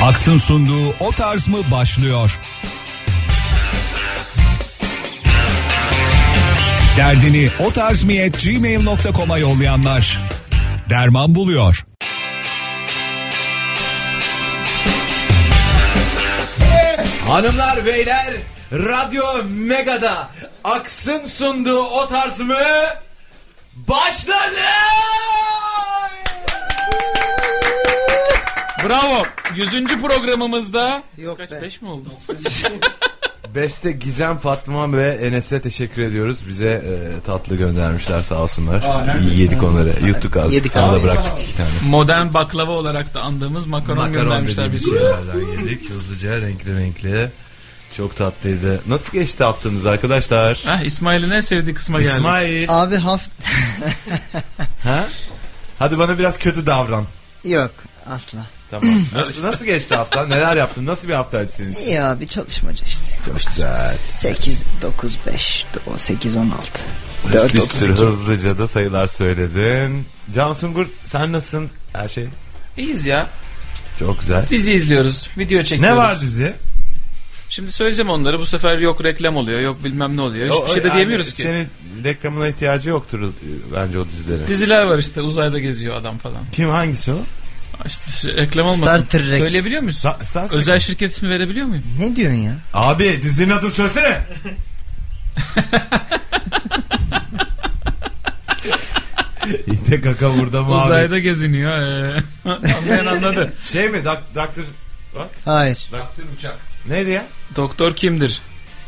Aks'ın sunduğu O Tarz mı başlıyor. Derdini o tarz gmail.com'a yollayanlar derman buluyor. Hanımlar beyler Radyo Mega'da Aksın sunduğu o tarz mı başladı. Bravo. 100. programımızda Yok kaç be. 5 mi oldu? Beste Gizem Fatma ve Enes'e teşekkür ediyoruz. Bize e, tatlı göndermişler sağ olsunlar. İyi yedik onları. Yuttuk az. Yedik Sana abi. da bıraktık iki tane. Modern baklava olarak da andığımız makaron, Makaron göndermişler dediğimiz bize. şeylerden yedik. Hızlıca renkli renkli. Çok tatlıydı. Nasıl geçti haftanız arkadaşlar? Hah İsmail'in en sevdiği kısma geldik. İsmail. Abi haft Ha? Hadi bana biraz kötü davran. yok asla. Tamam. Nasıl, nasıl geçti haftan? Neler yaptın? Nasıl bir haftaydı senin için? İyi abi çalışmaca işte. Çok güzel. 8, 9, 5, 18, 16. 4, Bir sürü 32. hızlıca da sayılar söyledin. Can Sungur sen nasılsın? Her şey İyiyiz ya. çok güzel. Dizi izliyoruz. Video çekiyoruz. Ne var dizi? Şimdi söyleyeceğim onları. Bu sefer yok reklam oluyor. Yok bilmem ne oluyor. Hiçbir O- şey de yani diyemiyoruz ki. Senin reklamına ihtiyacı yoktur e, bence o dizilerin. Diziler var işte uzayda geziyor adam falan. Kim hangisi o? İşte şey, reklam olmasın. Star Trek. Söyleyebiliyor muyuz? Sa- Star Trek Özel mi? şirket ismi verebiliyor muyum? Ne diyorsun ya? Abi dizinin adını söylesene. İte kaka burada mı abi? Uzayda geziniyor. ee. Anlayan anladı. Şey mi? Dak Doctor... What? Hayır. Doctor Uçak. Neydi ya? Doktor kimdir?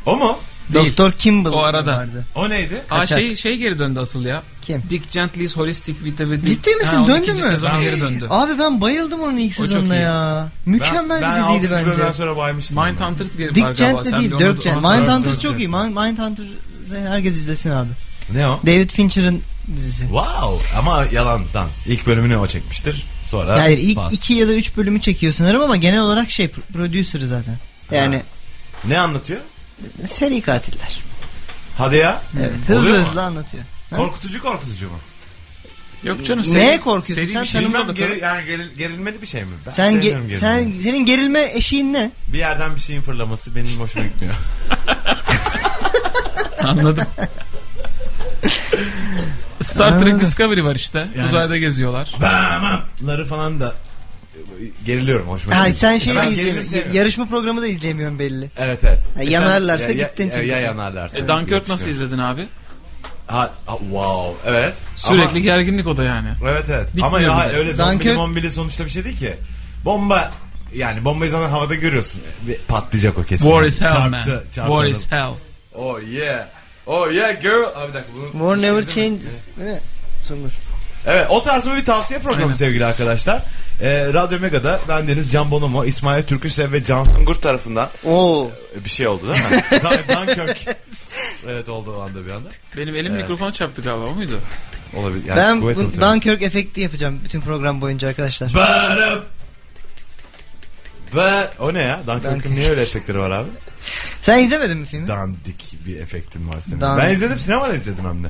O mu? Değil. Doktor Kimball O arada. vardı. O neydi? Aa Kaçak. şey şey geri döndü asıl ya. Kim? Dick Gently's Holistic Vitability. Ciddi misin? Ha, onun Döndü ikinci mü? sezonu Ben- geri döndü. Abi ben bayıldım onun ilk O çok sezonuna iyi. ya. Mükemmel ben, bir diziydi Ben 6. bölümden bence. sonra baymıştım. ona. Mindhunters geri var Dick galiba. Gently Sen değil, bir onu- Dirk Gently. onu- Mindhunter Dirk çok iyi. Gently. Mind- Mindhunter herkes izlesin abi. Ne o? David Fincher'ın dizisi. Wow ama yalandan. İlk bölümünü o çekmiştir. Sonra Hayır ilk bas. iki ya da üç bölümü çekiyor sanırım ama genel olarak şey pro- producer zaten. Yani Ne anlatıyor? seri katiller. Hadi ya. Evet. Hızlı Hmm. Oluyor mu? hızlı anlatıyor. Ha? Korkutucu korkutucu mu? Yok canım. Neye seri- korkuyorsun? seri bir Sen şey. tanım- Bilmem bakalım. geri- yani geril- gerilmeli bir şey mi? Ben Sen, ge- sevmiyorum sen gerilmeyi. senin gerilme eşiğin ne? Bir yerden bir şeyin fırlaması benim hoşuma gitmiyor. Anladım. Star Anladım. Trek Discovery var işte. Yani- Uzayda geziyorlar. Bamamları falan da geriliyorum hoşuma Ha, gitmiyor. sen şey Ben de gerilim izlemiyorsun. sevmiyorum. Yarışma programı da izleyemiyorsun belli. Evet evet. Ha, yanarlarsa Ya- ya- gittin Ya, çünkü. ya sen. yanarlarsa. E, Dunkirk nasıl Yetişmiyorum. izledin abi? Ha, ha, wow evet. Sürekli gerginlik o da yani. Ama, evet evet. Bitmiyor Ama ya bir de. öyle zombili Dunkirk- mombili sonuçta bir şey değil ki. Bomba yani bombayı zaten havada görüyorsun. Bir patlayacak o kesin. War is hell man. Çarptı, çarptı War adam. is hell. Oh yeah. Oh yeah girl. Abi bir dakika bunu... War never Şey changes. Değil mi? Sungur. Evet o tarz bir tavsiye programı Aynen. sevgili arkadaşlar. Ee, Radyo Mega'da ben Deniz Can Bonomo, İsmail Türküsev ve Can Sungur tarafından Oo. Ee, bir şey oldu değil mi? Dan- Dunkirk. evet oldu o anda bir anda. Benim elim mikrofona çarptı galiba o muydu? Olabilir. Yani ben kuvvet bu, atıyorum. Dunkirk efekti yapacağım bütün program boyunca arkadaşlar. Barap. Ba- o ne ya? Dunkirk'ün niye öyle efektleri var abi? Sen izlemedin mi filmi? Dandik bir efektin var senin. Dan- Ben izledim sinemada izledim hem de.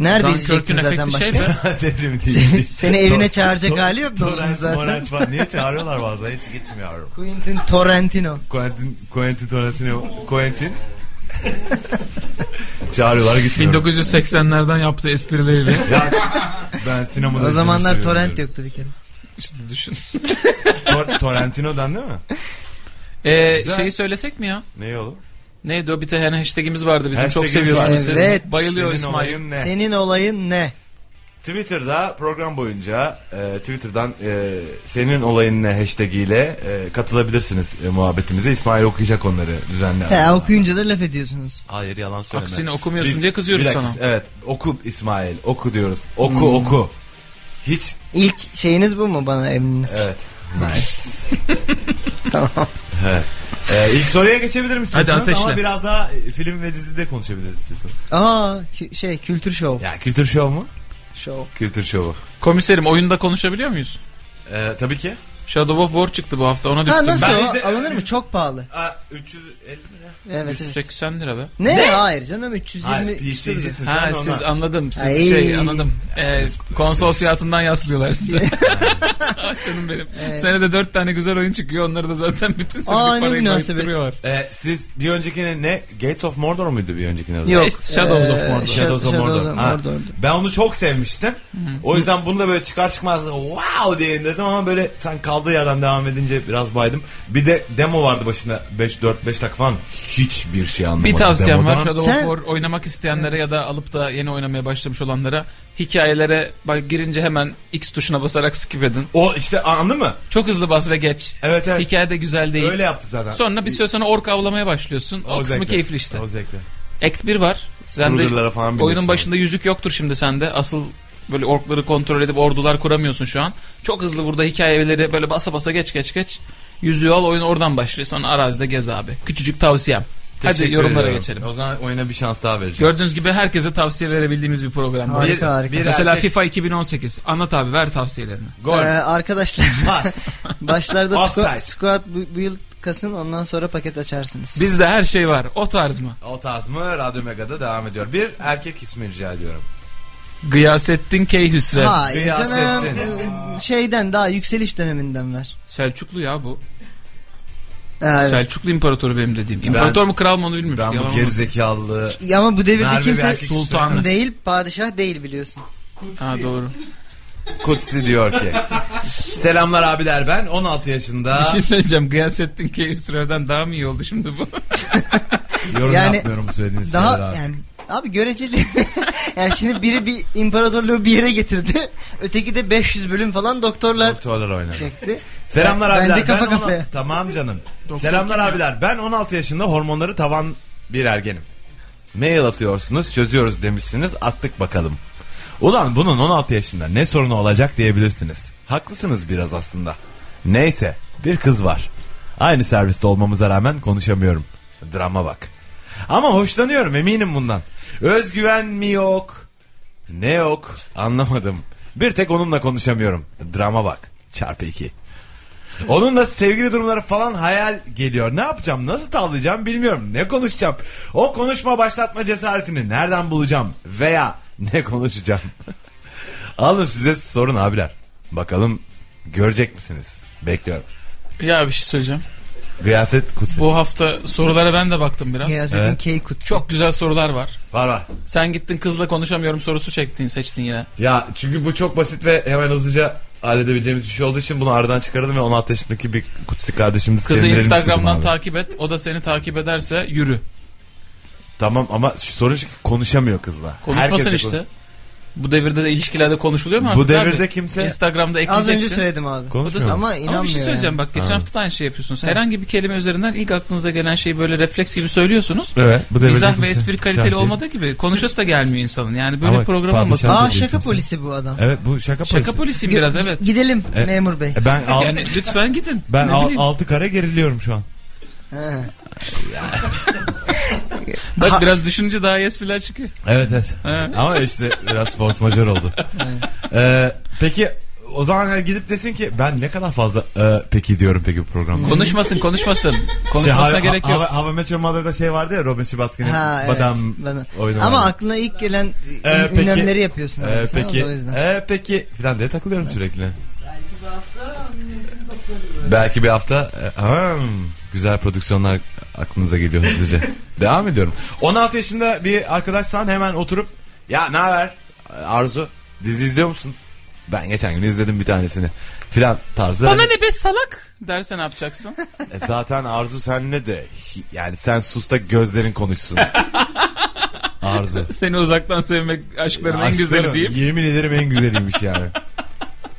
Nerede izleyecektin Dunkirk'ün zaten efekti başka? şey be. Dedim değil. değil. Seni evine Tor- çağıracak Tor- hali yok mu Torrent, bunun zaten? Morrent falan. Niye çağırıyorlar bazen? Hiç gitmiyorum. Quentin Tarantino. Quentin, Quentin Tarantino, Quentin. Çağırıyorlar gitmiyorum. 1980'lerden yaptığı esprileriyle. Ya, ben sinemada O zamanlar izlemeyi torrent seviyorum. yoktu bir kere. işte düşün. Tor- Torrentino'dan değil mi? Ee, Güzel. şeyi söylesek mi ya? Ne oğlum? Neydi o bir tane hashtagimiz vardı bizim çok Hashtag'imiz seviyorsunuz. var. siz. Evet. Bayılıyor Senin İsmail. olayın ne? Senin olayın ne? Twitter'da program boyunca e, Twitter'dan e, senin olayın ne hashtagiyle e, katılabilirsiniz e, muhabbetimize. İsmail okuyacak onları düzenli. He, arada. okuyunca da laf ediyorsunuz. Hayır yalan söyleme. Aksini okumuyorsun diye kızıyoruz bir dakika, sana. Hmm. Evet oku İsmail oku diyoruz. Oku oku. Hiç İlk şeyiniz bu mu bana emriniz? evet. Nice. Tamam. Evet. Ee, ilk soruya geçebilirim istiyorsanız Hadi ateşle. ama biraz daha e, film ve dizide konuşabiliriz istiyorsanız. Aa kü- şey kültür şov. Ya kültür şov mu? Şov. Kültür şovu. Komiserim oyunda konuşabiliyor muyuz? Ee, tabii ki. Shadow of War çıktı bu hafta ona Ha düştüm. nasıl Ben o? izle- alınır mı? Çok pahalı. Aa, 350 mi ne? Evet evet. 180 lira be. Ne? Hayır canım 320. Hayır küsür lira. PC'cisin sen Ha ona. siz anladım. Siz Ay. şey anladım. Ee, konsol siz- fiyatından yaslıyorlar size. Ah, Canım benim. Senede 4 tane güzel oyun çıkıyor. Onları da zaten bütün sene Aa, bir ne parayı münasebet. biriktiriyorlar. Ee, siz bir öncekine ne? Gates of Mordor muydu bir öncekine? adı? Yok. İşte Shadows of Mordor. Shad- Shadows of Mordor. Ha, Mordor'du. ben onu çok sevmiştim. O yüzden bunu da böyle çıkar çıkmaz wow diye indirdim ama böyle sen kaldığı yerden devam edince biraz baydım. Bir de demo vardı başında 5 4 5 dakika falan hiçbir şey anlamadım. Bir tavsiyem var demodan. Shadow Sen- of War oynamak isteyenlere ya da alıp da yeni oynamaya başlamış olanlara hikayelere bak girince hemen X tuşuna basarak skip edin. O işte anladın mı? Çok hızlı bas ve geç. Evet evet. Hikaye de güzel değil. Öyle yaptık zaten. Sonra bir süre sonra ork avlamaya başlıyorsun. O, kısmı zevkli. keyifli işte. O zevkli. Act 1 var. Sen de Kruger'lara falan oyunun biniyorsun. başında yüzük yoktur şimdi sende. Asıl böyle orkları kontrol edip ordular kuramıyorsun şu an. Çok hızlı burada hikayeleri böyle basa basa geç geç geç. Yüzüğü al oyun oradan başlıyor. Sonra arazide gez abi. Küçücük tavsiyem. Hadi Teşekkür yorumlara ediyorum. geçelim. O zaman oyuna bir şans daha vereceğim. Gördüğünüz gibi herkese tavsiye verebildiğimiz bir program. Harika, bir, harika. bir Mesela erkek- FIFA 2018. Anlat abi ver tavsiyelerini. Ee, Gol. arkadaşlar Pas. başlarda squa- Offside. squat bu, bu yıl kasın ondan sonra paket açarsınız. Bizde her şey var. O tarz mı? O tarz mı? Radyo Mega'da devam ediyor. Bir erkek ismi rica ediyorum. Gıyasettin Keyhüsrev. Hayır canım Gıyasettin. ee, şeyden daha yükseliş döneminden ver. Selçuklu ya bu. Ee, evet. Selçuklu imparatoru benim dediğim. İmparator mu kral mı onu bilmiyorum. Ben işte, bu yalan olmasın. gerizekalılığı Ya Ama bu devirde Merve bir kimse erkek Sultan. istiyorum. değil padişah değil biliyorsun. Ha doğru. Kutsi diyor ki. Selamlar abiler ben 16 yaşında. Bir şey söyleyeceğim. Gıyasettin Keyhüsrev'den daha mı iyi oldu şimdi bu? Yorum şey- Yani yapmıyorum bu söylediğiniz Daha şeylere artık. yani abi göreceli. yani şimdi biri bir imparatorluğu bir yere getirdi. Öteki de 500 bölüm falan doktorlar Doktorlar oynadı. çekti. Selamlar Bence abiler kafa ben ona- kafaya. Tamam canım. Doktor Selamlar kim ya? abiler ben 16 yaşında hormonları tavan bir ergenim. Mail atıyorsunuz çözüyoruz demişsiniz attık bakalım. Ulan bunun 16 yaşında ne sorunu olacak diyebilirsiniz. Haklısınız biraz aslında. Neyse bir kız var. Aynı serviste olmamıza rağmen konuşamıyorum. Drama bak. Ama hoşlanıyorum eminim bundan. Özgüven mi yok? Ne yok? Anlamadım. Bir tek onunla konuşamıyorum. Drama bak. Çarpı iki. Onun da sevgili durumları falan hayal geliyor. Ne yapacağım? Nasıl tavlayacağım bilmiyorum. Ne konuşacağım? O konuşma başlatma cesaretini nereden bulacağım? Veya ne konuşacağım? Alın size sorun abiler. Bakalım görecek misiniz? Bekliyorum. ya bir şey söyleyeceğim. Gıyaset Kutsi. Bu hafta sorulara ben de baktım biraz. Gıyasettin Evet. Keykut. Çok güzel sorular var. Var var. Sen gittin kızla konuşamıyorum sorusu çektin seçtin yine. Ya çünkü bu çok basit ve hemen hızlıca halledebileceğimiz bir şey olduğu için bunu aradan çıkaralım ve 16 yaşındaki bir Kutsi kardeşimizi Kızı sevindirelim istedim Instagram'dan abi. takip et. O da seni takip ederse yürü. Tamam ama şu sorun şu ki konuşamıyor kızla. Konuşmasın Herkesle işte. Bu devirde de ilişkilerde konuşuluyor mu artık Bu devirde abi? kimse- Instagram'da Az önce ekleyeceksin. söyledim abi. Konuşmuyor mu? Ama inanmıyor. Ama bir şey söyleyeceğim yani. bak geçen hafta da aynı şey yapıyorsunuz. Herhangi bir kelime üzerinden ilk aklınıza gelen şeyi böyle refleks gibi söylüyorsunuz. Evet. Bu devirde Mizah ve kimse espri şart kaliteli değil. olmadığı gibi konuşası da gelmiyor insanın. Yani böyle Ama program padişah- olmasın. Aa Sen de şaka diyeceksin. polisi bu adam. Evet bu şaka polisi. Şaka polisiyim E, biraz evet. Gidelim E- memur bey. E Ben al, Yani lütfen gidin. ben Ne al- bileyim. altı kare geriliyorum şu an. He. Bak Ha- biraz düşünce daha iyi espriler çıkıyor. Evet evet. Ama işte biraz force majör oldu. Ee, peki o zaman hani gidip desin ki ben ne kadar fazla e, peki diyorum peki bu programda. Konuşmasın konuşmasın. Şey, Konuşmasına ha- gerek ha- yok. Hava, Hava Meteor Mother'da şey vardı ya Robin Şibaski'nin Ha, evet. Badam Bana- oyunu Ama vardı. aklına ilk gelen E, ün- peki- ünlemleri yapıyorsun. Ee, abi sen, o peki da o yüzden. ee, peki filan diye takılıyorum sürekli. Belki bir hafta e, ha, güzel prodüksiyonlar aklınıza geliyor hızlıca. Devam ediyorum. 16 yaşında bir arkadaşsan hemen oturup ya ne haber Arzu dizi izliyor musun? Ben geçen gün izledim bir tanesini filan tarzı. Bana Hani- ne be salak derse ne yapacaksın? E, zaten Arzu senle de hi- yani sen sus da gözlerin konuşsun. Arzu. Seni uzaktan sevmek aşkların en güzeli Aşklarım, deyip. Yemin ederim en güzeliymiş yani.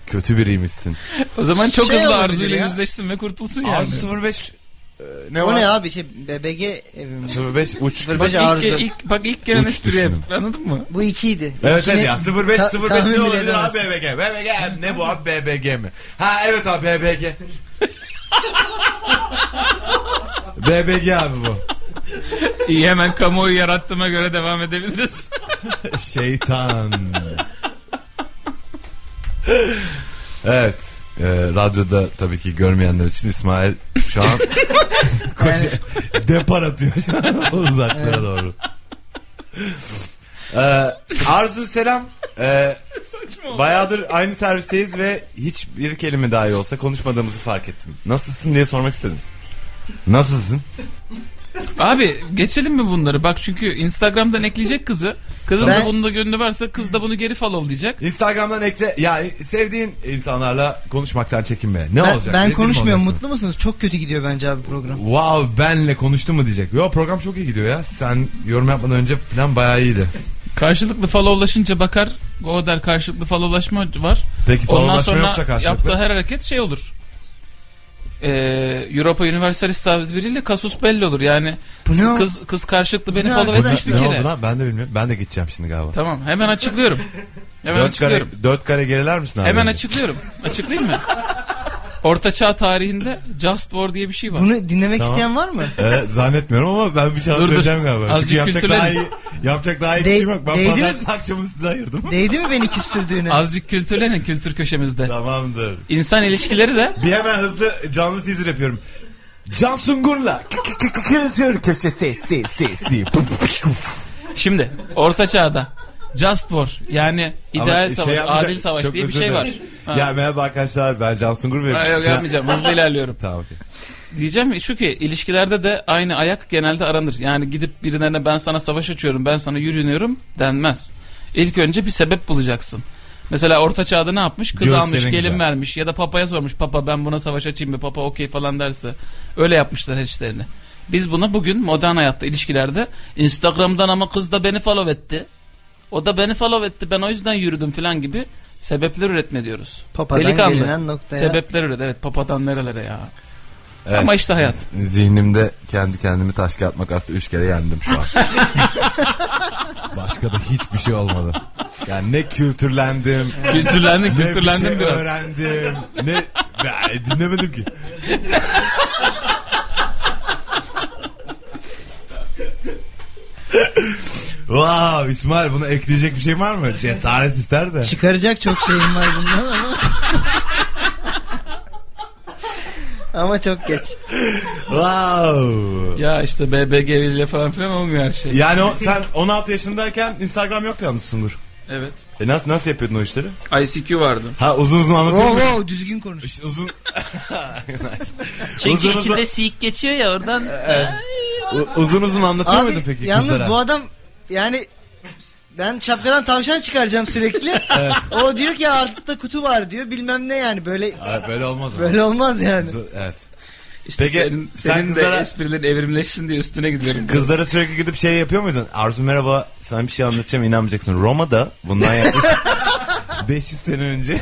Kötü biriymişsin. O zaman çok Şey hızlı olabilir arzuyla ya. yüzleşsin ve kurtulsun yani. Arzu 05 e, ne O var? ne abi şey BBG evi mi? 05 uç. Bak Hoca ilk, arzu. e, ilk, bak ilk gelen Uç espriye düşünün. anladın mı? Bu ikiydi. Evet İkini evet ya 05 ta- 05 tahmin ne bile olabilir edemezsin. abi BBG. BBG ne bu abi BBG mi? Ha evet abi BBG. BBG abi bu. İyi hemen kamuoyu yarattığıma göre devam edebiliriz. Şeytan. evet. Ee, radyoda tabii ki görmeyenler için İsmail şu an koşu, depar atıyor şu an uzaklara doğru. Ee, Arzu selam. Ee, Saçma oldu. bayağıdır aynı servisteyiz ve hiçbir kelime dahi olsa konuşmadığımızı fark ettim. Nasılsın diye sormak istedim. Nasılsın? Abi geçelim mi bunları? Bak çünkü Instagram'dan ekleyecek kızı. Kızın Ben- da bunun da gönlü varsa kız da bunu geri follow diyecek. Instagram'dan ekle. Ya sevdiğin insanlarla konuşmaktan çekinme. Ne Ben, olacak? ben Rezil mi konuşmuyorum. olacaksın? Mutlu musunuz? Çok kötü gidiyor bence abi program. Wow benle konuştun mu diyecek. Yo program çok iyi gidiyor ya. Sen yorum yapmadan önce falan bayağı iyiydi. Karşılıklı followlaşınca bakar. O der karşılıklı followlaşma var. Peki Ondan followlaşma yoksa sonra karşılıklı. yaptığı her hareket şey olur. Ee, Europa Universalis tabiriyle kasus belli olur yani. Bu ne o? Kız kız karşılıklı beni ne follow arkadaş? etmiş bir ne, ne kere. oldu lan ben de bilmiyorum. Ben de gideceğim şimdi galiba. Tamam hemen açıklıyorum. Hemen dört, kare, açıklıyorum. dört kare geriler misin abi? Hemen önce? açıklıyorum. Açıklayayım mı? Orta Çağ tarihinde Just War diye bir şey var. Bunu dinlemek Tamam. isteyen var mı? Ee, zannetmiyorum ama ben bir şey Dur, dur. söyleyeceğim galiba. Azıcık Çünkü yapacak kültürlen. daha iyi, yapacak daha iyi Değ- bir şey yok. Ben değdi pazartesi akşamını size ayırdım. Değdi mi beni küstürdüğüne? Azıcık kültürlenin kültür köşemizde. Tamamdır. İnsan ilişkileri de Bir hemen hızlı canlı teaser yapıyorum. Can Sungur'la k- k- k- k- kültür köşesi si si si. şimdi Orta Çağ'da Just War yani Ama ideal şey savaş, yapmayacak- adil savaş çok diye bir özür şey var. dilerim. Ha. Ya merhaba arkadaşlar ben Can Sungur ve... Ha, yok yapmayacağım hızlı ilerliyorum. Tamam okey. Diyeceğim şu ki ilişkilerde de aynı ayak genelde aranır. Yani gidip birilerine ben sana savaş açıyorum ben sana yürünüyorum denmez. İlk önce bir sebep bulacaksın. Mesela orta çağda ne yapmış? Kız Göğüslerin almış, gelin güzel. vermiş ya da papaya sormuş. Papa ben buna savaş açayım mı? Papa okey falan derse. Öyle yapmışlar her işlerini. Biz buna bugün modern hayatta ilişkilerde Instagram'dan ama kız da beni follow etti. O da beni follow etti. Ben o yüzden yürüdüm falan gibi sebepler üretme diyoruz. Papadan Delikanlı. gelinen noktaya. Sebepler üret. Evet papadan nerelere ya. Evet. Ama işte hayat. Zihnimde kendi kendimi taş kağıt makasla üç kere yendim şu an. Başka da hiçbir şey olmadı. Yani ne kültürlendim, Kültürlendim, ne bir şey kültürlendim biraz. öğrendim, ne... Ben e, dinlemedim ki. Wow İsmail buna ekleyecek bir şey var mı? Cesaret ister de. Çıkaracak çok şeyim var bundan ama. ama çok geç. Wow. Ya işte BBG ile falan filan olmuyor her şey. Yani o, sen 16 yaşındayken Instagram yoktu yalnız Sungur. Evet. E nasıl, nasıl yapıyordun o işleri? ICQ vardı. Ha uzun uzun anlatıyor Wow muydun? wow düzgün konuş. İşte uzun Çünkü Uzun uzun- içinde sik E, geçiyor ya oradan. u- uzun uzun anlatıyor muydun peki yalnız kızlara? bu adam yani ben şapkadan tavşan çıkaracağım sürekli. O diyor ki ya altta kutu var diyor. Bilmem ne yani böyle Ay, böyle olmaz ama. böyle olmaz yani. Evet. İşte Peki, senin, sen senin kızlara- de esprilerin evrimleşsin diye üstüne gidiyorum. Kızlara sürekli gidip şey yapıyor muydun? Arzu merhaba sana bir şey anlatacağım inanmayacaksın. Roma'da bundan yaklaşık 500 sene önce.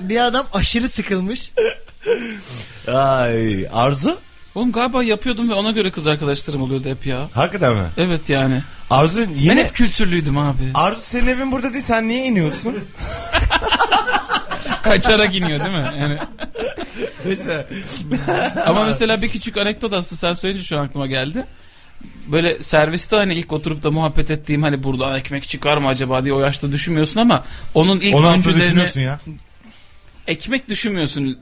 Bir adam aşırı sıkılmış. Ay Arzu? Oğlum galiba yapıyordum ve ona göre kız arkadaşlarım oluyordu hep ya. Hakikaten mi? Evet yani. Arzu Ben yine... hep kültürlüydüm abi. Arzu senin evin burada değil sen niye iniyorsun? Ah! Kaçarak iniyor değil mi? Yani. Neyse. Ama mesela bir küçük anekdot aslında sen söyleyince şu an aklıma geldi. Böyle serviste hani ilk oturup da muhabbet ettiğim hani buradan ekmek çıkar mı acaba diye o yaşta düşünmüyorsun ama onun ilk Onu Arzu öncülerini düşünüyorsun ya. ekmek düşünmüyorsun.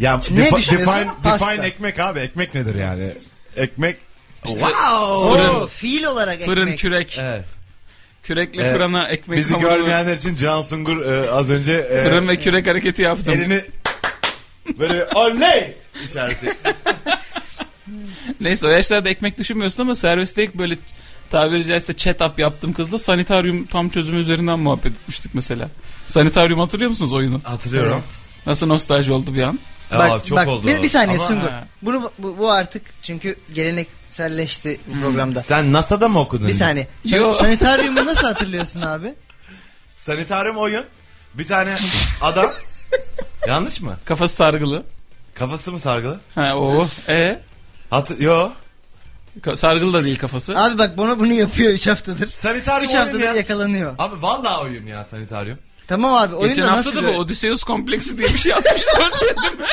Ya Ne defi- düşünüyorsun? define, Pasta. define ekmek abi ekmek nedir yani? Ekmek... Oo, fiil olarak Fırın, ekmek. kürek. Evet. Kürekle Evet. fırına ekmek Bizi hamuru- görmeyenler için Can Sungur e, az önce e, Fırın ve kürek hareketi yaptım. elini böyle bir oley işareti. Neyse o yaşlarda ekmek düşünmüyorsun ama serviste ilk böyle tabiri caizse chat up yaptım kızla sanitaryum tam çözümü üzerinden muhabbet etmiştik mesela. Sanitaryum hatırlıyor musunuz oyunu? Hatırlıyorum. Nasıl nostalji oldu bir an? Aa, çok oldu. Bir, bir saniye Ama- Sungur. Ha. Bunu bu, bu artık çünkü gelenekselleşti bu programda. Hmm. Sen NASA'da mı okudun? Bir saniye. Sen, Yo. sanitaryumu nasıl hatırlıyorsun abi? Sanitarium oyun. Bir tane adam. Yanlış mı? Kafası sargılı. Kafası mı sargılı? Ha o. E Hatır Yo. Ka- sargılı da değil kafası. Abi bak bana bunu yapıyor 3 haftadır. Sanitarium 3 oyun haftadır ya. yakalanıyor. Abi vallahi oyun ya sanitarium. Tamam abi oyunda Geçen nasıl hafta da bu böyle? Odysseus kompleksi diye bir şey atmışlar.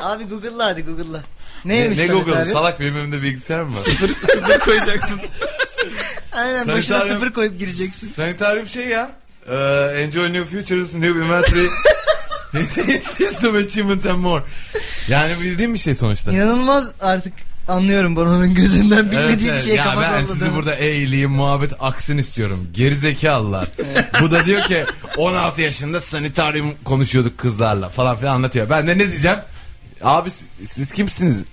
Abi Google'la hadi Google'la. Ne, Neymiş ne sanitarium? Google? Salak benim evimde bilgisayar mı var? sıfır, sıfır koyacaksın. Aynen başına Sanitarium- Ee, sıfır koyup gireceksin. sanitarium şey ya. E, Enjoy New Futures, New Inventory. System achievement and more. Yani bildiğim bir şey sonuçta. İnanılmaz artık anlıyorum Bono'nun gözünden Evet, bilmediği evet. bir şeye ya kafa ben salladı. sizi burada eğileyim muhabbet aksın istiyorum. Gerizekalılar. Bu da diyor ki 16 yaşında sanitaryum konuşuyorduk kızlarla falan filan anlatıyor. Ben de ne diyeceğim? Abi siz, siz kimsiniz?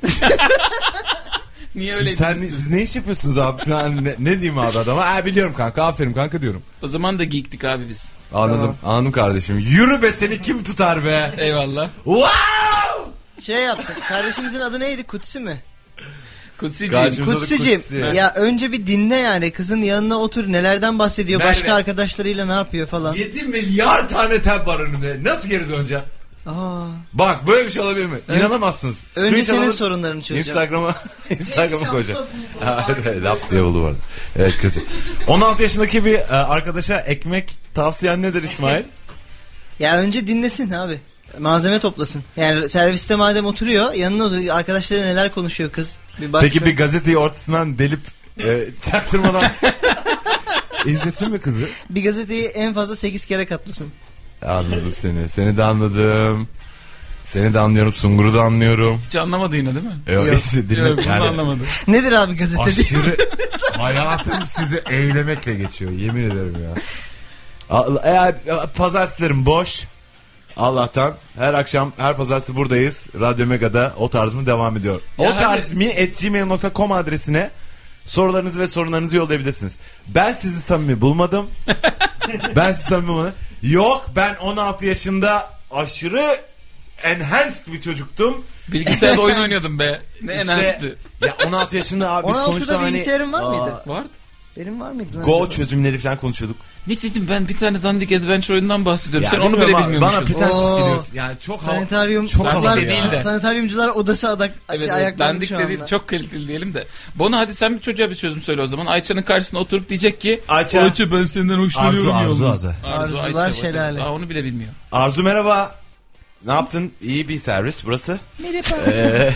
Niye öyle Sen siz ne iş yapıyorsunuz abi falan ne, ne diyeyim abi adama? Ha biliyorum kanka aferin kanka diyorum. O zaman da giyiktik abi biz. Anladım. Anladım kardeşim. Yürü be seni kim tutar be? Eyvallah. Wow! Şey yapsın. Kardeşimizin adı neydi? Kutsi mi? Kutsiciğim. Kardeşim- Kutsi. Kutsicim. Kutsi. Ya önce bir dinle yani. Kızın yanına otur. Nelerden bahsediyor? Nerede? Başka arkadaşlarıyla ne yapıyor falan. 7 milyar tane tab var önümde. Nasıl geri döneceğim? Aa. Bak böyle bir şey olabilir mi? İnanamazsınız. Önce Screenshot senin alın, sorunlarını çözeceğim. Instagram'a Instagram'a koyacağım. Laps diye buldu bu arada. Evet kötü. 16 yaşındaki bir e, arkadaşa ekmek tavsiyen nedir İsmail? Ya önce dinlesin abi. Malzeme toplasın. Yani serviste madem oturuyor yanına otur. Arkadaşları neler konuşuyor kız? Bir baksın. Peki bir gazeteyi ortasından delip e, çaktırmadan izlesin mi kızı? Bir gazeteyi en fazla 8 kere katlasın. Anladım seni. Seni de anladım. Seni de anlıyorum. Sungur'u da anlıyorum. Hiç anlamadı yine değil mi? Yok, hiç dinle- Yok bunu yani anlamadı. Nedir abi gazete? Aşırı hayatım sizi eğlemekle geçiyor. Yemin ederim ya. Allah- Eğer pazartesilerim boş. Allah'tan her akşam her pazartesi buradayız. Radyo Mega'da o tarz mı devam ediyor. Ya o tarz hadi. mi at gmail.com adresine sorularınızı ve sorunlarınızı yollayabilirsiniz. Ben sizi samimi bulmadım. ben sizi samimi bulmadım. Yok ben 16 yaşında aşırı enhanced bir çocuktum. Bilgisayarda oyun oynuyordum be. Ne İşte- enerjisi. Ya 16 yaşında abi 16'da sonuçta hani bilgisayarın var mıydı? Aa, Var. Benim var mıydı lan? Go acaba? çözümleri falan konuşuyorduk. Ne dedim ben bir tane dandik adventure oyunundan bahsediyorum. Ya Sen onu bile bilmiyorum abi, bilmiyormuşsun. Bana pretensiz Oo. geliyorsun. Yani çok hava- Sanitaryum, çok havalı Sanitaryumcular- ya. değil de. Sanitaryumcular odası adak Evet, şey, evet. ayaklandı dandik şu de anda. değil çok kaliteli diyelim de. Bono hadi sen bir çocuğa bir çözüm söyle o zaman. Ayça'nın karşısına oturup diyecek ki Ayça. Ayça ben senden Arzu, hoşlanıyorum Arzu yalnız." adı. Arzu, Arzular Ayça. whatever. şelale. Daha onu bile bilmiyor. Arzu merhaba. Ne yaptın? İyi bir servis burası. Ee,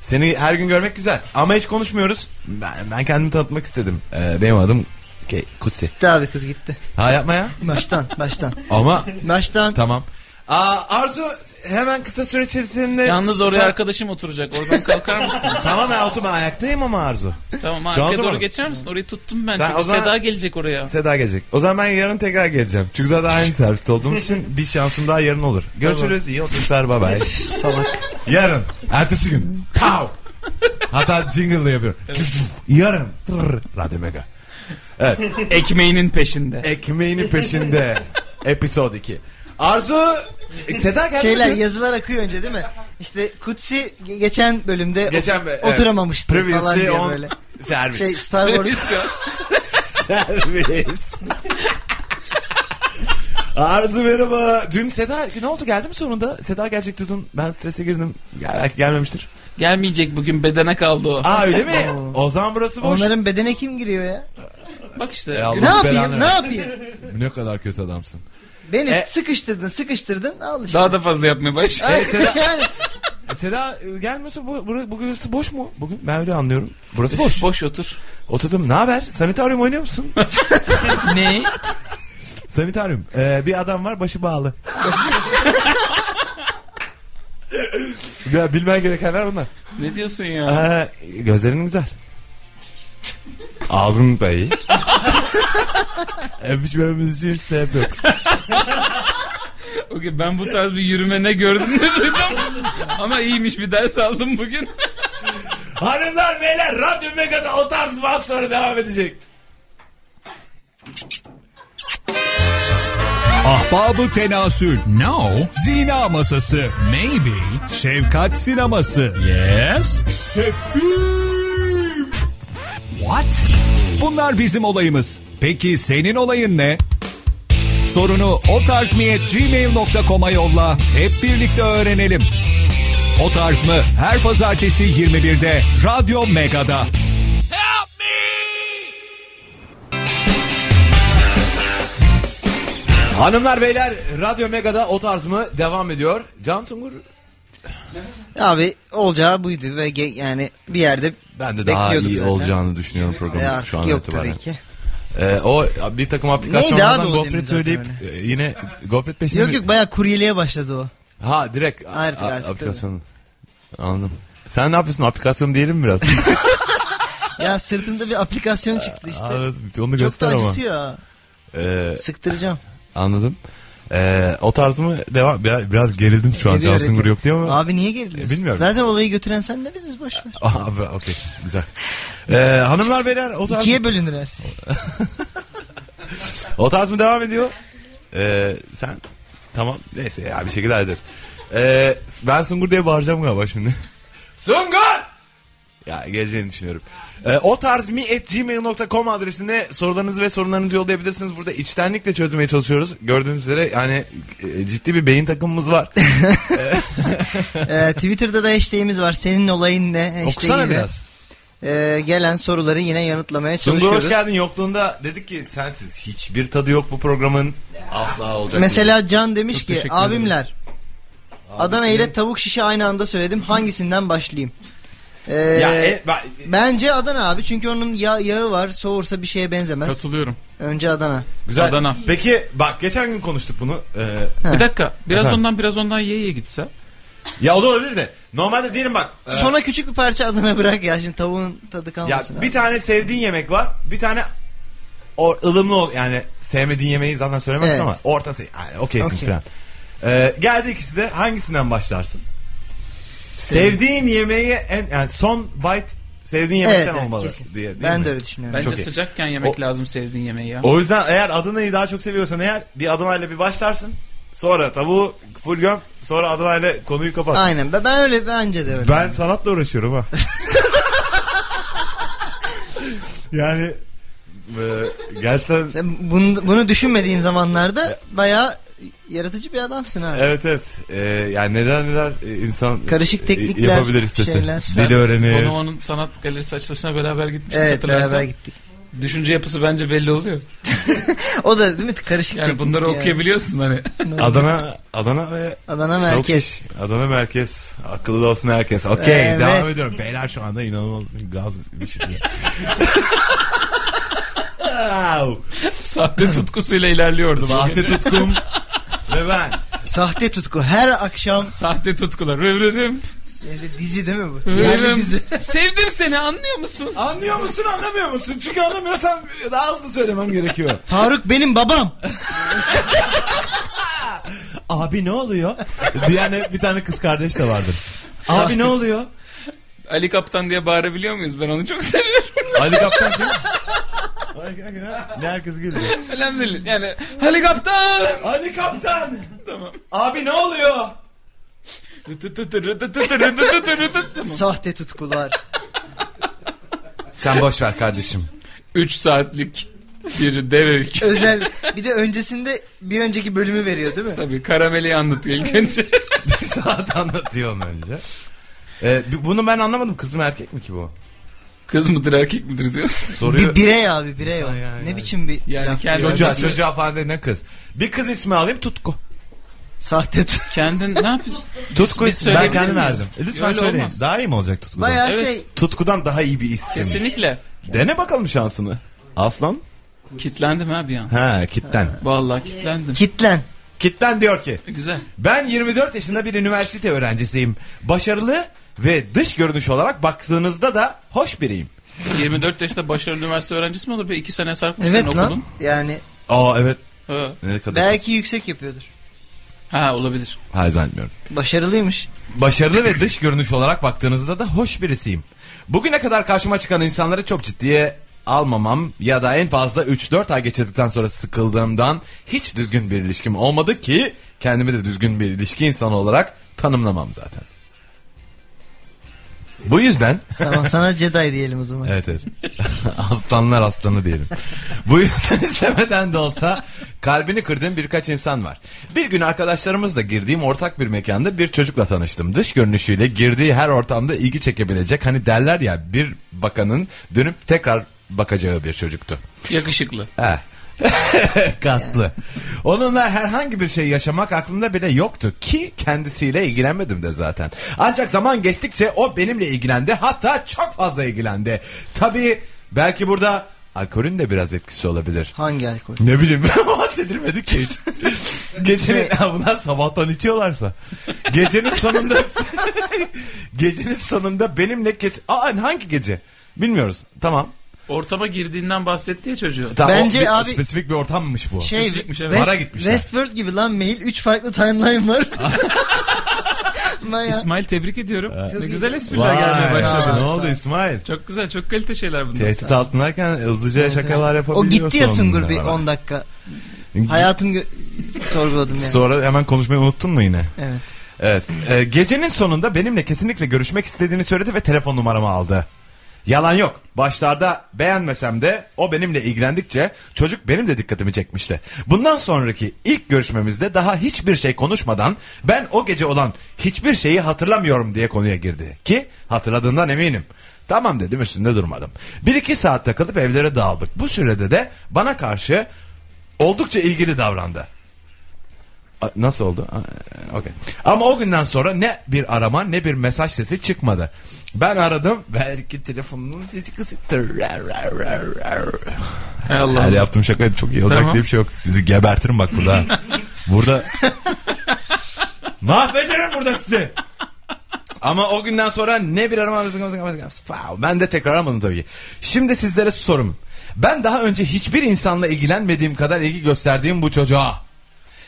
seni her gün görmek güzel. Ama hiç konuşmuyoruz. Ben, ben kendimi tanıtmak istedim. Ee, benim adım Ke- Kutsi. Gitti abi kız gitti. Ha yapma ya. Baştan baştan. Ama Baştan. tamam. Aa, Arzu hemen kısa süre içerisinde... Yalnız oraya Sen- arkadaşım oturacak. Oradan kalkar mısın? Tamam ben otur ben ayaktayım ama Arzu. tamam Şu an arkaya doğru oturmadım. geçer misin? Orayı tuttum ben. Tamam, Çünkü o zaman- Seda gelecek oraya. Seda gelecek. O zaman ben yarın tekrar geleceğim. Çünkü zaten aynı serviste olduğumuz için bir şansım daha yarın olur. Görüşürüz. iyi İyi yolculuklar. Bye bye. Salak. Yarın. Ertesi gün. Pow. Hatta jingle'la yapıyorum. Cuf cuf. Yarın. Tırr. Radyo Mega. Evet. Ekmeğinin peşinde. Ekmeğinin peşinde. Episode 2. Arzu. e, Seda geldi. Şeyler mi? yazılar akıyor önce değil mi? İşte Kutsi ge- geçen bölümde Geçen ot- be- evet. oturamamıştı falan Previously diye on böyle. servis. Şey Star Wars. servis. Arzu merhaba. Dün Seda ne oldu geldi mi sonunda? Seda gelecek diyordun. Ben strese girdim. Gel, belki gelmemiştir. Gelmeyecek bugün bedene kaldı o. Aa öyle mi? o zaman burası boş. Onların bedene kim giriyor ya? Bak işte. E, Allah Ne yapayım? belanı Ne versin. yapayım? Ne kadar kötü adamsın. Beni E- sıkıştırdın, sıkıştırdın. Al işte. Daha da fazla yapmaya baş. Ay, Seda- yani E, Seda e, gelmiyorsa bu, bura- bu, burası boş mu? Bugün ben öyle anlıyorum. Burası boş. Boş otur. Oturdum. Ne haber? Sanitaryum oynuyor musun? ne? Sanitaryum. Ee, bir adam var başı bağlı. ya, bilmen gerekenler bunlar. Ne diyorsun ya? Ee, gözlerin güzel. Ağzın da iyi. Öpüşmemiz için şey hiç sebep yok. Okey, ben bu tarz bir yürüme ne gördüm ne duydum. Ama iyiymiş bir ders aldım bugün. Hanımlar beyler Radyo Mega'da o tarz var sonra devam edecek. Ahbabı tenasül. No. Zina masası. Maybe. Şefkat sineması. Yes. Şefim. What? Bunlar bizim olayımız. Peki senin olayın ne? Sorunu o tarz gmail.com'a yolla. Hep birlikte öğrenelim. O tarz mı her pazartesi 21'de Radyo Mega'da. Hanımlar beyler Radyo Mega'da o tarz mı devam ediyor. Can Sungur abi olacağı buydu ve ge- yani bir yerde ben de daha bekliyorduk iyi zaten. olacağını düşünüyorum E programın şu artık an yok itibaren. tabii ki. Ee, o bir takım Neydi abi aplikasyonlardan o demin gofret zaten söyleyip e, yine gofret peşinde Yok yok bayağı kuryeliğe başladı o. Ha direkt a- Artık, a- artık, aplikasyonu. Anladım. Sen ne yapıyorsun? Aplikasyon diyelim mi biraz? Ya sırtımda bir aplikasyon çıktı işte. Anladım. Onu Çok da göster ama. acıtıyor. ha. Ee, Sıktıracağım. anladım. Ee, o tarz mı? Devam. Biraz, biraz gerildim şu an. Geliyor, Can Sungur geliyor. yok diye ama. Abi niye geriliyorsun? E, bilmiyorum. Zaten olayı götüren sen de biziz boş ver. Abi. okey. Güzel. Ee, hanımlar beyler o tarz, İkiye bölünür her şey. o tarz mı devam ediyor? Ee, sen tamam neyse ya bir şekilde hallederiz. Ee, ben Sungur diye bağıracağım galiba şimdi. Sungur! Ya geleceğini düşünüyorum. Ee, o tarz mi at gmail.com adresinde sorularınızı ve sorunlarınızı yollayabilirsiniz. Burada içtenlikle çözmeye çalışıyoruz. Gördüğünüz üzere yani e, ciddi bir beyin takımımız var. Ee, Twitter'da da hashtag'imiz var. Senin olayın ne? Hashtag'iyle, Okusana biraz. ee, gelen soruları yine yanıtlamaya Sungur çalışıyoruz. hoş geldin yokluğunda dedik ki sensiz hiçbir tadı yok bu programın. Asla olacak. Mesela Can demiş ki teşekkür ederim. abimler Adana ile tavuk şişi aynı anda söyledim. Hangisinden başlayayım? Ee, değil. Ya, e, ben- Bence Adana abi çünkü onun yağ, yağı var soğursa bir şeye benzemez. Katılıyorum. Önce Adana. güzel. Adana. Peki bak geçen gün konuştuk bunu. Ee, Bir dakika. Biraz Efendim? ondan biraz ondan ye ye gitse. ya o da olabilir de. Normalde diyelim bak. e, Sonra küçük bir parça Adana bırak ya şimdi tavuğun tadı ya kalmasın. abi. bir tane sevdiğin yemek var. Bir tane o, ılımlı ol. Yani sevmediğin yemeği zaten söylemezsin Evet. ama ortası. Yani okeysin Okey. falan. Ee, geldi ikisi de hangisinden başlarsın? Sevdiğin yemeği en yani son bite sevdiğin Evet, yemekten evet, olmalı kesin. diye. değil ben mi? de öyle düşünüyorum. Bence Çok iyi. sıcakken yemek O- lazım sevdiğin yemeği ya. O yüzden eğer Adana'yı daha çok seviyorsan eğer bir Adana'yla bir başlarsın. Sonra tavuğu full göm. Sonra Adana'yla konuyu kapat. Aynen. Ben- Ben öyle bence de öyle. Ben sanatla uğraşıyorum ha. yani e, gerçekten Sen bunu, bunu düşünmediğin zamanlarda bayağı yaratıcı bir adamsın abi. evet evet. E, yani neler neler e, insan Karışık e, teknikler, yapabilir istese. şeyler. Dili öğrenir. Onu onun sanat galerisi açılışına beraber gitmiştik Ee, Evet hatırlarsan. beraber gittik. Düşünce yapısı bence belli oluyor. O da değil mi karışık Yani teknik bunları yani. okuyabiliyorsun hani. Adana Adana ve Adana Tavuk merkez. iş. Adana merkez. Akıllı da olsun herkes. Okey Evet. devam ediyorum. Beyler şu anda inanılmaz gaz bir şey. Wow. Sahte tutkusuyla ilerliyordu. Sahte tutkum ve ben. Sahte tutku her akşam Sahte tutkular. Rıv rıvım. Yerli dizi değil mi bu? Yerli Rıvım. dizi. Sevdim seni anlıyor musun? Anlıyor musun anlamıyor musun? Çünkü anlamıyorsan daha hızlı söylemem gerekiyor. Faruk benim babam. Abi ne oluyor? Yani bir tane kız kardeş de vardır. Abi ne oluyor? Ali Kaptan diye bağırabiliyor muyuz? Ben onu çok seviyorum. Ali Kaptan kim? Ali Kaptan. Ne herkes gülüyor. Önemli değil. Yani Ali Kaptan. Ali Kaptan. Tamam. Abi ne oluyor? Rıtıtıtı, rıtıtıtı, rıtıtıtı, rıtıtı. Tamam. Sahte tutkular. Sen boş ver kardeşim. 3 saatlik bir dev öykü. Özel. Bir de öncesinde bir önceki bölümü veriyor değil mi? Tabii karameli anlatıyor ilk önce. bir saat anlatıyor onu önce. Ee, bi- bunu ben anlamadım. Kız mı erkek mi ki bu? Kız mıdır erkek midir diyorsun. Soruyor. Bir birey abi birey o. Ay, ay, Ne ay. biçim bir Yani laf kendi- ya? çocuğa, Yani- çocuğa falan de ne kız? Bir kız ismi alayım Tutku. Sahte tut- Kendin ne yapıyorsun? Tutku biz ismi. Ben söyleyebilir kendim miyiz? verdim. E, lütfen Öyle söyleyin. olmaz. Daha iyi mi olacak Tutku'dan? Bayağı Evet. şey Tutku'dan daha iyi bir isim. Kesinlikle. Dene bakalım şansını. Aslan. Kitlendim ha bir an. Ha kitten. Vallahi kitlendim. kitlen. Kitten diyor ki Güzel. ben 24 yaşında bir üniversite öğrencisiyim. Başarılı ve dış görünüş olarak baktığınızda da hoş biriyim. 24 yaşında başarılı üniversite öğrencisi mi olur? Bir iki sene sarkmışsın Evet lan. okudun. Yani Aa evet. Ha. Ne kadar belki yüksek yapıyordur. ha olabilir. çok- Hayır zannetmiyorum. Başarılıymış. Başarılı ve dış görünüş olarak baktığınızda da hoş birisiyim. Bugüne kadar karşıma çıkan insanları çok ciddiye almamam ya da en fazla 3-4 ay geçirdikten sonra sıkıldığımdan hiç düzgün bir ilişkim olmadı ki kendimi de düzgün bir ilişki insanı olarak tanımlamam zaten. Bu yüzden Tamam sana Jedi diyelim o zaman. Evet evet. Aslanlar aslanı diyelim. Bu yüzden istemeden de olsa kalbini kırdığım birkaç insan var. Bir gün arkadaşlarımızla girdiğim ortak bir mekanda bir çocukla tanıştım. Dış görünüşüyle girdiği her ortamda ilgi çekebilecek hani derler ya bir bakanın dönüp tekrar bakacağı bir çocuktu. Yakışıklı. He. Kaslı. Onunla herhangi bir şey yaşamak aklımda bile yoktu ki kendisiyle ilgilenmedim de zaten. Ancak zaman geçtikçe o benimle ilgilendi hatta çok fazla ilgilendi. Tabii belki burada Alkolün de biraz etkisi olabilir. Hangi alkol? Ne bileyim bahsedilmedi ki hiç. Gecenin Şey- Ha, bunlar sabahtan içiyorlarsa. Gecenin sonunda gecenin sonunda benimle kes... Aa hangi gece? Bilmiyoruz. Tamam. Ortama girdiğinden bahsetti ya çocuğun. tamam Bence o bir- abi- Spesifik bir ortammış bu. Şey, Spesifikmiş, evet. Bara gitmişler. Westworld gibi lan mail 3 farklı timeline var. Lan ya. İsmail tebrik ediyorum. Çok Ne iyi. güzel espriler Vay, gelmeye başladı. Ne oldu İsmail? Çok güzel çok kalite şeyler bunlar. Tehdit altındayken hızlıca şakalar o yapabiliyorsun. gitti ya Sungur bir onunla. 10 dakika. Hayatım gö- sorguladım yani. Sonra hemen konuşmayı unuttun mu yine? Evet. Evet. Ee, gecenin sonunda benimle kesinlikle görüşmek istediğini söyledi ve telefon numaramı aldı. Yalan yok. Başlarda beğenmesem de o benimle ilgilendikçe çocuk benim de dikkatimi çekmişti. Bundan sonraki ilk görüşmemizde daha hiçbir şey konuşmadan ben o gece olan hiçbir şeyi hatırlamıyorum diye konuya girdi. Ki hatırladığından eminim. Tamam dedim üstünde durmadım. Bir iki saat takılıp evlere dağıldık. Bu sürede de bana karşı oldukça ilgili davrandı. A- Nasıl oldu? A- e, Okey. Ama o günden sonra ne bir arama ne bir mesaj sesi çıkmadı. Ben aradım. Belki telefonunun sesi kısıktır. Hay Allah. Her yaptığım şaka çok iyi olacak Tamam. diye bir şey yok. Sizi gebertirim bak burada. burada. Mahvederim burada sizi. Ama o günden sonra ne bir arama Wow. ben de tekrar aramadım tabii ki. Şimdi sizlere sorum. Ben daha önce hiçbir insanla ilgilenmediğim kadar ilgi gösterdiğim bu çocuğa.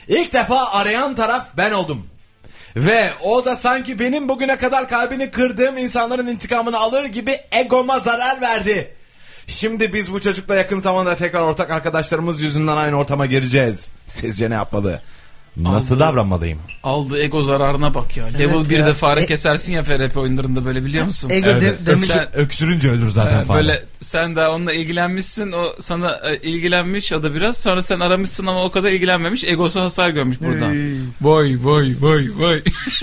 İlk defa arayan taraf ben oldum. Ve o da sanki benim bugüne kadar kalbini kırdığım insanların intikamını alır gibi egoma zarar verdi. Şimdi biz bu çocukla yakın zamanda tekrar ortak arkadaşlarımız yüzünden aynı ortama gireceğiz. Sizce ne yapmalı? Nasıl davranmalıyım? Aldığı ego zararına bak ya. Level 1'de ya. fare E- kesersin ya FRP oyunlarında böyle biliyor musun? Ego de- damage- Öksür- Öksürünce ölür zaten Ee, Böyle sen daha onunla ilgilenmişsin o sana e, ilgilenmiş o da biraz sonra sen aramışsın ama o kadar ilgilenmemiş egosu hasar görmüş buradan. Vay vay vay vay.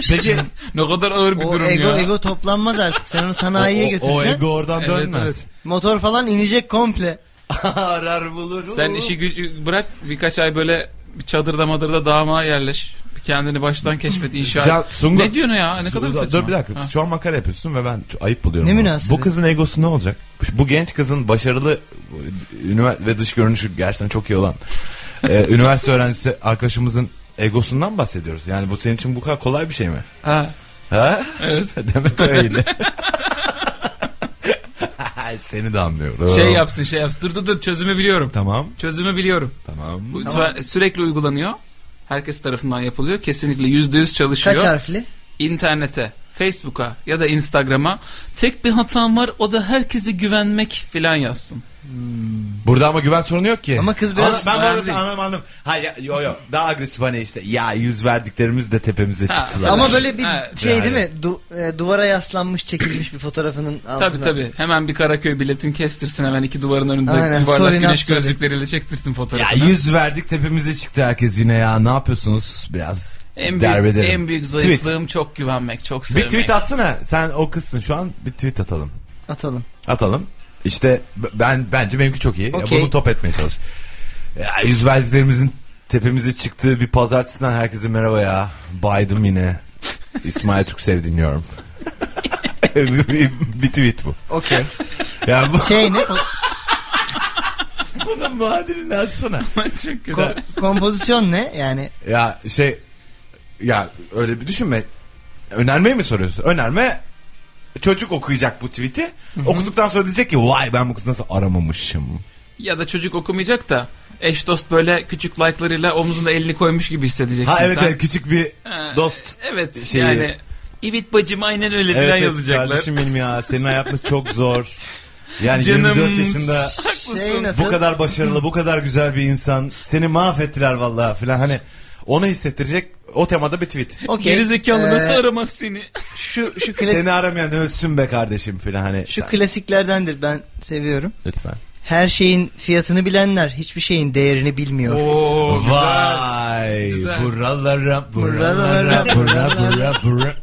Peki ne kadar ağır bir O durum ego ya. ego toplanmaz artık. Sen onu sanayiye o, o götüreceksin. ego Şey oradan Evet, dönmez. Motor falan inecek komple. Arar bulur. Sen işi gücü bırak birkaç ay böyle bir çadırda madırda dağıma yerleş. Kendini baştan keşfet inşa et. Can, Sungur- Ne diyorsun ya? Ne kadar Dur, saçma. Dur bir dakika. Şu an makara yapıyorsun ve ben çok ayıp buluyorum. Ne bunu. münasebet? Bu kızın egosu ne olacak? Bu genç kızın başarılı üniversite ve dış görünüşü gerçekten çok iyi olan e, üniversite öğrencisi arkadaşımızın egosundan bahsediyoruz. Yani bu senin için bu kadar kolay bir şey mi? Ha, ha, Ha? evet. Demek öyle. Seni de anlıyorum. Şey yapsın şey yapsın. Dur dur dur çözümü biliyorum. Ee, Tamam Çözümü biliyorum. tamam. Bu süre- sürekli uygulanıyor. Herkes tarafından yapılıyor. Kesinlikle yüzde yüz çalışıyor. Kaç harfli? internete, Facebook'a ya da Instagram'a tek bir hatam var o da herkese güvenmek filan yazsın. Burada ama güven sorunu yok ki. Ama kız biraz- Ana, ben Ben bu arada değil. anam anam. Hayır ya- yo yo. Daha agresif hani işte. Ya yüz verdiklerimiz de tepemize çıktılar. Ama böyle bir Ha, şey değil yani. mi? Du- e, duvara yaslanmış çekilmiş bir fotoğrafının altına. Tabi tabi. Hemen bir Karaköy biletini kestirsin hemen iki duvarın önünde Aynen, yuvarlak sorry, not güneş sorry. gözlükleriyle çektirsin Ya fotoğrafını. yüz verdik tepemize çıktı herkes yine ya. Ne yapıyorsunuz? Biraz en büyük, derbederim. en büyük Tweet. zayıflığım çok güvenmek, çok sevmek. Bir tweet atsana. Sen o kızsın şu an. Bir tweet atalım. Atalım. Atalım. İşte b- ben bence benimki çok iyi. Ya Okey. Bunu top etmeye çalış. Ya yüz verdiklerimizin tepemize çıktığı bir pazartesinden herkese merhaba ya. Baydım yine. İsmail Türksev dinliyorum. bir, bir tweet bu. Okey. Ya bu Şey ne? bunun muadilini atsana. çok güzel. Ko- kompozisyon ne? Yani Ya şey ya öyle bir düşünme. Önermeyi mi soruyorsun? Önerme çocuk okuyacak bu tweet'i. Okuduktan sonra diyecek ki vay ben bu kızı nasıl aramamışım. Ya da çocuk okumayacak da eş dost böyle küçük like'larıyla omzunda elini koymuş gibi hissedeceksin Ha evet sen. evet küçük bir Ha, E, dost. Evet şeyi- yani İvit bacım aynen öyle Evet, filan evet, yazacaklar. kardeşim benim ya senin hayatın çok zor. Yani Canım. 24 yaşında şey nasıl? bu kadar başarılı bu kadar güzel bir insan seni mahvettiler vallahi filan hani onu hissettirecek o temada bir tweet. Okey. Gerizekalı Ee, nasıl aramaz seni? Şu şu klasik Seni aramayan ölsün be kardeşim filan hani. şu sen- klasiklerdendir ben seviyorum. Lütfen. Her şeyin fiyatını bilenler hiçbir şeyin değerini bilmiyor. Oo, güzel. Vay güzel. buralara buralara Buralara, bura bura bura.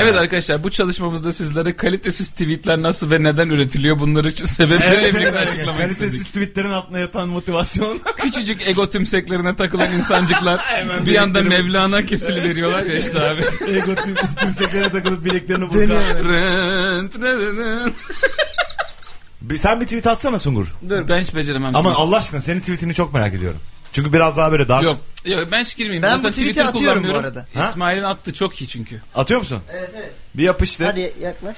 Evet arkadaşlar bu çalışmamızda sizlere kalitesiz tweetler nasıl ve neden üretiliyor bunları ç- sebepleriyle birlikte açıklamak Kalitesiz istedik. tweetlerin altına yatan motivasyon. Küçücük ego tümseklerine takılan insancıklar bir anda biriktirim. Mevlana kesili veriyorlar ya işte abi. Ego tüm, tümseklere takılıp bileklerini Dönüyor. burkan. Rın, rın, rın. Bir- Sen bir tweet atsana Sungur. Dur. Ben hiç beceremem. Ama Allah aşkına senin tweetini çok merak ediyorum. Çünkü biraz daha böyle daha... Yok. Yok ben hiç girmeyeyim. Ben Zaten bu tweet'i Twitter atıyorum kullanmıyorum. bu arada. Ha? İsmail'in attı çok iyi çünkü. Atıyor musun? Evet, evet. Bir yapıştı. Hadi yaklaş.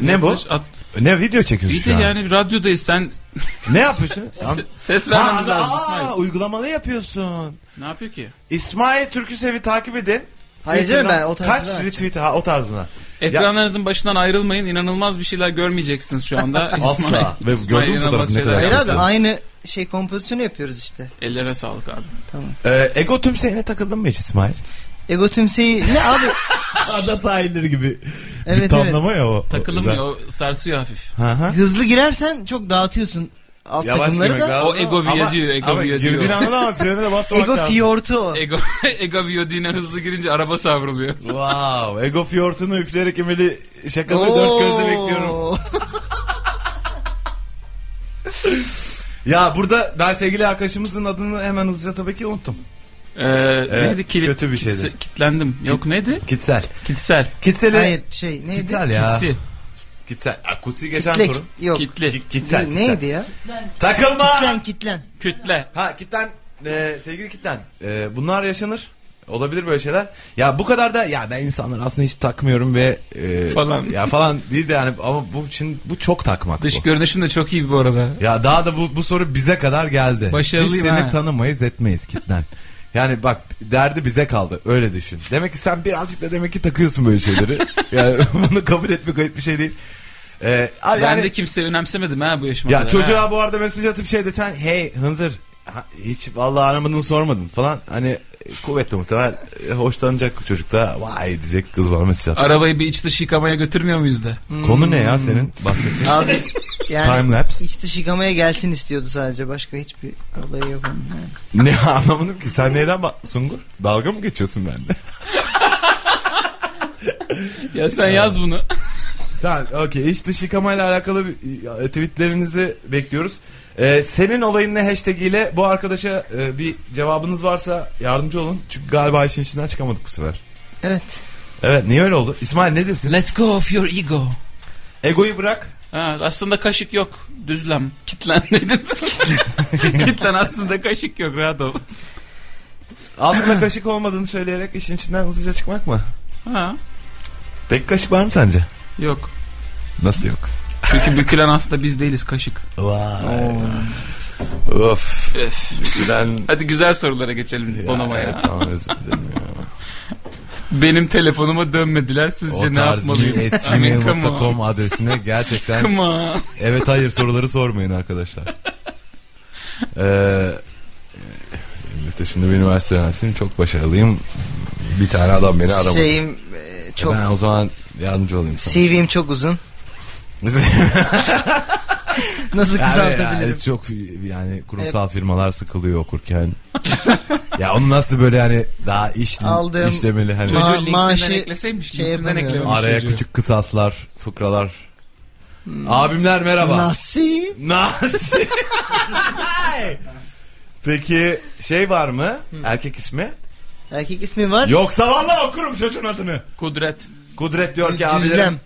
Ne bu? At. Ne video çekiyorsun İyi de şu an? yani radyodayız sen Ne yapıyorsun? Tamam. ses Ha, vermemiz lazım İsmail. aa, uygulamalı yapıyorsun. Ne yapıyor ki? İsmail Türküsev'i takip edin. Hayır Twitter'dan canım ben o tarzı Kaç açayım. retweet ha o tarz bunlar. Ekranlarınızın başından ayrılmayın. İnanılmaz bir şeyler görmeyeceksiniz şu anda. İsmail- Asla. Ve İsmail gördüğün fotoğraf inanılmaz ne şeyler kadar- Hayır yapıyor. abi Yaptım. aynı şey kompozisyonu yapıyoruz işte. Ellerine sağlık abi. Ee, ego tümseyine takıldın mı hiç İsmail? Ego tümseyi ne abi? Ada sahilleri gibi. Evet, bir evet. tamlama ya o. Takılmıyor. o Sarsıyor hafif. Hı hı. Hızlı girersen çok dağıtıyorsun alt takımları da. lazım. O ego Ama- video diyor, ego ama video girdiğin diyor. anda ama frene de basmamak Ego lazım. fiyortu o. Ego, Ego Viyodin'e hızlı girince araba savruluyor. Wow. Ego fiyortunu üfleyerek emeli şakalı dört gözle bekliyorum. Oo. Ya burada ben sevgili arkadaşımızın adını hemen hızlıca tabii ki unuttum. Ee, neydi? Kilit, kötü bir şeydi. kitse- Kitlendim. Yok neydi? Kitsel. Kitsel. Kitsel'i... Hayır şey neydi? Kitsel ya. Kitsi. Kitsel. Aa, Kutsi geçen Kitlek. sorun. Yok. Kitli. Ki- Kitsel. Ne- kitsel. neydi ya? Takılma. Kitlen kitlen. Kütle. Ha kitten e, sevgili kitten e, bunlar yaşanır. Olabilir böyle şeyler. Ya bu kadar da ya ben insanları aslında hiç takmıyorum ve e, Falan. ya falan değil de yani ama bu şimdi bu çok takmak Dış bu. görünüşüm de çok iyi bu arada. Ya daha da bu, bu soru bize kadar geldi. Başarılıyım Biz seni ha. tanımayız etmeyiz kitten. Yani bak derdi bize kaldı öyle düşün. Demek ki sen birazcık da demek ki takıyorsun böyle şeyleri. yani bunu kabul etmek ayıp bir şey değil. Ee, abi Ben yani- de kimse önemsemedim ha bu yaşıma ya kadar, çocuğa ha. bu arada mesaj atıp şey desen hey hınzır ha- hiç vallahi aramadın sormadın falan hani e, kuvvetli muhtemel e, hoşlanacak çocuk da vay diyecek kız bana mesaj attı. Arabayı bir iç dış yıkamaya götürmüyor muyuz da? Konu ne ya senin bahsettiğin? Abi yani Time lapse. iç dış yıkamaya gelsin istiyordu sadece. Başka hiçbir olayı yok onun. yani. ne anlamadım ki sen neyden bah- Sungur dalga mı geçiyorsun benimle? Ya sen yaz bunu. sen okey iç dış yıkamayla alakalı bir, e, tweetlerinizi bekliyoruz. Ee, senin olayın ne hashtag ile bu arkadaşa e, bir cevabınız varsa yardımcı olun. Çünkü galiba işin içinden çıkamadık bu sefer. Evet. Evet niye öyle oldu? İsmail ne desin? Let go of your ego. Egoyu bırak. Ha, aslında kaşık yok. Düzlem. Kitlen dedin. Kitlen aslında kaşık yok. Rahat ol. Aslında kaşık olmadığını söyleyerek işin içinden hızlıca çıkmak mı? Ha, Peki kaşık var mı sence? yok. Nasıl yok? Çünkü bükülen aslında biz değiliz kaşık. Vay. Of. Öf. Gülen... Hadi güzel sorulara geçelim Ya, bonama evet, ya. Tamam özür dilerim ya. Benim telefonuma dönmediler. Sizce O ne tarz yapmalıyım? Amin, come on. gmail.com adresine gerçekten Come on. evet hayır soruları sormayın arkadaşlar. Ee, yurt dışında bir üniversite öğrencisiyim. Çok başarılıyım. Bir tane adam beni aramadı. Şeyim e, çok Ben o zaman yardımcı olayım sana. CV'm çok uzun. Nasıl Yani, kısaltabilirim? yani çok yani kurumsal firmalar sıkılıyor okurken. ya onu nasıl böyle hani daha iş Aldığım- işlemeli hani Ma- Çocuğu LinkedIn'den maaşı ekleseymiş. şey LinkedIn'den yapamıyorum. eklememiş araya çocuğu. küçük kısaslar, fıkralar. Abimler merhaba. Hmm. Nasıl? Nasıl? Peki şey var mı? Erkek ismi? Erkek ismi var. Yoksa vallahi okurum çocuğun adını. Kudret. Kudret diyor ki abilerim. Düzlem.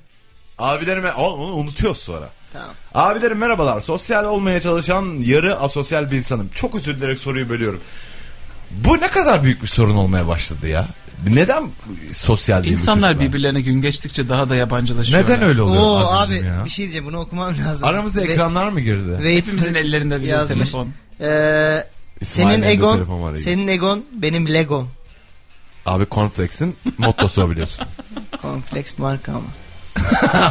Abilerime Oğlum onu unutuyoruz sonra. Tamam. Abilerim merhabalar. Sosyal olmaya çalışan yarı asosyal bir insanım. Çok özür dilerim soruyu bölüyorum. Bu ne kadar büyük bir sorun olmaya başladı ya? Neden sosyal değil bu İnsanlar çocuklar? birbirlerine gün geçtikçe daha da yabancılaşıyorlar. Neden öyle oluyor Oo azizim abi ya? bir şey diyeceğim bunu okumam lazım. Aramıza Ve- ekranlar mı girdi? ve- Hepimizin ellerinde bir Yazmış. telefon. Ee, İsmail'in senin de egon, telefon var ya. senin egon benim legom. Abi Cornflakes'in mottosu o biliyorsun. Kompleks marka ama.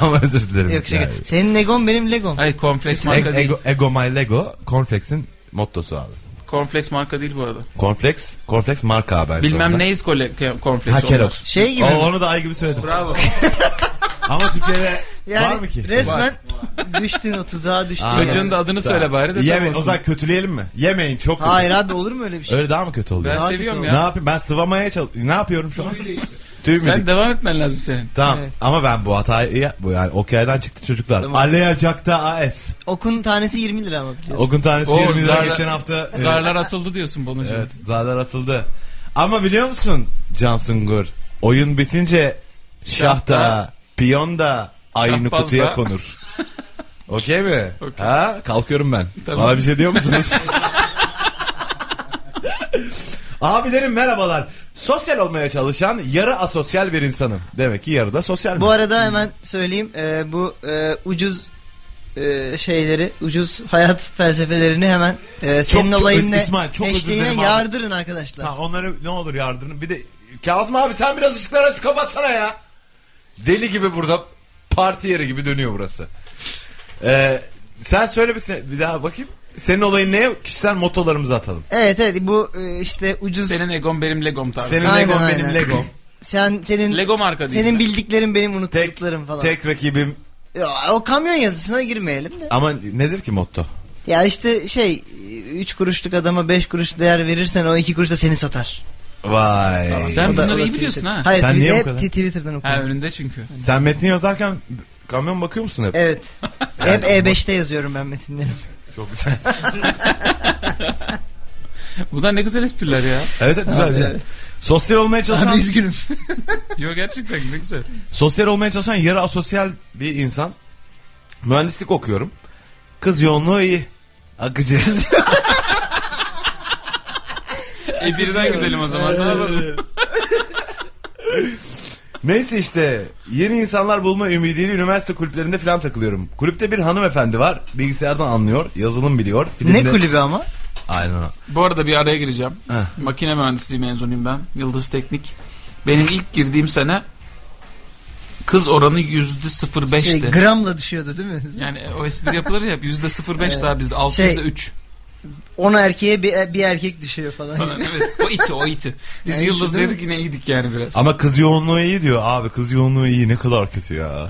Ama özür dilerim. Yok şey- şaka. Yani. Senin egon benim legom. Hayır Cornflakes marka E- değil. ego, ego my Lego Cornflakes'in mottosu abi. Cornflakes marka değil bu arada. Cornflakes, Cornflakes marka abi. aynı Bilmem zamanda. neyiz kole- Cornflakes Ha onlar. Kellogg's. Şey gibi. O- onu da ay gibi söyledim. Bravo. Ama Türkiye'de yani var mı ki? resmen düştün o tuzağa düştün. Aa. yani. Çocuğun da adını söyle bari de. tam Yeme, olsun. o zaman kötüleyelim mi? Yemeyin çok kötü. Hayır abi olur mu öyle bir şey? Öyle daha mı kötü oluyor? Ben Daha seviyorum kötü Ne ya. yapayım? Ben sıvamaya çalış... Ne yapıyorum şu an? Tüy Sen müydük? devam etmen lazım senin. Tamam Evet. ama ben bu hatayı ya- bu yani okeyden çıktı çocuklar. Tamam. Aleyacakta AS. Okun tanesi 20 lira ama biliyorsun. O gün tanesi Oo, 20 lira zarla- geçen hafta. e, Evet, Zarlar atıldı diyorsun Bonucuğum. evet zarlar atıldı. Ama biliyor musun Can Sungur? Oyun bitince şahta, Şahta, piyon da aynı şahbaz kutuya da. konur. Okey mi? Okey. Ha kalkıyorum ben. Tamam. Bana bir şey diyor musunuz? Abilerim merhabalar. Sosyal olmaya çalışan yarı asosyal bir insanım. Demek ki yarı da sosyal Bu mi? arada hemen söyleyeyim e, bu e, ucuz e, şeyleri, ucuz hayat felsefelerini hemen e, senin çok olayınla öz- İsmail, çok özür eşliğine dilerim abi. yardırın arkadaşlar. Tamam onları ne olur yardırın. Bir de Kazım abi sen biraz ışıkları aç kapatsana ya. Deli gibi burada parti yeri gibi dönüyor burası. Ee, sen söyle bir, se- bir daha bakayım. Senin olayın ne? Kişisel motolarımızı atalım. Evet evet bu e, işte ucuz Senin egon benim legom tarzı. Senin Aynen, Legom aynen. benim Legom. sen senin Lego marka değil. senin bildiklerin benim Tek, unuttuklarım falan. tek rakibim Ya, o kamyon yazısına girmeyelim de. Ama nedir ki motto? Ya işte şey 3 kuruşluk adama 5 kuruş değer verirsen o 2 kuruş da seni satar. Vay. Sen O da- o bunları da iyi Twitter. biliyorsun ha. Hayır, Sen Sen niye bu hep kadar? Twitter'dan okudum. Ha önünde çünkü. Sen metni yazarken kamyon bakıyor musun hep? Evet. hep E5'te yazıyorum ben metinleri. Çok güzel. Bunlar ne güzel espriler ya. evet evet, güzel güzel. Sosyal olmaya çalışan üzgünüm. Yo gerçekten ne güzel. sosyal olmaya çalışan yarı asosyal bir insan. Mühendislik okuyorum. Kız yoğunluğu iyi. Akıcı. E birden gidelim o zaman. Ne yapalım? Neyse işte yeni insanlar bulma ümidiyle üniversite kulüplerinde falan takılıyorum. Kulüpte bir hanımefendi var. Bilgisayardan anlıyor, yazılım biliyor. ne filmde- kulübü ama? Aynen. o. Bu arada bir araya gireceğim. Heh. Makine mühendisliği mezunuyum ben. Yıldız Teknik. Benim ilk girdiğim sene kız oranı yüzde Şey, 0.5'ti. gramla düşüyordu değil mi? yani o espri yapılır ya yüzde 0.5 daha bizde altı Şey- yüzde üç Ona erkeğe bir, bir erkek düşüyor falan. falan. Evet, o iti o iti. Biz Yani yıldız işte değil dedik yine iyiydik yani biraz. Ama kız yoğunluğu iyi diyor. Abi kız yoğunluğu iyi ne kadar kötü ya.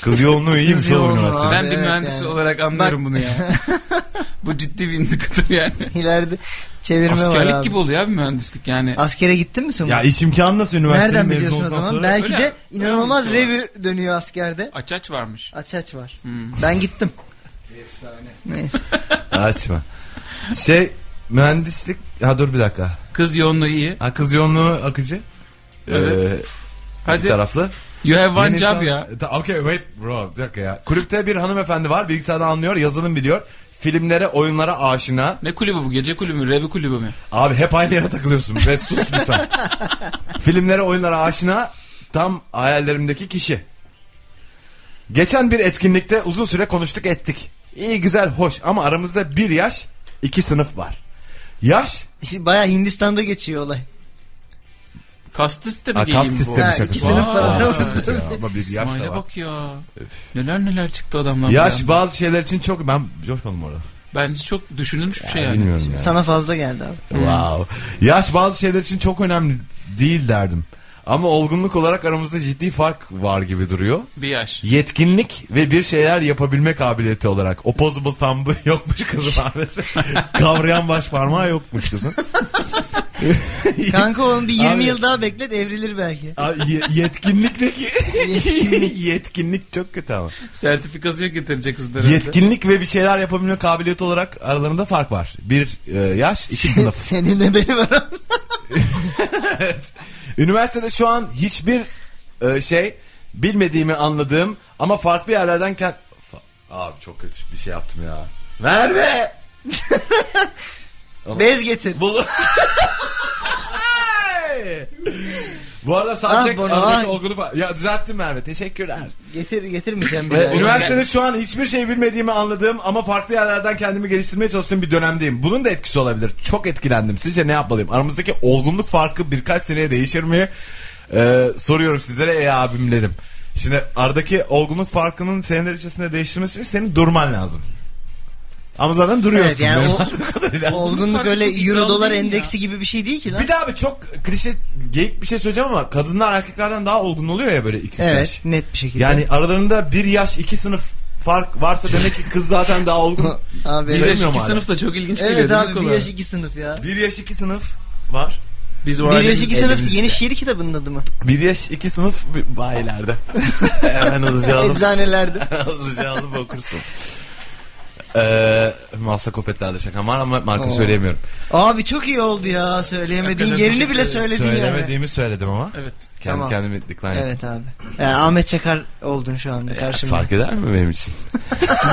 Kız yoğunluğu iyiymiş Kız oğlum yoğunluğu üniversitede. abi. ben bir evet mühendis yani. olarak anlıyorum bunu ya. Bu ciddi bir indikatör yani. İleride çevirme var Askerlik abi. gibi oluyor abi mühendislik yani. Askere gittin mi sen? Ya iş imkanı nasıl üniversite Nereden mezun biliyorsun o olduktan zaman? sonra? Belki Öyle- de inanılmaz öyle bir revü dönüyor askerde. Aç aç varmış. Aç aç var. Ben gittim. Neyse. Açma. Şey mühendislik... Ha dur bir dakika. Kız yoğunluğu iyi. Ha kız yoğunluğu akıcı. Evet. Ee, Hadi iki taraflı. you have one Yeni job insan- E, ya. Ta- Okay wait bro bir dakika ya. Kulüpte bir hanımefendi var. Bilgisayardan anlıyor. Yazılım biliyor. Filmlere, oyunlara aşina. Ne kulübü bu? Gece kulübü mü? Revi kulübü mü? Abi hep aynı yere takılıyorsun. Ve sus lütfen. Filmlere, oyunlara aşina tam hayallerimdeki kişi. Geçen bir etkinlikte uzun süre konuştuk ettik. İyi güzel hoş ama aramızda bir yaş iki sınıf var. Yaş Baya Hindistan'da geçiyor olay. Kastı sistemi Ha, diyeyim e, kas bu. sistemi Ha, şakası. iki sınıf var. Aa, çok kötü ya. Ama bir yaş da İsmail'e var. bak ya. Neler neler çıktı adamlar. Yaş ya. bazı şeyler için çok ben coşmadım orada. Bence çok düşünülmüş bir şey yani. Bilmiyorum ya. Sana fazla geldi abi. Wow. Yaş bazı şeyler için çok önemli değil derdim. Ama olgunluk olarak aramızda ciddi fark var gibi duruyor. Bir yaş. Yetkinlik ve bir şeyler yapabilme kabiliyeti olarak. Opposable thumb'ı yokmuş kızın abi. Kavrayan baş parmağı yokmuş kızın. Kanka oğlum bir 20 Abi- yıl daha beklet evrilir belki. Abi ye- yetkinlikteki yetkinlik çok kötü ama. Sertifikası yok getirecek kızlara. Yetkinlik ve bir şeyler yapabilme kabiliyeti olarak aralarında fark var. Bir e, yaş, iki sınıf. Senin de benim aram. Evet. Üniversitede şu an hiçbir e, şey bilmediğimi anladığım ama farklı yerlerden kend... Fa- Abi çok kötü bir şey yaptım ya. Merve! Bez getir. Bul... Bu arada Ah, subject Bono, aradaki ah. olgunu fa- Ya düzelttim Merve teşekkürler. Getir getirmeyeceğim bir Ve daha. üniversitede şu an hiçbir şey bilmediğimi anladığım ama farklı yerlerden kendimi geliştirmeye çalıştığım bir dönemdeyim. Bunun da etkisi olabilir. Çok etkilendim. Sizce ne yapmalıyım? Aramızdaki olgunluk farkı birkaç seneye değişir mi? Ee, soruyorum sizlere ey abimlerim. Şimdi aradaki olgunluk farkının seneler içerisinde değiştirmesi için senin durman lazım. Ama zaten duruyorsun. Evet, yani benim o- anladığım kadarıyla. Olgunluk Farkı öyle çok iddialı euro dolar değil ya. endeksi gibi bir şey değil ki lan. Bir de abi çok klişe geyik bir şey söyleyeceğim ama kadınlar erkeklerden daha olgun oluyor ya böyle 2-3 Evet net bir şekilde. Yani aralarında bir yaş iki sınıf fark varsa demek ki kız zaten daha olgun. abi. Bir Bize- yaş Sevmiyorum iki hala. sınıf da çok ilginç geliyor. Evet değil mi abi bir kulağa? yaş iki sınıf ya. bir yaş iki sınıf var. Biz Bir yaş iki sınıf elimizde. yeni şiir kitabının adı mı? Bir yaş iki sınıf bir- bayilerde. Hemen hızlıca alıp, Eczanelerde. hızlıca alıp okursun. Ee, Masa kopetlerle şaka var ama marka Oo. söyleyemiyorum. Abi çok iyi oldu ya söyleyemediğin Hakikaten yerini bile teşekkür söyledin yani. Söylemediğimi söyledim ama. Evet. Kendi Tamam. kendimi decline ettim. Evet abi. Yani Ahmet Çakar oldun şu anda karşımda. Fark eder mi benim için?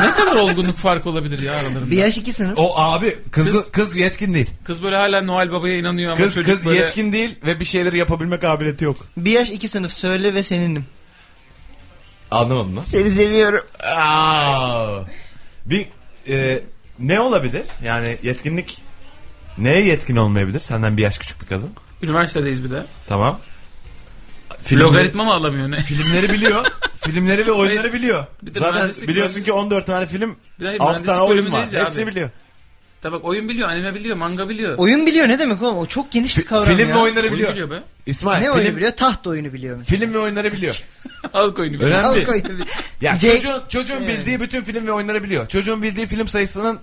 Ne kadar olgunluk farkı olabilir ya aralarında. Bir yaş iki sınıf. O abi kız Kız- kız, yetkin değil. Kız böyle hala Noel Baba'ya inanıyor ama Kız çocuk kız böyle... yetkin değil ve bir şeyleri yapabilme kabiliyeti yok. Bir yaş iki sınıf söyle ve seninim. Anlamadım lan. Seni seviyorum. Aa! Bir e, ne olabilir? Yani yetkinlik neye yetkin olmayabilir? Senden bir yaş küçük bir kadın. Üniversitedeyiz bir de. Tamam. Logaritma mı alamıyor ne? filmleri biliyor. filmleri ve oyunları Hayır. biliyor. Bir de Zaten mühendislik biliyorsun bölümü- ki 14 tane film, Bir de hayır, 6 tane mühendislik oyun var. bölümündeyiz ya Hepsi abi. biliyor. Tabak oyun biliyor, anime biliyor, manga biliyor. Oyun biliyor ne demek oğlum? O çok geniş bir kavram Film ve ya. oyunları Oyun biliyor. biliyor be. İsmail Ne oyunu film, biliyor? Taht oyunu biliyor mesela. film ve oyunları biliyor. Halk oyunu biliyor. Önemli. Halk oyunu biliyor. Ya C- çocuğun, çocuğun bildiği bütün film ve oyunları biliyor. Çocuğun bildiği film sayısının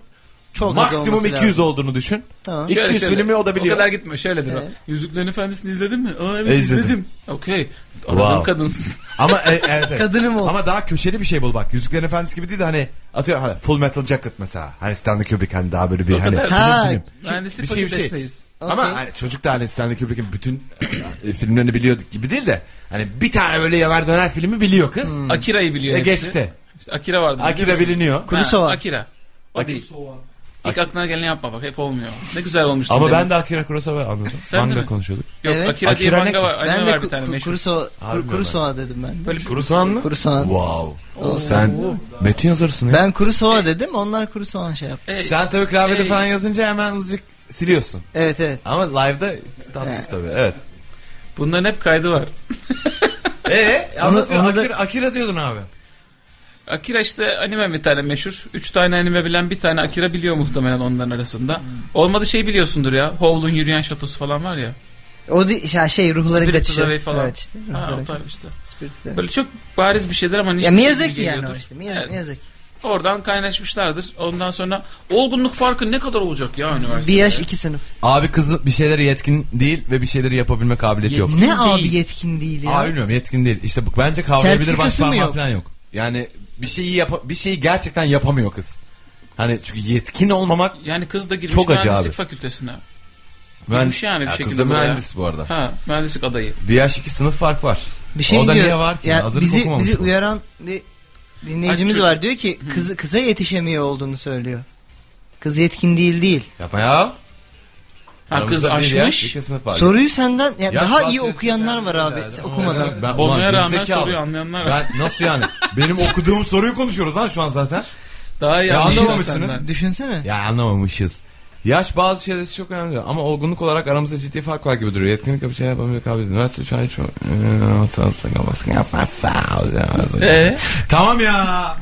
Çok az maksimum olması 200 lazım. olduğunu düşün. Tamam. 200 Şöyle, şöyle. filmi o da biliyor. O kadar gitmiyor. Şöyledir o. Evet. Yüzüklerin Efendisi'ni izledin mi? Aa evet İzledim. izledim. Okey. Aradığım Wow. kadınsın. Ama e, evet, evet. Kadınım ol. Ama daha köşeli bir şey bul bak. Yüzüklerin Efendisi gibi değil de hani atıyorum hani Full Metal Jacket mesela. Hani Stanley Kubrick hani daha böyle bir hani kadar. Ha, film, Mühendislik bir şey bir şey. fakültesindeyiz. Ama Okey. hani çocuk da hani Stanley Kubrick'in bütün e, filmlerini biliyor gibi değil de hani bir tane böyle yanar döner filmi biliyor kız. Hmm. Akira'yı biliyor Ve hepsi. E, geçti. İşte Akira vardı. Akira biliniyor. Kurosawa. Ha, Akira. O Akira. değil. İlk aklına geleni yapma bak hep olmuyor. Ne güzel olmuştu. Ama demin. ben de Akira Kurosawa anladım. Sen de Manga mi? konuşuyorduk. Yok Evet. Akira, diye Akira ne manga ki? var. Anime Ben de var ku- bir tane ku- meşhur. kuru, soğa- Harbi kuru, mi? kuru soğa dedim ben. Böyle Kuru soğan mı? Kuru soğan. Wow. Sen metin yazarısın ya. Ben kuru soğa dedim onlar kuru soğan şey yaptı. Ey, Sen tabii klavyede Ey. falan yazınca hemen hızlıcık siliyorsun. Evet evet. Ama live'da tatsız tabii. Evet. Bunların hep kaydı var. Ee, Onu- anlatıyor. onu da- Akira, Akira diyordun abi. Akira işte anime bir tane meşhur. Üç tane anime bilen bir tane Akira biliyor muhtemelen onların arasında. Olmadı şey biliyorsundur ya. Howl'un Yürüyen Şatosu falan var ya. O di- şey, şey ruhların Spirited kaçışı. Away falan. Evet işte. Ha, ruhların o tarz kaçışı. işte. Spirited Away. Böyle çok bariz bir şeydir ama niçin Ya şey Miyazaki gibi yani o geliyordur. işte. Miyaz- Evet. Miyazaki. Oradan kaynaşmışlardır. Ondan sonra olgunluk farkı ne kadar olacak ya üniversitede? Bir yaş iki sınıf. Abi kızın bir şeylere yetkin değil ve bir şeyleri yapabilme kabiliyeti yok. Yetkin Ne abi değil. yetkin değil ya. Abi bilmiyorum yetkin değil. İşte bu bence kavrayabilir baş Sertifikası mı parmağı yok? falan yok. Yani bir şeyi yap bir şeyi gerçekten yapamıyor kız. Hani çünkü yetkin olmamak Yani kız da girmiş Çok acı mühendislik abi. fakültesine. mühendis. yani bir Ya kız şekilde da bu ya. mühendis bu arada. Ha mühendislik adayı. Bir yaş iki sınıf fark var. Bir şey o da diyor. niye var ki? Ya Hazırlık bizi, okumamış bizi mı? uyaran bir dinleyicimiz Ay, çocuk- var diyor ki kız, kıza yetişemiyor olduğunu söylüyor. Kız yetkin değil değil. Yapma ya. Ha kız Aramızda bir yaş, aşmış. iki sınıf var. Soruyu senden ya Yaş daha iyi bahçesi okuyanlar var abi Yani. okumadan. Ben, Olmaya ulan rağmen gerizekalı. soruyu anlayanlar var. Ben nasıl yani? Benim okuduğum soruyu konuşuyoruz lan şu an zaten. Daha iyi Ya anlamamışsın anlamamışsınız. senden. Düşünsene. Ya anlamamışız. Yaş bazı şeyler için çok önemli ama olgunluk olarak aramızda ciddi fark var gibi duruyor. Yetkinlik bir şey yapamıyor kabiliyet. Üniversite şu an hiç... Ee? Tamam ya.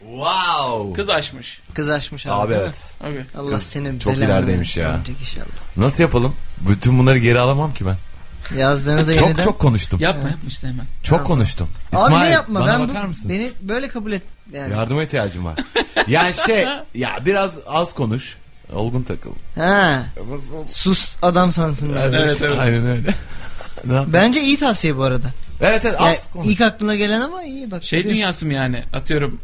Wow. Kız aşmış. Kız aşmış abi. Abi değil mi? evet. Abi. Allah Kız senin çok belanı ilerideymiş ya. verecek inşallah. Nasıl yapalım? Bütün bunları geri alamam ki ben. Yazdığını da yeniden. Çok çok konuştum. Yapma yapma işte hemen. Çok konuştum. Abi İsmail ne yapma bana ben bakar bu, mısın? beni böyle kabul et yani. Yardıma ihtiyacım var. yani şey ya biraz az konuş. Olgun takıl. Ha. Sus adam sansınlar. Evet, evet. Aynen öyle. Ne yap- Bence iyi tavsiye bu arada. evet evet Yani az konuş. ilk aklına gelen ama iyi bak. Şey biliyorsun. dünyası mı yani atıyorum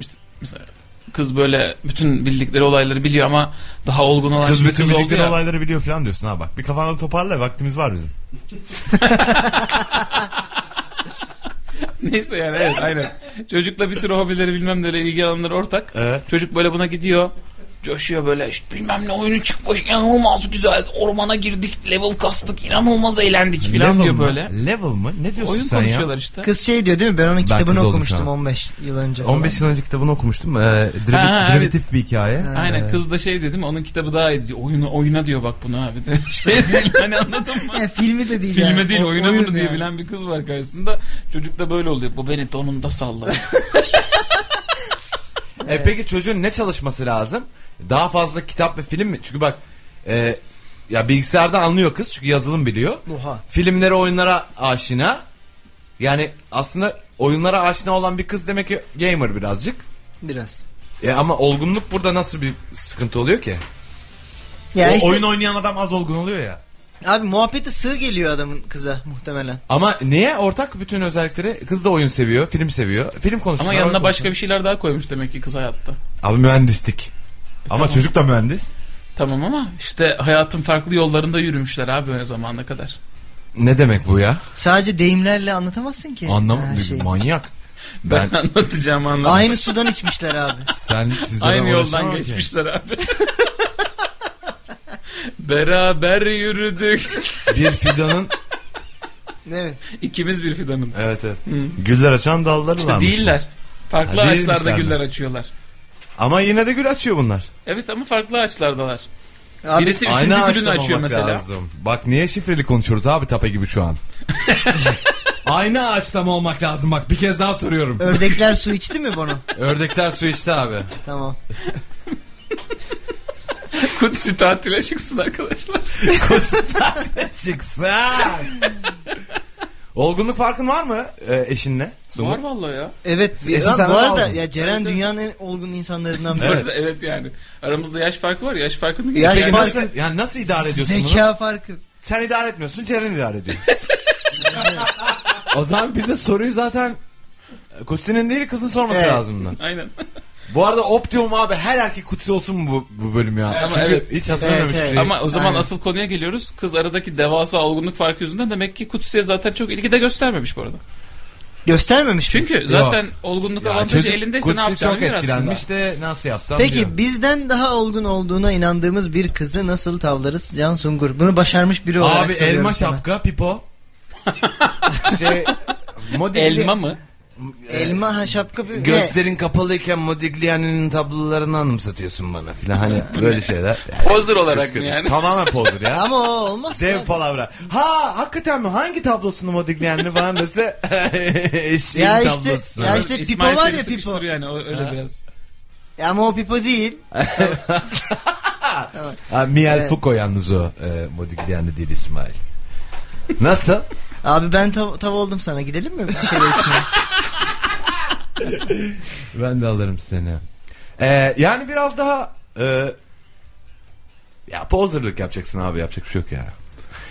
işte mesela kız böyle bütün bildikleri olayları biliyor ama daha olgun olan Kız bir bütün oldu bildikleri ya. olayları biliyor falan diyorsun ha bak. Bir kafanı toparla vaktimiz var bizim. Neyse yani evet aynen. Çocukla bir sürü hobileri bilmem neyle ilgi alanları ortak. Evet. Çocuk böyle buna gidiyor. Coşuyor böyle işte bilmem ne oyunu çıkmış inanılmaz güzel ormana girdik level kastık inanılmaz eğlendik filan diyor mı? böyle. Level mı? Ne diyorsun Oyun sen ya? konuşuyorlar işte. Kız şey diyor değil mi? Ben onun kız kitabını oldum okumuştum şu an. 15 yıl önce. falan. 15 yıl önce kitabını okumuştum. Ee, derivi- Ha, ha, derivatif bir hikaye. E, Aynen kız da şey diyor değil mi onun kitabı daha iyi diyor. Oyuna, oyuna diyor bak bunu abi de. Şey değil hani anladın mı? Yani filmi de değil. Filme yani. değil O- oyuna oyun bunu diye yani. bilen bir kız var karşısında. Çocuk da böyle oluyor. Bu beni donunda salladı. E peki çocuğun ne çalışması lazım? Daha fazla kitap ve film mi? Çünkü bak e, ya bilgisayardan anlıyor kız çünkü yazılım biliyor. Oha. Filmlere, oyunlara aşina. Yani aslında oyunlara aşina olan bir kız demek ki gamer birazcık. Biraz. E ama olgunluk burada nasıl bir sıkıntı oluyor ki? Ya o işte oyun oynayan adam az olgun oluyor ya. Abi muhabbete sığ geliyor adamın kıza muhtemelen. Ama neye ortak bütün özellikleri? Kız da oyun seviyor, film seviyor. Film konusunda. Ama yanına başka E, bir şeyler daha koymuş demek ki kız hayatta. Abi mühendislik. Ama çocuk da mühendis. Tamam ama işte hayatın farklı yollarında yürümüşler abi o zamana kadar. Ne demek bu ya? Sadece deyimlerle anlatamazsın ki. her şey. Anlam şeyi. manyak. Ben, Ben anlatacağım anlat. Aynı, Aynı sudan içmişler abi. sen sizlere yoldan uğraşamam ki. geçmişler abi. Beraber yürüdük. Bir fidanın Evet. İkimiz bir fidanın. evet evet. Güller açan dalları İşte varmış. değiller. Farklı Ha, ağaçlarda değilmişler mi? güller açıyorlar. Ama yine de gül açıyor bunlar. Evet ama farklı ağaçlardalar. Abi, Birisi Aynı üçüncü gülünü ağaçtan açıyor olmak mesela. lazım. Bak niye şifreli konuşuyoruz abi tape gibi şu an. Aynı ağaçta mı olmak lazım bak bir kez daha soruyorum. Ördekler su içti mi bunu? Ördekler su içti abi. Tamam. Kutsi tatile çıksın arkadaşlar. Kutsatme çıksın. Olgunluk farkın var mı e, eşinle? Sumru? Var vallahi ya. Evet. Eşi ya, senden bu arada aldın. ya Ceren Evet, evet. dünyanın en olgun insanlarından biri. Bu Evet. arada evet yani. Aramızda yaş farkı var. Yaş farkını geçelim. Yaş Peki farkı- nasıl, yani nasıl idare ediyorsun bunu? Zeka farkı. Sen idare etmiyorsun, Ceren idare ediyor. o zaman bize soruyu zaten Kutsi'nin değil kızın sorması Evet. lazım bundan. Aynen. Bu arada Optimum abi her erkek Kutsi olsun mu bu, bu bölüm ya? Ama Çünkü evet. hiç hatırlamıyorum Evet, hiçbir evet. şeyi. Ama o zaman Aynen. asıl konuya geliyoruz. Kız aradaki devasa olgunluk farkı yüzünden demek ki Kutsi'ye zaten çok ilgi de göstermemiş bu arada. Göstermemiş mi? Çünkü zaten olgunluk Ya avantajı çocuk elindeyse Kutsi ne yapacağını çok bilir aslında. etkilenmiş de nasıl yapsam diyor. Peki bizden daha olgun olduğuna inandığımız bir kızı nasıl tavlarız Can Sungur? Bunu başarmış biri olarak Abi soruyorum elma sana. şapka, pipo. şey, modeli- Elma mı? Elma ha şapka. bir- Gözlerin kapalıyken Modigliani'nin tablolarını anımsatıyorsun bana filan hani böyle şeyler. Pozer olarak mı yani? Tamamen pozer Ne? ya. Ama o olmaz. Dev palavra. Ha hakikaten mi? Hangi tablosunu Modigliani falan dese eşeğin Ya işte- tablosu. ya işte- Pipo İsmail var seni ya, Pipo. sıkıştırıyor yani o- öyle biraz. Ya Ama o pipo değil. Ha, Miel Evet. Foucault yalnız o e, Modigliani değil İsmail. Nasıl? Abi ben tav, tav oldum sana. Gidelim mi? Bir şeyler içmeye? Ben de alırım seni. E, yani biraz daha e, ya pozerlik yapacaksın abi yapacak bir şey yok ya.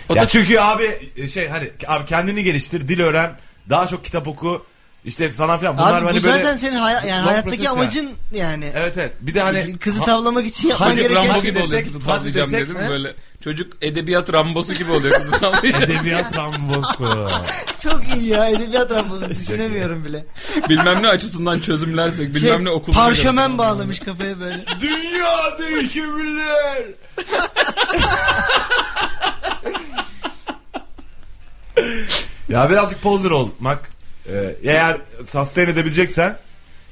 O ya da- çünkü abi e, şey hani abi kendini geliştir, dil öğren, daha çok kitap oku işte falan filan. Bunlar Abi bu hani böyle zaten senin haya- yani Long hayattaki process ya. amacın yani. Evet evet. Bir de hani Kızı tavlamak için yapman Hadi Çocuk gereken Rambo hadi gibi oluyor desek, kızı hadi tavlayacağım desek, dedim he? böyle. Çocuk edebiyat Rambo'su gibi oluyor kızı tavlayacağım. edebiyat rambosu. çok iyi ya. Edebiyat Rambo'nu düşünemiyorum bile. bilmem ne açısından çözümlersek bilmem ne okul. Şey, parşömen bağlamış kafaya böyle. Dünya değişebilir. ya birazcık poser olmak. e, eğer sustain edebileceksen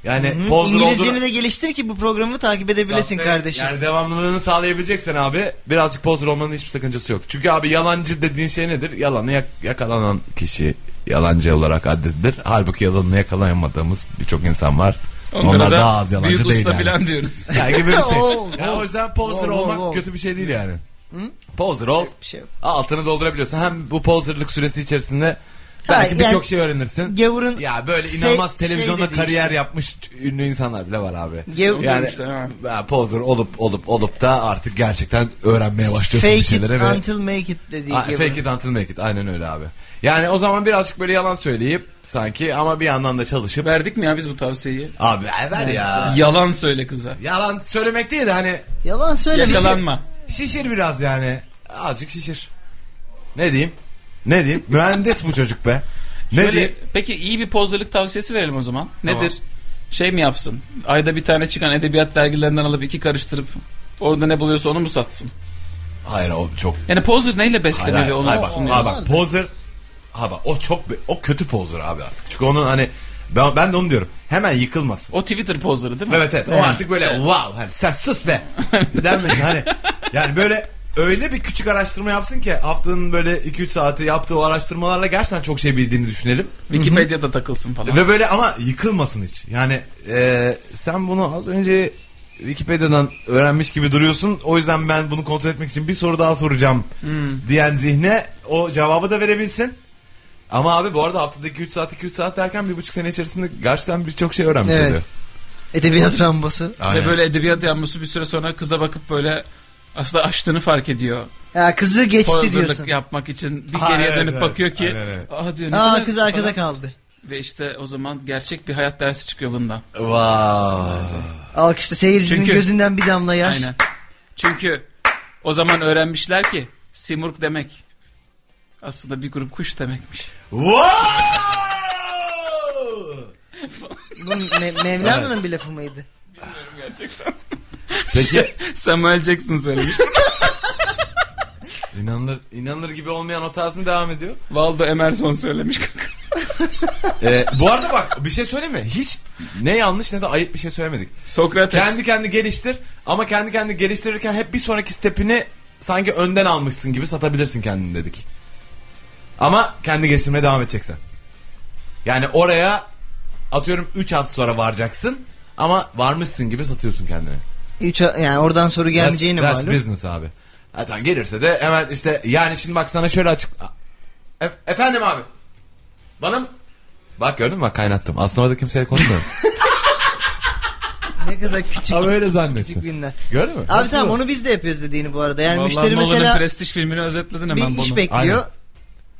yani poser İngilizceni olduğunu de geliştir ki bu programı takip edebilesin Sustain- kardeşim. Yani devamlılığını sağlayabileceksen abi birazcık poser olmanın hiçbir sakıncası yok. Çünkü abi yalancı dediğin şey nedir? Yalanı yak- yakalanan kişi yalancı olarak addedilir. Halbuki yalanını yakalayamadığımız birçok insan var. Onlar, Onlara da daha az yalancı büyük değil. usta yani. falan diyoruz. Ya gibi bir şey. Oo, ya oo. o yüzden poser Oo, oo, olmak oo. kötü bir şey değil yani. Poser ol. Bir şey yok. Altını doldurabiliyorsun. Hem bu poserlık süresi içerisinde belki yani- birçok şey öğrenirsin. Gavurun Ya böyle inanılmaz şey televizyonda dedi kariyer yapmış ünlü insanlar bile var abi. Gev- yani işte, ha. ha, poser olup olup olup da artık gerçekten öğrenmeye başlıyorsun fake bir it şeylere. ve- until make it dediği Ha, gibi. fake it until make it aynen öyle abi. Yani o zaman birazcık böyle yalan söyleyip sanki ama bir yandan da çalışıp Verdik mi ya biz bu tavsiyeyi? abi ver ya. Yalan söyle kıza. Yalan söylemek değil de hani Yalan söyle. Yakalanma. Şişir biraz yani. Azıcık şişir. Ne diyeyim? Ne diyeyim? Mühendis bu çocuk be. Ne Şöyle- diyeyim? peki iyi bir pozerlik tavsiyesi verelim o zaman. Nedir? Tamam. Şey mi yapsın? Ayda bir tane çıkan edebiyat dergilerinden alıp iki karıştırıp orada ne buluyorsa onu mu satsın? Hayır o çok. Yani pozer neyle besleniyor Hayır, ve onu hayır, bak, sunuyor? hayır, bak, poser. Ha bak o çok be- o kötü poser abi artık. Çünkü onun hani ben, ben de onu diyorum. Hemen yıkılmasın. O Twitter pozları değil mi? Evet evet. O artık böyle wow hani sen sus be denmesin hani. Yani böyle öyle bir küçük araştırma yapsın ki haftanın böyle 2-3 saati yaptığı o araştırmalarla gerçekten çok şey bildiğini düşünelim. Wikipedia'da takılsın falan. Ve böyle ama yıkılmasın hiç. Yani e, sen bunu az önce Wikipedia'dan öğrenmiş gibi duruyorsun. O yüzden ben bunu kontrol etmek için bir soru daha soracağım diyen zihne o cevabı da verebilsin. Ama abi bu arada haftada 2-3 saat 2-3 saat derken bir buçuk sene içerisinde gerçekten birçok şey öğrenmiş Evet. oluyor. Edebiyat Ve Rambosu. Aynen. böyle edebiyat yanması bir süre sonra kıza bakıp böyle Aslında açtığını fark ediyor. Ya kızı geçti diyorsun. Hazırlık yapmak için bir Ha, geriye evet, dönüp evet. bakıyor ki Aynen, evet. Aa, diyor, ne Aa kadar- kız arkada falan." kaldı. Ve işte o zaman gerçek bir hayat dersi çıkıyor bundan. Vay. Alkışta seyircinin Çünkü- gözünden bir damla yaş. Aynen. Çünkü o zaman öğrenmişler ki simurg demek aslında bir grup kuş demekmiş. Wow! Bu Me- Mevlana'nın bir lafı mıydı? Peki Samuel Jackson söylemiş. inanılır, inanılır gibi olmayan o tarz mı devam ediyor? Valdo Emerson söylemiş kanka. Ee, bu arada bak bir şey söyleyeyim mi? Hiç ne yanlış ne de ayıp bir şey söylemedik. Sokrates. Kendi kendi geliştir ama kendi kendi geliştirirken hep bir sonraki stepini sanki önden almışsın gibi satabilirsin kendini dedik. Ama kendi geliştirmeye devam edeceksin. Yani oraya atıyorum 3 hafta sonra varacaksın ama varmışsın gibi satıyorsun kendini. Üç, yani oradan soru That's, gelmeyeceğini that's malum. business abi. Zaten gelirse de hemen işte yani şimdi bak sana şöyle açık... E- efendim abi. Bana mı? Bak gördün mü bak kaynattım. Aslında orada kimseye konuşmuyorum. Ne kadar küçük. Ama öyle küçük zannettim. günler. Gördün mü? Abi Nasıl? tamam onu biz de yapıyoruz dediğini bu arada. Yani Vallahi müşteri Nolan'ın mesela prestij filmini özetledin bir hemen bunu. iş bekliyor. Aynen.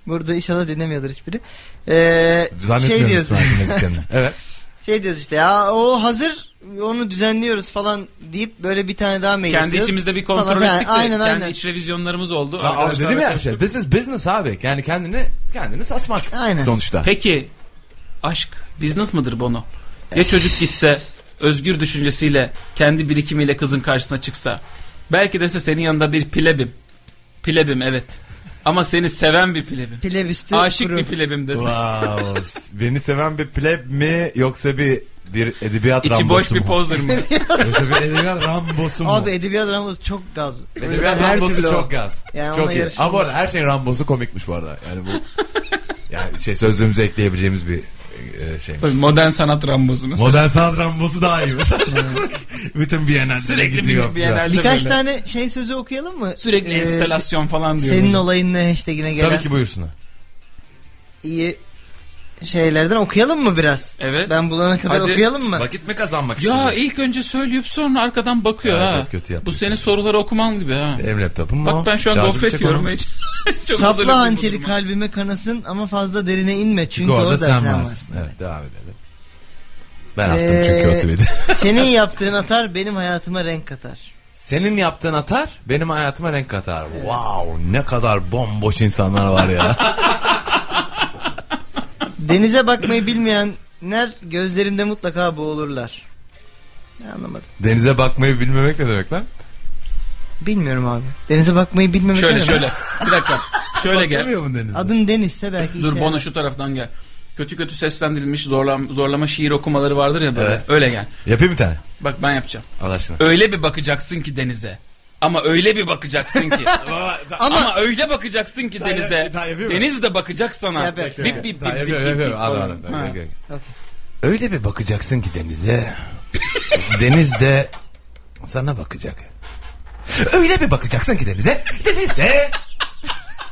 Burada inşallah dinlemiyordur hiçbiri. Ee, şey Zannetmiyorum diyoruz. İsmail dinlediklerini. evet. şey diyoruz işte ya o hazır onu düzenliyoruz falan deyip böyle bir tane daha mail Kendi yazıyoruz. içimizde bir kontrol Falan. Yani ettik de aynen kendi aynen. iç revizyonlarımız oldu. Ya abi Arkadaşlarla dedim ya konuştuk. şey, this is business abi. Yani kendini kendini satmak Aynen. sonuçta. Peki aşk business mıdır Bono? Ya çocuk gitse özgür düşüncesiyle kendi birikimiyle kızın karşısına çıksa. Belki dese senin yanında bir plebim. Plebim evet. Ama seni seven bir plebim. Pilav üstü Aşık kuru. bir plebim dese. Wow. Beni seven bir pleb mi yoksa bir bir edebiyat İçi rambosu boş mu? bir pozer mı? Yoksa bir edebiyat rambosu mu? Abi edebiyat Ramos çok gaz. O yüzden Edebiyat her Rambosu türlü o. çok gaz. Yani çok ona iyi. yarışılmaz. Ama bu arada her şeyin Rambosu komikmiş bu arada. Yani bu yani şey sözlüğümüze ekleyebileceğimiz bir e, şey. Tabii Modern sanat rambosu mesela. Modern sanat Rambosu daha iyi. mesela. Bütün Biennallere Sürekli bir- gidiyor. Biennale- Birkaç Böyle. tane şey sözü okuyalım mı? Sürekli Ee, enstalasyon falan diyor. Senin böyle. olayın ne hashtagine gelen Tabii ki buyursunlar. iyi şeylerden okuyalım mı biraz? Evet. Ben bulana kadar Hadi. okuyalım mı? Vakit mi kazanmak Ya istedim? ilk önce söyleyip sonra arkadan bakıyor Evet, ha. evet, kötü E, yaptı. Bu senin soruları okuman gibi ha. Benim laptopum mu? Bak ben şu an Şarjı gofret bitecek yiyorum. onun. Hiç- Çok hazırlıklıyım bu Sapla hançeri duruma. kalbime kanasın ama fazla derine inme çünkü Çünkü orada sen varsın. varsın. Evet devam edelim. Ben Ee, attım çünkü o tweet'i. Senin yaptığın atar benim hayatıma renk katar. Senin yaptığın atar benim hayatıma renk katar. Wow ne kadar bomboş insanlar var ya. Denize bakmayı bilmeyenler gözlerimde mutlaka boğulurlar. Ne anlamadım. Denize bakmayı bilmemek ne demek lan? Bilmiyorum abi. Denize bakmayı bilmemek Şöyle ne demek? şöyle. Bir dakika. Şöyle gel. Bakamıyor mu denize? Adın Deniz'se belki Dur şey. işe Bono yarar. şu taraftan gel. Kötü kötü seslendirilmiş zorlama, zorlama şiir okumaları vardır ya böyle. Öyle gel. Yapayım bir tane. Bak ben yapacağım. Allah aşkına. Öyle bir bakacaksın ki denize. Ama öyle bir bakacaksın ki. Ama, öyle bakacaksın ki denize. daha yapıyor mu? Deniz de bakacak sana. Yap, yap, Bip, bip, bip, Tamam, zip, yapıyorum, bip, yapıyorum. bip Al, al, falan. al. Ha. Okey, okey. Öyle bir bakacaksın ki denize. Deniz de sana bakacak. Öyle bir bakacaksın ki denize. Deniz de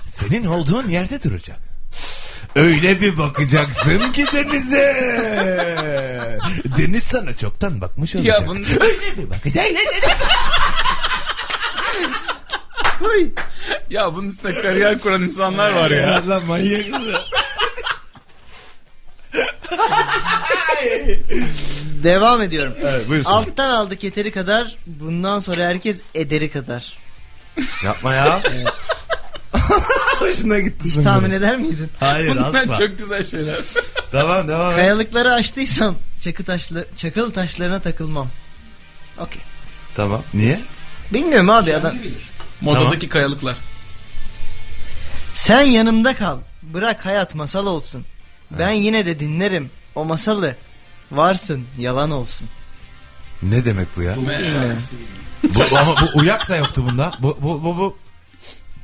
senin olduğun yerde duracak. Öyle bir bakacaksın ki denize. Deniz sana çoktan bakmış olacak. bunu- Öyle bir bakacaksın. Huy. Ya bunun üstüne kariyer kuran insanlar var ya. lan manyak Devam ediyorum. Evet buyursun. Alttan aldık yeteri kadar. Bundan sonra herkes ederi kadar. Yapma ya. Hoşuna gitti. Hiç sanırım. tahmin eder miydin? Hayır Bunlar asla. çok güzel şeyler. Devam devam. Kayalıkları açtıysam çakı taşlı, çakıl taşlarına takılmam. Okey. Tamam. Niye? Bilmiyorum abi adam. Modadaki kayalıklar. Sen yanımda kal. Bırak hayat masal olsun. Ben yine de dinlerim o masalı. Varsın yalan olsun. Ne demek bu ya? Bu me- bu, ama bu uyak da yoktu bunda. Bu bu bu bu.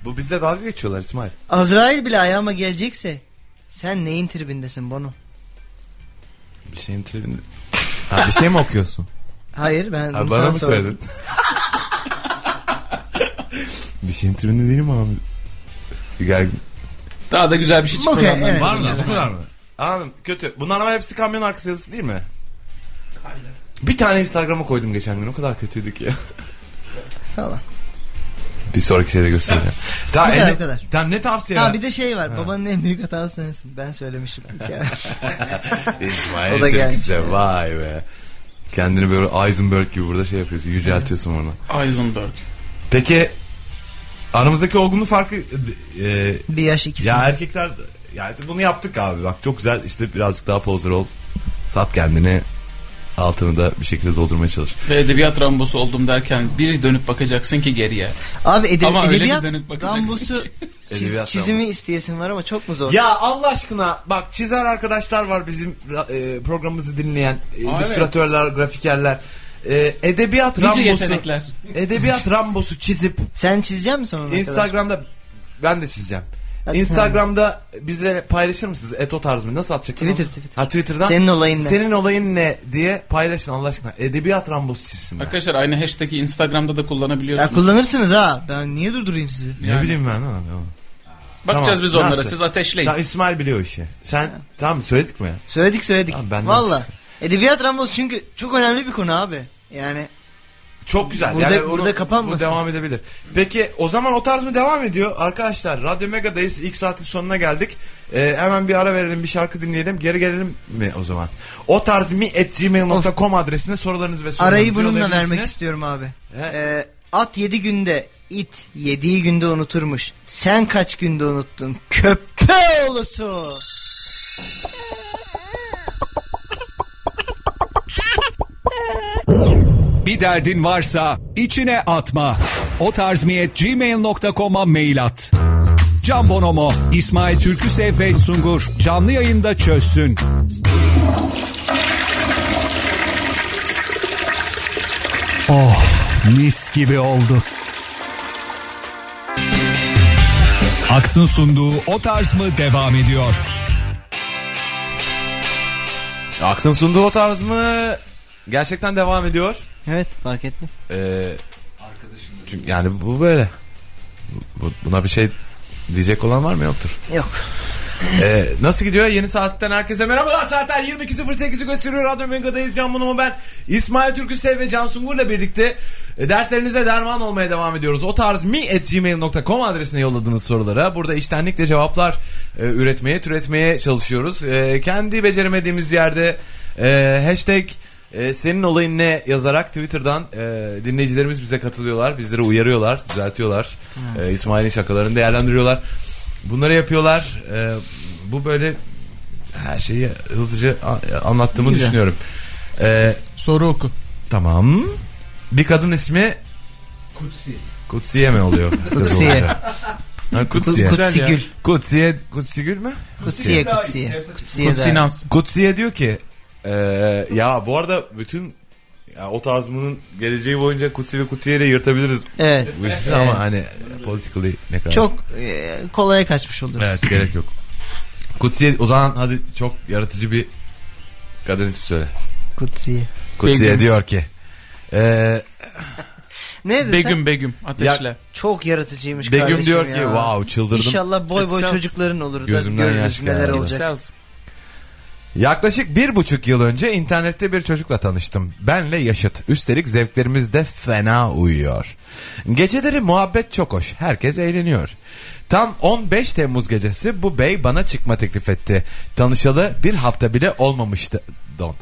Bu bizde dalga geçiyorlar İsmail. Azrail bile ayağıma gelecekse sen neyin tribindesin Bono? Bir şeyin tribinde. Ha, bir şey mi okuyorsun? Hayır ben Ha, bunu bana sana mı sordum. söyledin? bir şeyin tribinde değilim abi. Gel. Daha da güzel bir şey çıkmadan. Okey, ben evet. Var mı? Bu kadar mı? Anladım. Kötü. Bunlar ama hepsi kamyon arkası yazısı değil mi? Aynen. Bir tane Instagram'a koydum geçen gün. O kadar kötüydü ki ya. Falan. Bir sonraki şeyde göstereceğim. Tamam, Bu kadar, e, bu kadar. tamam ne tavsiye Ha var? bir de şey var. Babanın en büyük hatası sensin. Ben söylemişim. İsmail O da gelmiş. Türkse vay be. Kendini böyle Eisenberg gibi burada şey yapıyorsun. Yüceltiyorsun onu. Eisenberg. Peki aramızdaki olgunluk farkı e, bir yaş ikisi. ya erkekler ya bunu yaptık abi bak çok güzel işte birazcık daha poser ol. Sat kendini altını da bir şekilde doldurmaya çalış. Ve edebiyat rambosu oldum derken bir dönüp bakacaksın ki geriye. Abi ede- Ama öyle bir edebiyat dönüp bakacaksın rambosu ki. çiz- Edebiyat çizimi isteyesin var ama çok mu zor? Ya Allah aşkına bak çizer arkadaşlar var bizim e, programımızı dinleyen e, Aa, illüstratörler, grafikerler. E, edebiyat Nice rambosu. yetenekler. Edebiyat rambosu çizip Sen çizecek misin onu? Instagram'da ben de çizeceğim. Hadi. Instagram'da bize paylaşır mısınız? Eto tarzı mı? Nasıl atacak? Twitter, Twitter. Ha Twitter'dan. Senin olayın ne? Senin olayın ne diye paylaşın Allah aşkına. Edebiyat rambosu çizsinler. Arkadaşlar aynı hashtag'i Instagram'da da Ya kullanabiliyorsunuz. kullanırsınız ha. Ben niye durdurayım sizi? Ne bileyim ben. Ha, tamam. Bakacağız Tamam, biz onlara nasıl? siz ateşleyin. Tamam, İsmail biliyor işi. Sen tamam söyledik mi? Söyledik söyledik. Abi benden Valla. çıksın. Edebiyat rambosu çünkü çok önemli bir konu abi. Yani Çok güzel. Burada- yani onu- burada kapanmasın. Bu devam edebilir. Peki o zaman o tarz mı devam ediyor? Arkadaşlar Radyo Mega'dayız. İlk saatin sonuna geldik. Ee, hemen bir ara verelim bir şarkı dinleyelim. Geri gelelim mi o zaman? O tarz mi at gmail.com adresine sorularınızı ve sorularınızı arayı bununla yollayabilirsiniz. vermek istiyorum abi. He. Ee, at 7 günde it 7 günde unuturmuş. Sen kaç günde unuttun? Köpeğolusu. Bir derdin varsa içine atma. O tarz gmail.com'a mail at. Can Bonomo, İsmail Türküsev ve Sungur canlı yayında çözsün. Oh mis gibi oldu. Aks'ın sunduğu o tarz mı devam ediyor. Aksın sunduğu o tarz mı? Gerçekten devam ediyor. Evet fark ettim. Ee, çünkü yani bu böyle. Bu- buna bir şey diyecek olan var mı yoktur? Yok. Ee, nasıl gidiyor? Yeni saatten herkese merhabalar. Saatler 22.08'i gösteriyor. Radyo Mega'dayız. Can Bonomo ben. İsmail Türküsev ve Can Sungur'la birlikte e, dertlerinize derman olmaya devam ediyoruz. O tarz mi at gmail.com adresine yolladığınız sorulara burada iştenlikle cevaplar e, üretmeye, türetmeye çalışıyoruz. E, kendi beceremediğimiz yerde e, hashtag ee, senin olayın ne yazarak Twitter'dan e, dinleyicilerimiz bize katılıyorlar. Bizleri uyarıyorlar, düzeltiyorlar. Ee, İsmail'in şakalarını değerlendiriyorlar. Bunları yapıyorlar. Ee, bu böyle her şeyi hızlıca a- e, anlattığımı Güzel. düşünüyorum. Ee, Soru oku. tamam. Bir kadın ismi Kutsiye mi oluyor? Kutsiye. Ha, Kutsiye. Güzel ya. Kutsigül. Kutsiye, Kutsigül mü? Kutsiye kutsiye. Kutsiye dair. Kutsinans. Kutsiye diyor ki eee, ya bu arada bütün ya, o tazmının geleceği boyunca Kutsi ve Kutsiye'yi de yırtabiliriz. Evet. Bu işi Evet. Ama hani politically ne kadar. Çok e, kolaya kaçmış oluruz. Evet gerek yok. Kutsiye o zaman hadi çok yaratıcı bir kadın ismi söyle. Kutsiye. Kutsiye Begüm. diyor ki "Ee, eee Ne dedin sen? Begüm Begüm ateşle. Çok yaratıcıymış Begüm kardeşim diyor ya. ki wow çıldırdım. İnşallah boy boy It's çocukların olur da Gözümden görürüz yaş geldi. neler It olacak. sells. Yaklaşık bir buçuk yıl önce internette bir çocukla tanıştım. Benle yaşıt. Üstelik zevklerimiz de fena uyuyor. Geceleri muhabbet çok hoş. Herkes eğleniyor. Tam 15 Temmuz gecesi bu bey bana çıkma teklif etti. Tanışalı bir hafta bile olmamıştı. Don't.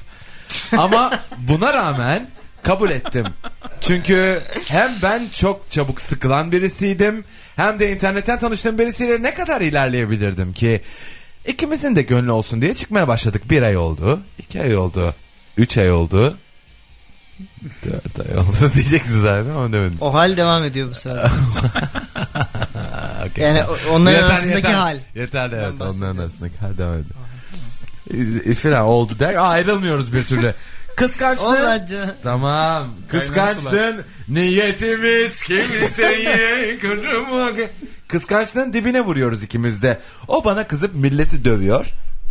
Ama buna rağmen kabul ettim. Çünkü hem ben çok çabuk sıkılan birisiydim hem de internetten tanıştığım birisiyle ne kadar ilerleyebilirdim ki. İkimizin de gönlü olsun diye çıkmaya başladık. Bir ay oldu, iki ay oldu, üç ay oldu, dört ay oldu diyeceksiniz zaten ama demediniz. O hal devam ediyor bu sefer. Okey. Yani o- onların Yeter, arasındaki yeter. hal. Yeter de evet bahsediyorum. onların arasındaki hal devam ediyor. E, e, Filan oldu der ayrılmıyoruz bir türlü. Kıskançlığı Olacak. Tamam. Kıskançlığın niyetimiz kimseyi kırmak. Kıskançlığın dibine vuruyoruz ikimiz de. O bana kızıp milleti dövüyor.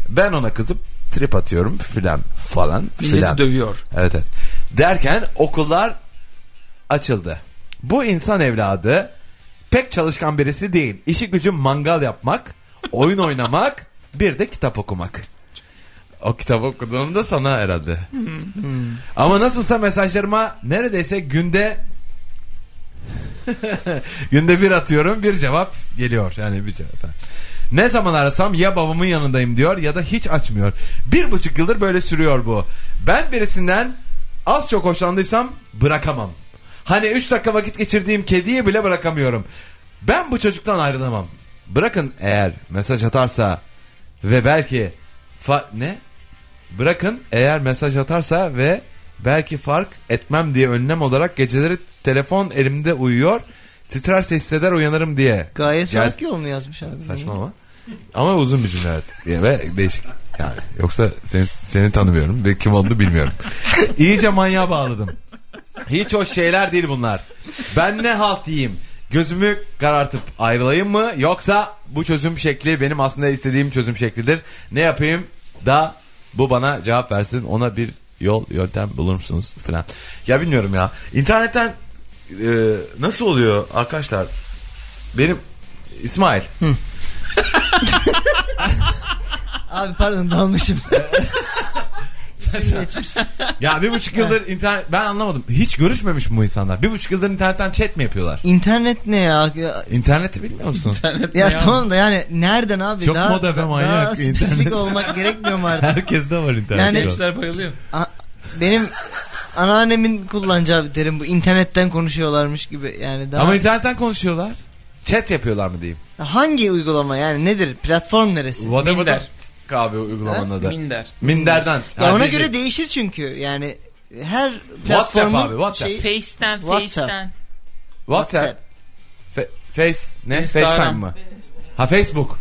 Ben ona kızıp trip atıyorum filan falan Milleti filan. dövüyor. Evet evet. Derken okullar açıldı. Bu insan evladı pek çalışkan birisi değil. İşi gücü mangal yapmak, oyun oynamak, bir de kitap okumak. O kitap okuduğum da sana Hmm. herhalde. Ama nasılsa mesajlarıma neredeyse günde Günde bir atıyorum bir cevap geliyor. Yani bir cevap. Ne zaman arasam ya babamın yanındayım diyor ya da hiç açmıyor. Bir buçuk yıldır böyle sürüyor bu. Ben birisinden az çok hoşlandıysam bırakamam. Hani üç dakika vakit geçirdiğim kediyi bile bırakamıyorum. Ben bu çocuktan ayrılamam. Bırakın eğer mesaj atarsa ve belki fa- ne? Bırakın eğer mesaj atarsa ve belki fark etmem diye önlem olarak geceleri telefon elimde uyuyor. Titrerse hisseder uyanırım diye. Gayet Gel- süratli onu yazmış abi. Saçma ama. Ama uzun bir cümle evet. Ve değişik. Yani yoksa seni, seni tanımıyorum ve kim olduğunu bilmiyorum. İyice manyağa bağladım. Hiç hoş şeyler değil bunlar. Ben ne halt yiyeyim? Gözümü karartıp ayrılayım mı? Yoksa bu çözüm şekli benim aslında istediğim çözüm şeklidir. Ne yapayım da bu bana cevap versin. Ona bir yol yöntem bulur musunuz falan. Ya bilmiyorum ya. İnternetten e, nasıl oluyor arkadaşlar? Benim İsmail. Abi pardon dalmışım. Geçmiş. Ya bir buçuk yıldır internet ben anlamadım. Hiç görüşmemiş mi bu insanlar? Bir buçuk yıldır internetten chat mi yapıyorlar? İnternet ne ya? Ya, İnterneti bilmiyor musun? İnternet ya ne tamam da yani nereden abi? Çok daha, moda be da- manyak Daha spesifik internet. olmak gerekmiyor mu artık? Herkes de var internet. Yani- şu an. Gençler bayılıyor. A- Benim anneannemin kullanacağı bir terim bu. İnternetten konuşuyorlarmış gibi. Yani daha Ama internetten konuşuyorlar. Chat yapıyorlar mı diyeyim? hangi uygulama yani nedir? Platform neresi? Whatever the Minder. f- abi uygulamanın adı. Minder. Minder'den. Ya Ha, ona değil, değil. göre değişir çünkü. Yani her WhatsApp abi, platformun WhatsApp. şeyi- Face'ten, WhatsApp. Face'ten. WhatsApp. Fe- face ne? Instagram. FaceTime mı? Ha Facebook.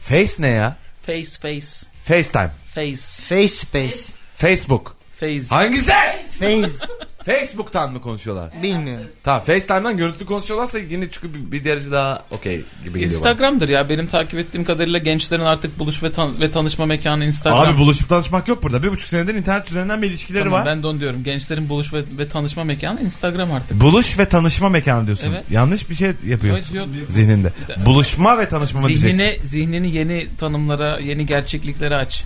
Face ne ya? Face, face, FaceTime. face, Face space. Facebook. face. Hangisi? Face. Facebook'tan mı konuşuyorlar? Bilmiyorum. Tamam FaceTime'dan görüntülü konuşuyorlarsa yine çünkü bir, bir derece daha okey gibi geliyor Instagram'dır ya benim takip ettiğim kadarıyla gençlerin artık buluş ve, tan- ve tanışma mekanı bana. Instagram. Abi buluşup tanışmak yok burada. Bir buçuk senedir internet üzerinden bir ilişkileri Tamam, var. Ben de onu diyorum. Gençlerin buluş ve, ve tanışma mekanı Instagram artık. Buluş ve tanışma mekanı diyorsun. Evet. Yanlış bir şey yapıyorsun Evet, diyor. zihninde. Buluşma ve tanışma mı diyeceksin? Zihnini, zihnini yeni tanımlara, yeni gerçekliklere aç.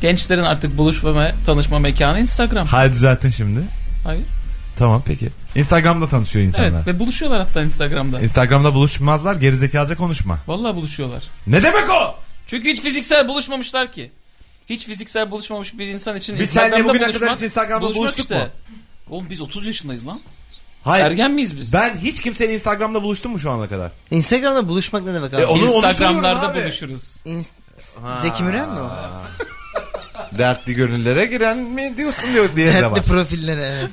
Gençlerin artık buluşma ve tanışma mekanı Instagram. Hayır düzelttin şimdi. Hayır. Tamam peki. Instagram'da tanışıyor Evet insanlar. ve buluşuyorlar hatta Instagram'da. Instagram'da buluşmazlar gerizekalıca konuşma. Vallahi buluşuyorlar. Ne demek o? Çünkü hiç fiziksel buluşmamışlar ki. Hiç fiziksel buluşmamış bir insan için Biz Instagram'da seninle bugüne kadar buluşmak, hiç Instagram'da buluşmak buluştuk işte. mu? Oğlum biz 30 yaşındayız lan. Hayır. Ergen miyiz biz? Ben hiç kimseyle Instagram'da buluştum mu şu ana kadar? Instagram'da buluşmak ne demek abi? E, o- Onu- onu soruyorum Instagram'larda abi. buluşuruz. İns- Zeki Müren mi o? Dertli gönüllere giren mi diyorsun diyor diye de var. Dertli profillere evet.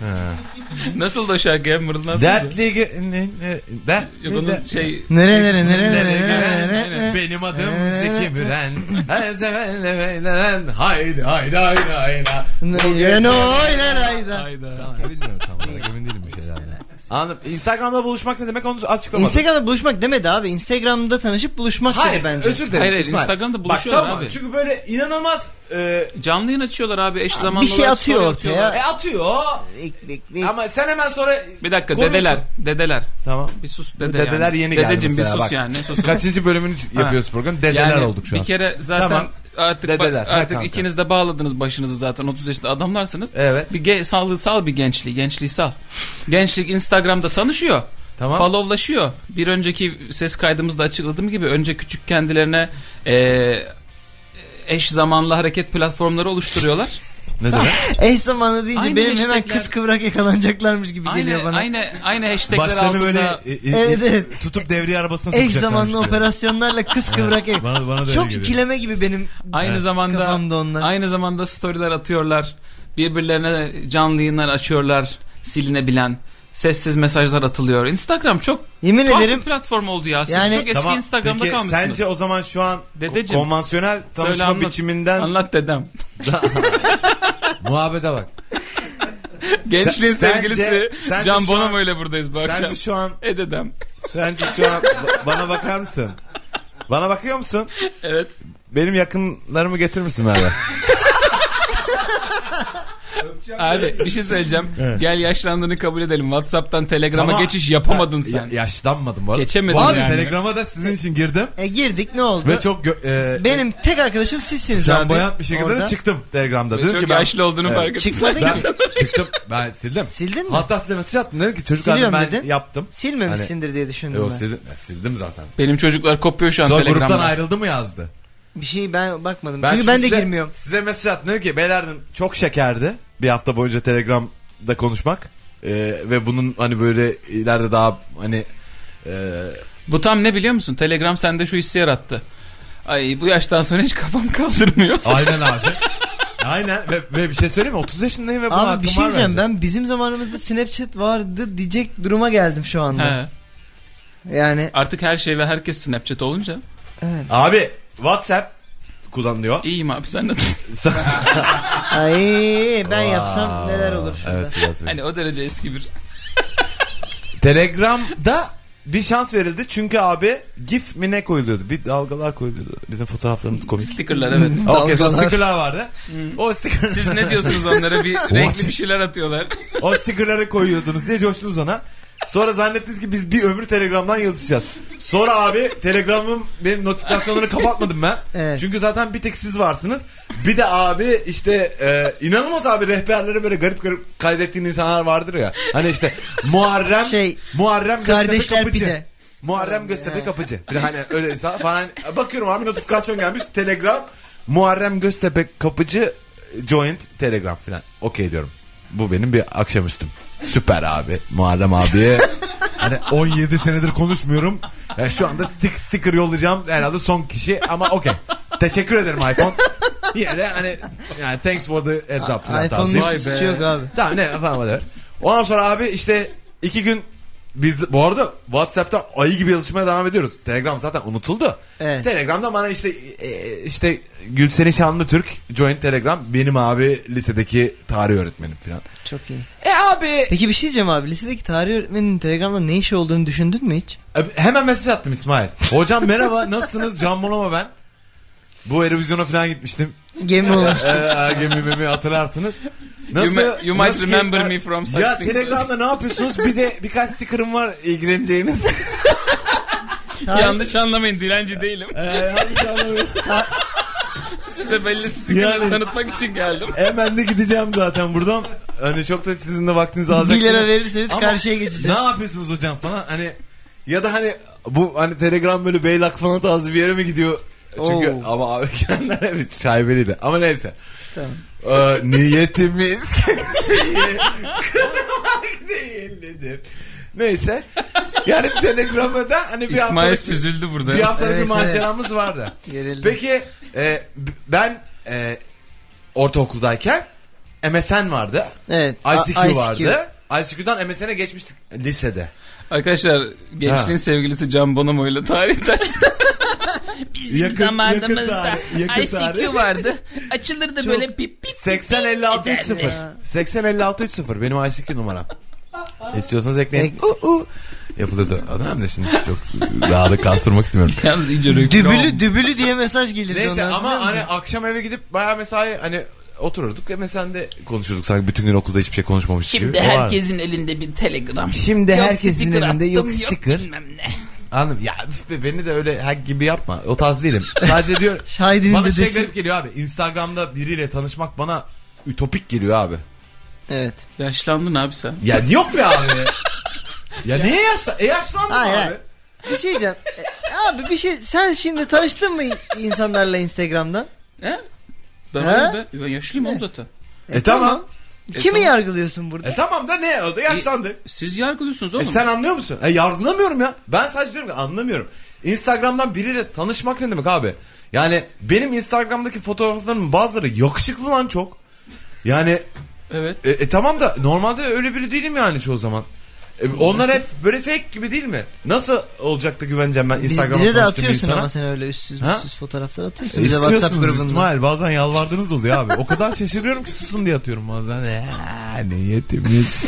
Nasıl da şarkıya mırıldansın? Dertli ge- ne, ne, der, Yok onun der- şey... Nere nere nere nere Nereye nere gelen? nere nere. Benim adım Zeki Müren. Her seferle eğlenen. Haydi haydi haydi haydi. Bu gece- Nere oynar ayda. Hayda. Tamam, Bilmiyorum tam olarak emin değilim bir şeylerden. Anladım. Instagram'da buluşmak ne demek onu açıklamadım. Instagram'da buluşmak demedi abi. Instagram'da tanışıp buluşmak Hayır dedi bence. özür dilerim. Hayır, hayır, İsmail. Instagram'da Bak, buluşuyorlar savunma. abi. Çünkü böyle inanılmaz e, Canlı yayın açıyorlar abi eş zamanlı bir şey olarak atıyor story ortaya. atıyorlar. e, atıyor. Ek, ek, ek. Ama sen hemen sonra Bir dakika konuyorsun. dedeler. Dedeler. Tamam. Bir sus dede Dedeler yani. yeni geldi Dedeciğim bir mesela, sus bak. yani. Susun. Kaçıncı bölümünü yapıyoruz program? Dedeler Yani olduk şu an. Bir kere zaten Tamam. artık Dedeler, bak, ha artık kanka. ikiniz de bağladınız başınızı zaten 30 yaşında adamlarsınız. Evet. Bir ge- sal, sal bir gençliği, gençliği sal. Gençlik Instagram'da tanışıyor. Tamam. Followlaşıyor. Bir önceki ses kaydımızda açıkladığım gibi önce küçük kendilerine eee, eş zamanlı hareket platformları oluşturuyorlar. Ne demek? Eş zamanlı deyince Aynı benim hemen hashtagler. kız kıvrak yakalanacaklarmış gibi geliyor aynı, bana. aynı aynı hashtagler Başlarını altında. böyle e, e, e, Evet, evet. tutup devriye arabasına Eş sokacaklarmış. zamanlı gibi. operasyonlarla kız kıvrak yak- bana- bana da öyle Çok geliyor. ikileme gibi benim. Aynı zamanda Kafamda onlar. aynı zamanda storyler atıyorlar. Birbirlerine canlı yayınlar açıyorlar. Silinebilen sessiz mesajlar atılıyor. Instagram çok Yemin tuhaf ederim bir platform oldu ya. Siz Yani- çok eski Tamam, Instagram'da peki, kalmışsınız. Sence o zaman şu an Dedeciğim, ko- konvansiyonel tanışma Söyle anlat. biçiminden Anlat dedem. muhabbete bak. Gençliğin Sen- sence- sevgilisi sence Can şu an- Bonomo ile buradayız bu akşam. Sence şu an E dedem. sence şu an ba- bana bakar mısın? Bana bakıyor musun? Evet. Benim yakınlarımı getirir misin Merve? Abi bir şey söyleyeceğim. Gel yaşlandığını kabul edelim. Whatsapp'tan Telegram'a Ama- geçiş yapamadın Ya- sen. yaşlanmadım bu arada. Geçemedin bu arada yani. Telegram'a da sizin için girdim. E girdik ne oldu? Ve çok gö- e, Benim tek arkadaşım sizsiniz sen abi. bayat bir şekilde de Orada. çıktım Telegram'da. Dedim çok ki ben, yaşlı olduğunu Evet. fark ettim. Çıkmadın ben ki. çıktım. Ben sildim. Sildin mi? Hatta size mesaj attım. Dedim ki çocuklar Siliyorum ben dedin. yaptım. Hani- Silmemişsindir diye düşündüm Yok ben. sildim. Ya, sildim zaten. Benim çocuklar kopuyor şu an Sonra gruptan Telegram'dan. ayrıldı mı yazdı. Bir şey ben bakmadım. Ben Çünkü çünkü ben de size, girmiyorum. Size mesaj attım. Dedim ki beyler dedim, çok şekerdi. Bir hafta boyunca Telegram'da konuşmak. E, ve bunun hani böyle ileride daha hani e, Bu tam ne biliyor musun? Telegram sende şu hissi yarattı. Ay bu yaştan sonra hiç kafam kaldırmıyor. Aynen abi. Aynen ve, ve bir şey söyleyeyim mi? 30 yaşındayım ve buna hakkım Abi bir şey var diyeceğim bence. ben bizim zamanımızda Snapchat vardı diyecek duruma geldim şu anda. He. Yani Artık her şey ve herkes Snapchat olunca. evet. Abi WhatsApp kullanılıyor. İyiyim abi sen nasılsın? Ay ben yapsam neler olur şurada. evet, biraz iyi. hani o derece eski bir. Telegram'da bir şans verildi çünkü abi gif mi ne koyuluyordu? Bir dalgalar koyuluyordu. Bizim fotoğraflarımız komik. Stickerlar evet. Okey o Dalgalar. stickerlar vardı. O, sticker, Siz ne diyorsunuz onlara? Bir renkli bir şeyler atıyorlar. o stickerları koyuyordunuz diye coştunuz ona. Sonra zannettiniz ki biz bir ömür Telegram'dan yazışacağız. Sonra abi Telegram'ın benim notifikasyonlarını kapatmadım ben. Evet. Çünkü zaten bir tek siz varsınız. Bir de abi işte e, inanılmaz abi rehberlere böyle garip garip kaydettiğin insanlar vardır ya. Hani işte Muharrem Şey, Muharrem kardeşler Göztepe Kapıcı. pide. Muharrem Göztepe Kapıcı. Bir de hani öyle insan falan. Bakıyorum abi notifikasyon gelmiş Telegram. Muharrem Göztepe Kapıcı Joint Telegram falan. Okey diyorum. Bu benim bir akşamüstüm. Süper abi. Muharrem abiye hani 17 senedir konuşmuyorum. Yani şu anda stick sticker yollayacağım herhalde son kişi ama okey. Teşekkür ederim iPhone. Yine de hani yani thanks for the heads up. falan iPhone'un tavsiye. hiçbir suçu yok abi. Tamam ne falan whatever. Ondan sonra abi işte iki gün biz bu arada Whatsapp'ta ayı gibi yazışmaya devam ediyoruz. Telegram zaten unutuldu. Evet. Telegram'da bana işte e, işte Gülseni Şanlı Türk Joint Telegram benim abi lisedeki tarih öğretmenim falan. Çok iyi. E abi Peki bir şey diyeceğim abi. Lisedeki tarih öğretmeninin Telegram'da ne işi olduğunu düşündün mü hiç? e, hemen mesaj attım İsmail. Hocam merhaba nasılsınız? Can Bonomo ben. Bu Erovizyon'a falan gitmiştim. Gemi olmuş. Ee, Ergemi memi hatırlarsınız. You mi- you might ki- remember me from such Ya things. Telegram'da ne yapıyorsunuz? Bir de birkaç sticker'ım var ilgileneceğiniz. Yanlış anlamayın dilenci değilim. Ee, Size belli stickerları Yani- tanıtmak için geldim. Hemen de gideceğim zaten buradan. Hani çok da sizin de vaktinizi alacak. 1 lira değil. verirseniz Ama karşıya geçeceğim. Ne yapıyorsunuz hocam falan hani ya da hani bu hani Telegram böyle beylak falan tarzı bir yere mi gidiyor? Çünkü Oo. ama abi kendiler hep şaibeliydi. Ama neyse. Tamam. Ee, niyetimiz kimseyi kırmak değildir. Neyse. Yani Telegram'da da hani bir İsmail haftalık, süzüldü burada. bir, haftalık Evet, bir maceramız vardı. Gerildim. Peki e, b- ben e, ortaokuldayken MSN vardı. Evet. ICQ, A- vardı. ICQ'dan MSN'e geçmiştik lisede. Arkadaşlar gençliğin Ha. sevgilisi Can Bonomo ile tarih dersi. Bizim Yakın- zamanımızda yakın tarih, yakın ICQ tarih. vardı. Açılırdı böyle pip pip. 80 56 30. 80 56 30 benim ICQ numaram. İstiyorsanız ekleyin. Ek- U, u. Yapılıyordu. Adam da şimdi çok daha da kastırmak istemiyorum. Yalnız iyice reklam. Dübülü, dübülü diye mesaj gelirdi Neyse ona, hatırlıyor ama musun? hani akşam eve gidip bayağı mesai hani otururduk ve mesende konuşurduk. Sanki bütün gün okulda hiçbir şey konuşmamış gibi. Şimdi O var. herkesin elinde bir telegram. Şimdi Yok herkesin sticker elinde attım, yok sticker. bilmem ne. Anladım. Ya üf be, beni de öyle hack gibi yapma. O tarz değilim. Sadece diyor. Şahidinin bana şey dedesi. garip geliyor abi. Instagram'da biriyle tanışmak bana ütopik geliyor abi. Evet. Yaşlandın abi sen. Ya yok be abi. ya niye yaşla? E yaşlandın Hayır, abi. hayır. Bir şey diyeceğim. E, abi bir şey sen şimdi tanıştın mı insanlarla Instagram'dan? He? Ben, He? ben, ben yaşlıyım oğlum zaten. E, tamam. Kimi tamam. yargılıyorsun burada? E tamam da ne oldu? Yaşlandı. Siz yargılıyorsunuz E oğlum. sen anlıyor musun? E yargılamıyorum ya. Ben sadece diyorum ki anlamıyorum. Instagram'dan biriyle tanışmak ne demek abi? Yani benim Instagram'daki fotoğraflarımın bazıları yakışıklı lan çok. Yani Evet. e, e tamam da normalde öyle biri değilim yani çoğu zaman. E, onlar hep böyle fake gibi değil mi? Nasıl olacak da güveneceğim ben Biz- Instagram'a bize de tanıştığım bir atıyorsun insana? ama sen öyle üstsüz Ha? üstsüz fotoğraflar atıyorsun. E, Bize WhatsApp İstiyorsunuz grubunda. İsmail bazen yalvardığınız oluyor abi. O kadar şaşırıyorum ki susun diye atıyorum bazen. E, Ya, niyetimiz.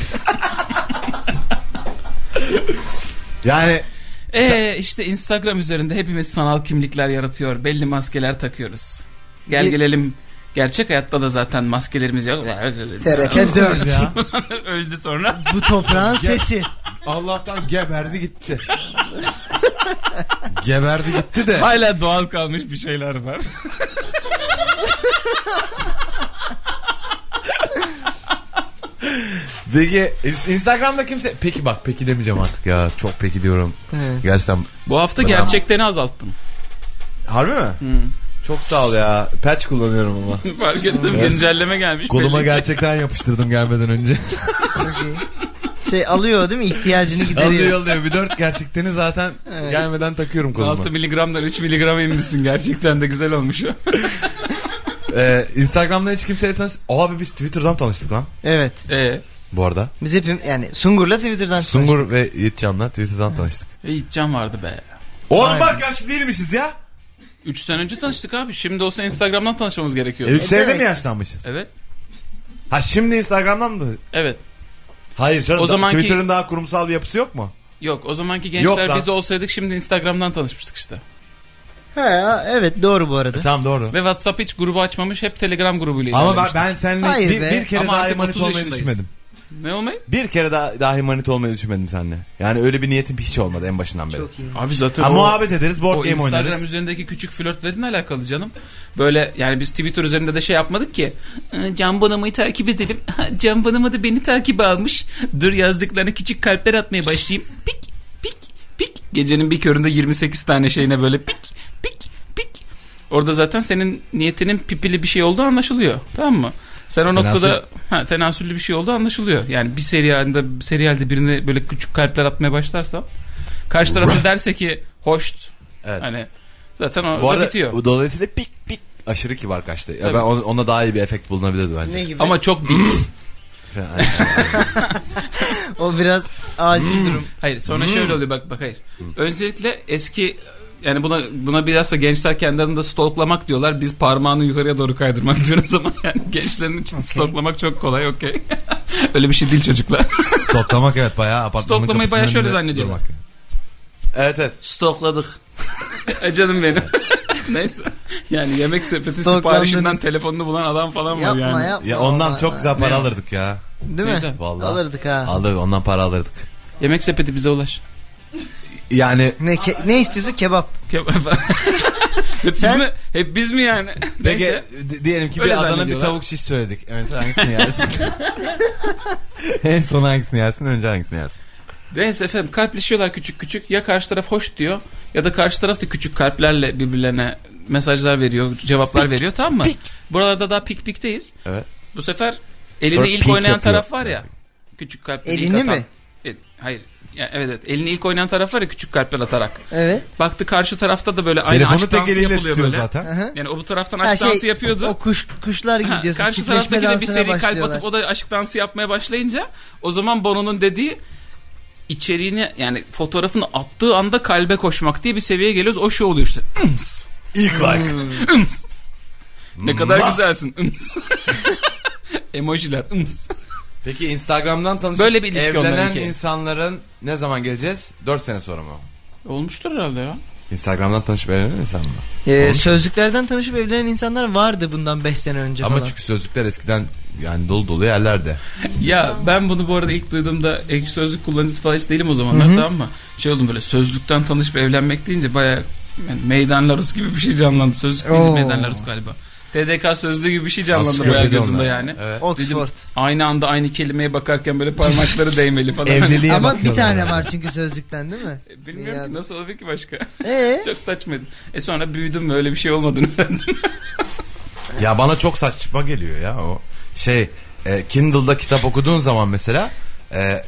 yani Ee, işte Instagram üzerinde hepimiz sanal kimlikler yaratıyor. Belli maskeler takıyoruz. Gel Bir- gelelim Gerçek hayatta da zaten maskelerimiz yok. Tereket Kimsiniz ya? Öldü sonra. Bu toprağın sesi. Allah'tan geberdi gitti. geberdi gitti de. Hala doğal kalmış bir şeyler var. Peki ins- Instagram'da kimse... Peki bak peki demeyeceğim artık ya. Çok peki diyorum. Gerçekten. Bu hafta Bravo. gerçeklerini azalttım. Harbi mi? Çok sağ ol ya. Patch kullanıyorum ama. Fark ettim. Güncelleme gelmiş. Koluma belli. gerçekten yapıştırdım gelmeden önce. Şey alıyor değil mi? İhtiyacını gideriyor. alıyor alıyor. Bir dört gerçekteni zaten gelmeden takıyorum koluma. 6 miligramdan 3 miligram inmişsin gerçekten de güzel olmuş. o. Ee, Instagram'da hiç kimseyle tanış... Abi biz Twitter'dan tanıştık lan. Evet. ee, Bu arada. Biz hepim yani Sungur'la Twitter'dan tanıştık. Sungur ve Yiğitcan'la Twitter'dan tanıştık. Yiğitcan vardı be. Oğlum bak yaşlı değilmişiz ya. 3 sene önce tanıştık abi. Şimdi olsa Instagram'dan tanışmamız gerekiyor. Üç senede demek? mi yaşlanmışız? Evet. Ha şimdi Instagram'dan mı? Evet. Hayır canım. O zamanki- Twitter'ın daha kurumsal bir yapısı yok mu? Yok o zamanki Yok gençler lan. biz olsaydık şimdi Instagram'dan tanışmıştık işte. Ha, evet E, doğru bu arada. Tamam doğru. Ve WhatsApp hiç grubu açmamış hep Telegram grubuyla Ama ben, ilerlemiştik. ben seninle Hayır bir, be. bir kere Ama daha artık emanet 30 olmayı yaşındayız. düşünmedim. Ne olmayı? Bir kere daha, daha emanet olmayı düşünmedim seninle. Yani öyle bir niyetim hiç olmadı en başından beri. Çok iyi. Abi zaten Ha, o- muhabbet ederiz, board O game Instagram oynarız. üzerindeki küçük flörtlerinle alakalı canım. Böyle yani biz Twitter üzerinde de şey yapmadık ki. "Ee, Can Bonomo'yu takip edelim. Ha, Can Bonomo da beni takip almış. Dur yazdıklarına küçük kalpler atmaya başlayayım. Pik pik pik. Gecenin bir köründe 28 tane şeyine böyle pik pik pik. Orada zaten senin niyetinin pipili bir şey olduğu anlaşılıyor. Tamam mı? Sen o Tenasül. noktada ha, tenasüllü bir şey olduğu anlaşılıyor. Yani bir serialde, bir serialde birine böyle küçük kalpler atmaya başlarsa karşı tarafı derse ki hoşt Evet. Hani zaten orada Bu arada bitiyor. bu dolayısıyla pik pik aşırı kibar kaçtı. Ya Tabii. ben ona, ona daha iyi bir efekt bulunabilirdi bence. Ne gibi? Ama çok Hmm. değil. O biraz Hmm. acil durum. hayır sonra şöyle oluyor bak bak hayır. Öncelikle eski yani buna buna biraz da gençler kendilerini de stalklamak diyorlar. Biz parmağını yukarıya doğru kaydırmak diyoruz ama yani gençlerin için stalklamak çok kolay okey. Öyle bir şey değil çocuklar. Stoklamak evet bayağı apartmanın Stoklamayı kapısının bayağı şöyle önünde zannediyorlar. durmak. Evet evet. Stokladık. e canım benim. Neyse. Yani yemek sepeti Stalklandınız. siparişinden telefonunu bulan adam falan var Yapma yani. yapma. Ya ondan vallahi. çok güzel para Ne? alırdık ya. Değil mi? Neyden? Vallahi. Alırdık ha. Alırdık ondan para alırdık. Yemek sepeti bize ulaş. Yani Ne, ke- ne istiyorsun? Kebap. hep, biz Sen- mi, hep biz mi yani? Peki Neyse. di- diyelim ki Öyle bir Adana bir zannediyorlar. tavuk şiş söyledik. Önce hangisini yersin? en son hangisini yersin önce hangisini yersin? Neyse efendim kalpleşiyorlar küçük küçük. Ya karşı taraf hoş diyor ya da karşı taraf da küçük kalplerle birbirlerine mesajlar veriyor, cevaplar veriyor tamam mı? Buralarda daha pik pikteyiz. Evet. Bu sefer elini Sonra ilk pik oynayan yapıyor. taraf var ya. Küçük kalpler ilk Elini atan. mi? E, hayır. Ya, evet evet. Elini ilk oynayan taraf var ya küçük kalpler atarak. Evet. Baktı karşı tarafta da böyle aynı Telefonu aşk dansı tek eliyle yapılıyor tutuyor böyle. zaten. Aha. Yani o bu taraftan Ha, aşk dansı yapıyordu. şey, O kuş, kuşlar gibi Ha, diyorsun. Karşı Çiftleşme taraftaki de bir dansına seri kalp başlıyorlar. atıp o da aşk dansı yapmaya başlayınca o zaman Bono'nun dediği içeriğini yani fotoğrafını attığı anda kalbe koşmak diye bir seviyeye geliyoruz. O şu oluyor işte. Ims, İlk like. ims. Ne kadar Ma- güzelsin. Ims. Emojiler. Ims. Peki Instagram'dan tanışıp Böyle bir ilişki evlenen onlarınki. insanların ne zaman geleceğiz? 4 sene sonra mı? Olmuştur herhalde ya. Instagram'dan tanışıp evlenen insan mı? Ee, sözlüklerden tanışıp evlenen insanlar vardı bundan 5 sene önce Ama falan. çünkü sözlükler eskiden yani dolu dolu yerlerde. Ya ben bunu bu arada ilk duyduğumda ek sözlük kullanıcısı falan hiç değilim o zamanlar tamam mı? Şey oldum böyle sözlükten tanışıp evlenmek deyince baya yani meydanlarus gibi bir şey canlandı. Sözlük değil Oo. meydanlarus galiba. TDK sözlüğü gibi bir şey canlandı Aslında bayağı bir de gözümde onlar. yani. Evet. Oxford. Aynı anda aynı kelimeye bakarken böyle parmakları değmeli falan. Evliliğe Ama bir bakıyorlar yani. tane var çünkü sözlükten değil mi? E, Bilmiyorum Ya. ki nasıl olabilir ki başka. Ee, Çok saçmaydı. E sonra büyüdüm ve öyle bir şey olmadığını öğrendim. Ya bana çok saçma geliyor ya o. Şey e, Kindle'da kitap okuduğun zaman mesela e,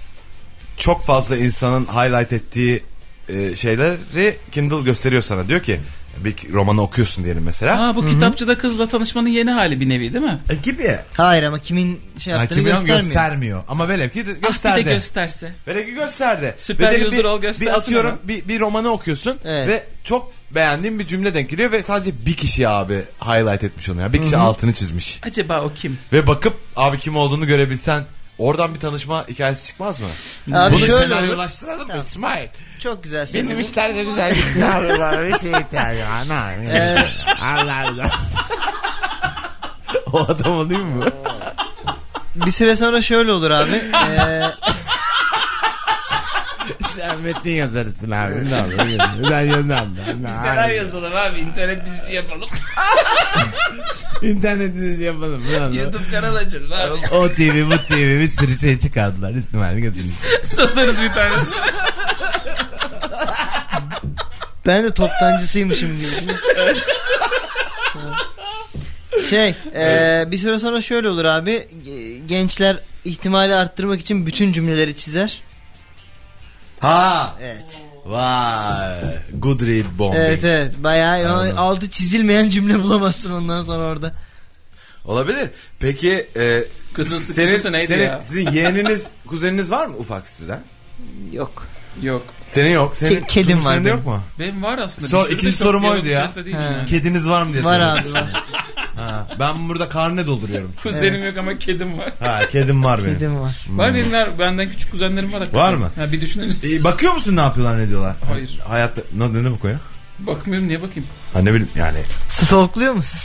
çok fazla insanın highlight ettiği e, şeyleri Kindle gösteriyor sana. Diyor ki bir romanı okuyorsun diyelim mesela. Aa bu kitapçıda kızla tanışmanın yeni hali bir nevi değil mi? E, gibi. hayır ama kimin şey Ha, yaptığını kimi göstermiyor. göstermiyor. Ama velev ki de Ah, Bir de gösterdi. gösterse. Velev ki gösterdi. Süper Velev user bir, ol göstersin bir atıyorum ama. bir, bir romanı okuyorsun Evet. ve çok beğendiğin bir cümle denk geliyor ve sadece bir kişi abi highlight etmiş onu ya. Bir kişi altını çizmiş. Acaba o kim? ve bakıp abi kim olduğunu görebilsen oradan bir tanışma hikayesi çıkmaz mı? Abi Bunu şöyle olur. senaryolaştıralım mı İsmail? Çok güzel söyledin. işler de güzel Yavrular bir şey ihtiyacı var. Ne? Ee, Allah Allah. o adam olayım mı? Bir süre sonra şöyle olur abi. Ee, Sen metin yazarısın abi. Ne olur. Ben yazmam. Ben- Senaryo yazalım abi internet dizisi yapalım. İnternetinizi yapalım. Ne olur. YouTube kanal açalım abi. O TV bu TV bir sürü şey çıkardılar. İsmail gözünü. Satarız bir tanesini. ben de toptancısıymışım gibi. şey ee, bir süre sonra şöyle olur abi. Ee, Gençler ihtimali arttırmak için bütün cümleleri çizer. Ha. Evet. Vay. Good read bombing. Evet evet. Bayağı altı çizilmeyen cümle bulamazsın ondan sonra orada. Olabilir. Peki e, Kızın sıkıntısı neydi ya? Sizin yeğeniniz, kuzeniniz var mı ufak sizden? Yok. Yok. Senin yok. Senin, Ke- kedim Sungur var senin de benim. yok mu? Benim var aslında. Sor- Bir sürü de ikinci çok sorum diyalog oydu ya. testi değilim He. yani. Kediniz var mı diye Var soruyorum. abi var. Ha, ben burada karne dolduruyorum. Kuzenim yok ama kedim var. Ha kedim var benim. Dedim var. Var benim var. Benden küçük kuzenlerim var. hakikaten. Hmm. Var mı? Ha, bir düşünün. E, bakıyor musun ne yapıyorlar ne diyorlar? Hayır. Ha, hayatta ne, ne demek o ya? Bakmıyorum niye bakayım. Ha ne bileyim yani. Stalkluyor musun?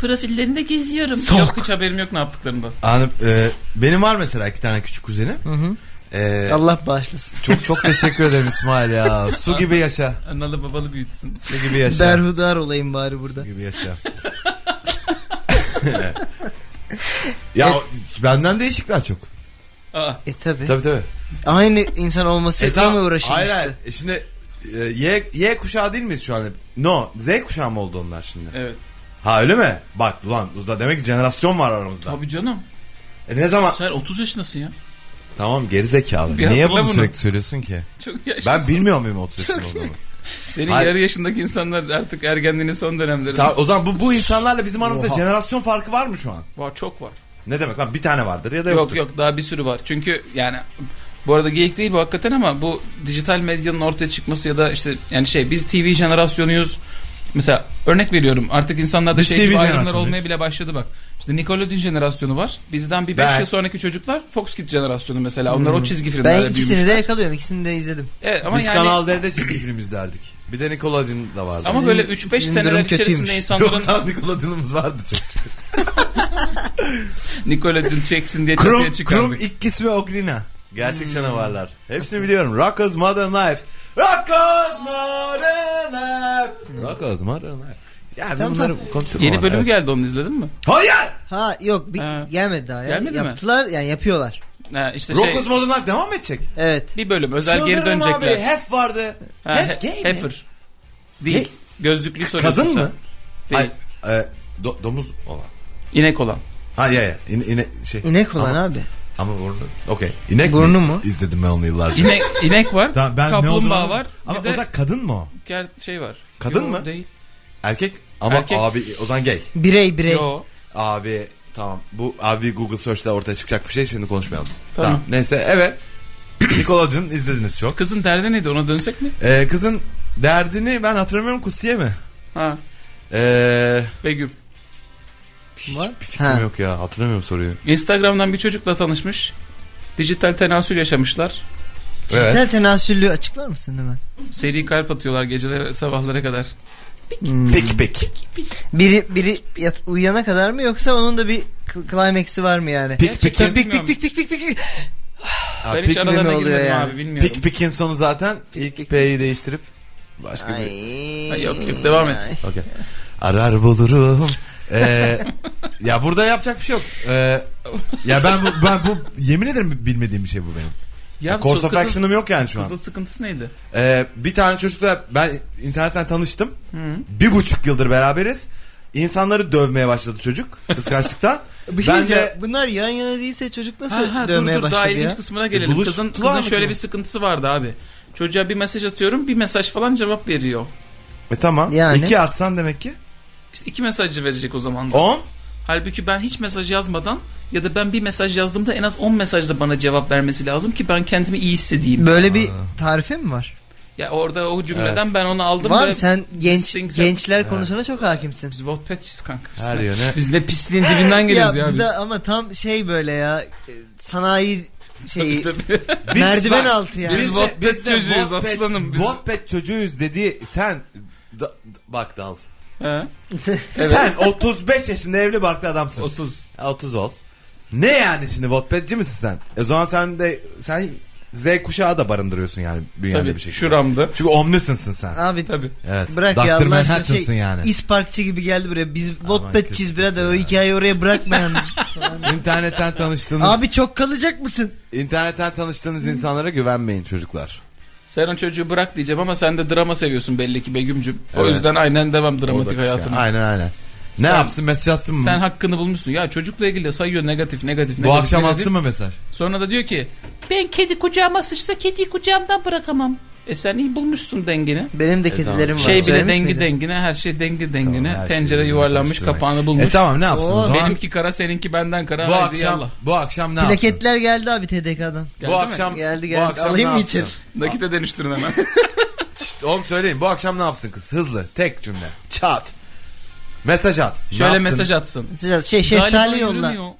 Profillerinde geziyorum. Yok hiç haberim yok ne yaptıklarında. Anı, e, benim var mesela iki tane küçük kuzenim. E, Allah bağışlasın. çok çok teşekkür ederim İsmail ya. Su gibi yaşa. Analı babalı büyütsün. Su gibi yaşa. Berhudar olayım bari burada. gibi yaşa. ya o- benden değişikler çok. Aa. E tabi. Tabii tabii. Aynı insan olması ile mi uğraşayım hayır işte? hayır. E, şimdi e, Y, Y kuşağı değil miyiz şu an? No. Z kuşağı mı oldu onlar şimdi? Evet. Ha öyle mi? Bak ulan da demek ki jenerasyon var aramızda. Tabii canım. E, ne zaman? Sen 30 yaşındasın ya. Tamam gerizekalı. Bir Niye hatırla bunu, bunu. sürekli söylüyorsun ki? Çok yaşlı. Ben bilmiyor muyum 30 yaşında olduğumu? Senin Hayır. yarı yaşındaki insanlar artık ergenliğinin son dönemleri. tamam, o zaman bu, bu insanlarla bizim aramızda jenerasyon farkı var mı şu an? Var çok var. Ne demek lan bir tane vardır ya da Yok yoktur. yok daha bir sürü var. Çünkü yani bu arada geyik değil bu hakikaten ama bu dijital medyanın ortaya çıkması ya da işte yani şey biz TV jenerasyonuyuz. Mesela örnek veriyorum artık insanlarda Biz TV şey gibi ayrımlar jenerasyonuyuz. olmaya bile başladı bak. İşte Nickelodeon jenerasyonu var. Bizden bir 5 Ben- yıl sonraki çocuklar Fox Kids jenerasyonu mesela. Onlar o çizgi filmlerde Ben büyümüş. ikisini de yakalıyorum. İkisini de izledim. Evet, ama Biz yani Kanal D'de çizgi film izlerdik. Bir de Nickelodeon da vardı. ama Sizin- böyle 3-5 sizin seneler durum içerisinde kötüymüş. insanların Yok lan Nickelodeon'umuz vardı çok. Nickelodeon çeksin diye Krum, çatıya çıkardık. Hmm. Krum ilk ismi Oglina. Gerçek canavarlar. Hepsini biliyorum. Rocko's Modern Life. Rocko's Modern Life. Rocko's Modern Life. Yani Tamam, bunları konuşalım. Hmm. Yeni ama, bölümü evet. geldi onu izledin mi? Hayır! Ha yok bir Ha. gelmedi daha ya. Gelmedi mi? Yaptılar yani yapıyorlar. Ha, işte şey, Rocko's Modern Life devam edecek. Evet. bir bölüm özel geri Çıldırırım dönecekler. abi. Hef vardı. Ha, hef he- gay mi? heifer. Değil. Gözlüklü soruyorsun Kadın sen. mı? Değil. Ay, e, do- domuz olan. İnek olan. Ha ya ya. İne, ine, şey. İnek olan ama, abi. Ama burnu. Okey. İnek Burnu mi? mu? İzledim ben onu yıllarca. İnek, inek var. Tamam, ben ne olduğunu kaplumbağa anladım. var. Ama bir de o zaman kadın mı o? ker- şey var. Kadın Yo, mı? Değil. Erkek ama Erkek. abi o zaman gay. Birey birey. Yo. Abi tamam bu abi Google search'te ortaya çıkacak bir şey şimdi konuşmayalım. Tamam. Tamam. neyse evet. Nickelodeon izlediniz çok. Kızın derdi neydi ona dönsek mi? Ee, kızın derdini ben hatırlamıyorum Kutsiye mi? Ha. Ee, Begüm. Var. bilmiyorum Ha. yok ya hatırlamıyorum soruyu. Instagram'dan bir çocukla tanışmış. Dijital tenasül yaşamışlar. Evet. Sen tenasüllü açıklar mısın hemen? Seri kalp atıyorlar gecelere sabahlara kadar. Peki peki. Biri biri yat, uyuyana kadar mı yoksa onun da bir cl- climax'i var mı yani? Pik Gerçekten pikin. Pik pik bilmiyorum. pik pik pik pik. Ha, Ben hiç Pik, aralarına ne oluyor girmedim yani? abi bilmiyorum. pik pikin sonu zaten ilk P'yi değiştirip başka bir Ay. Ay, yok yok devam et. Okey. Arar bulurum. Ee, ya burada yapacak bir şey yok. Ee, ya ben bu, ben bu yemin ederim bilmediğim bir şey bu benim. Ya Course of kızın- action'ım yok yani şu an. Kızın sıkıntısı neydi? Ee, bir tane çocukla ben internetten tanıştım. Bir buçuk yıldır beraberiz. İnsanları dövmeye başladı çocuk kıskançlıktan. Bir şey ben de diyeceğim, bunlar yan yana değilse çocuk nasıl Ha, ha, dur dönmeye dur daha başladı ilginç ya? kısmına gelelim. buluş- kızın tutular kızın mı şöyle acaba? bir sıkıntısı vardı abi. Çocuğa bir mesaj atıyorum bir mesaj falan cevap veriyor. e, tamam Yani. iki atsan demek ki. İşte iki mesajı verecek o zaman. da. On. Halbuki ben hiç mesaj yazmadan ya da ben bir mesaj yazdığımda en az 10 mesajda bana cevap vermesi lazım ki ben kendimi iyi hissedeyim. Böyle bir tarife mi var? Ya orada o cümleden ben onu aldım Var ve mı? Sen genç Things yap- gençler konusuna çok hakimsin. biz Wattpad'çiz kanka. Biz, Her yöne. biz de pisliğin dibinden geliyoruz ya, bir biz. de ama tam şey böyle ya e, sanayi şeyi Biz- merdiven bak, altı yani. biz- Wattpad çocuğuyuz Wattpad- aslanım biz. Wattpad çocuğuyuz dedi sen da- da- bak dal. Ha? Sen 35 yaşında evli barklı adamsın. 30. 30 ol. Ne yani şimdi Wattpad'ci misin sen? E o zaman sen de sen Z kuşağı da barındırıyorsun yani bünyende Tabii bir şekilde. şuramda. Çünkü omnisensin sen. Abi Tabii. Evet. Dr. bırak ya Allah aşkına Manhattan'sın şey, yani. isparkçı gibi geldi buraya. Biz kötü botpetçiz birader o hikayeyi oraya bırakma yalnız. İnternetten tanıştığınız Abi çok kalacak mısın? internetten tanıştığınız insanlara güvenmeyin çocuklar. Sen o çocuğu bırak diyeceğim ama sen de drama seviyorsun belli ki Begüm'cüm. O Evet. yüzden aynen devam O da dramatik kıskan- hayatına. Aynen aynen. Ne Sen- yapsın mesaj atsın mı? Sen hakkını bulmuşsun. Ya çocukla ilgili de sayıyor negatif negatif Bu negatif. akşam negatif. atsın mı mesaj? Sonra da diyor ki Ben kedi kucağıma sıçsa kediyi kucağımdan bırakamam. e sen iyi bulmuşsun dengini. Benim de kedilerim var. Şey bile E, Söylemiş dengi miydim? dengine her şey dengi dengine. her şey Tencere birbirine yuvarlanmış karıştırmak. kapağını bulmuş. E tamam ne yapsın o Oo, zaman? Benimki kara seninki benden kara. Bu Haydi akşam yallah. bu akşam ne yapsın? Plaketler geldi abi TDK'dan. Geldi mi? bu akşam Geldi bu geldi. akşam Alayım ne mı yapsın? içeri? Nakite dönüştürün hemen. Şşt, oğlum söyleyin bu akşam ne yapsın kız? Hızlı tek cümle. Çat. Mesaj at. Ne Şöyle yaptın? mesaj atsın. Sıcak- Şey Galiba şeftali yolla. yürümüyor.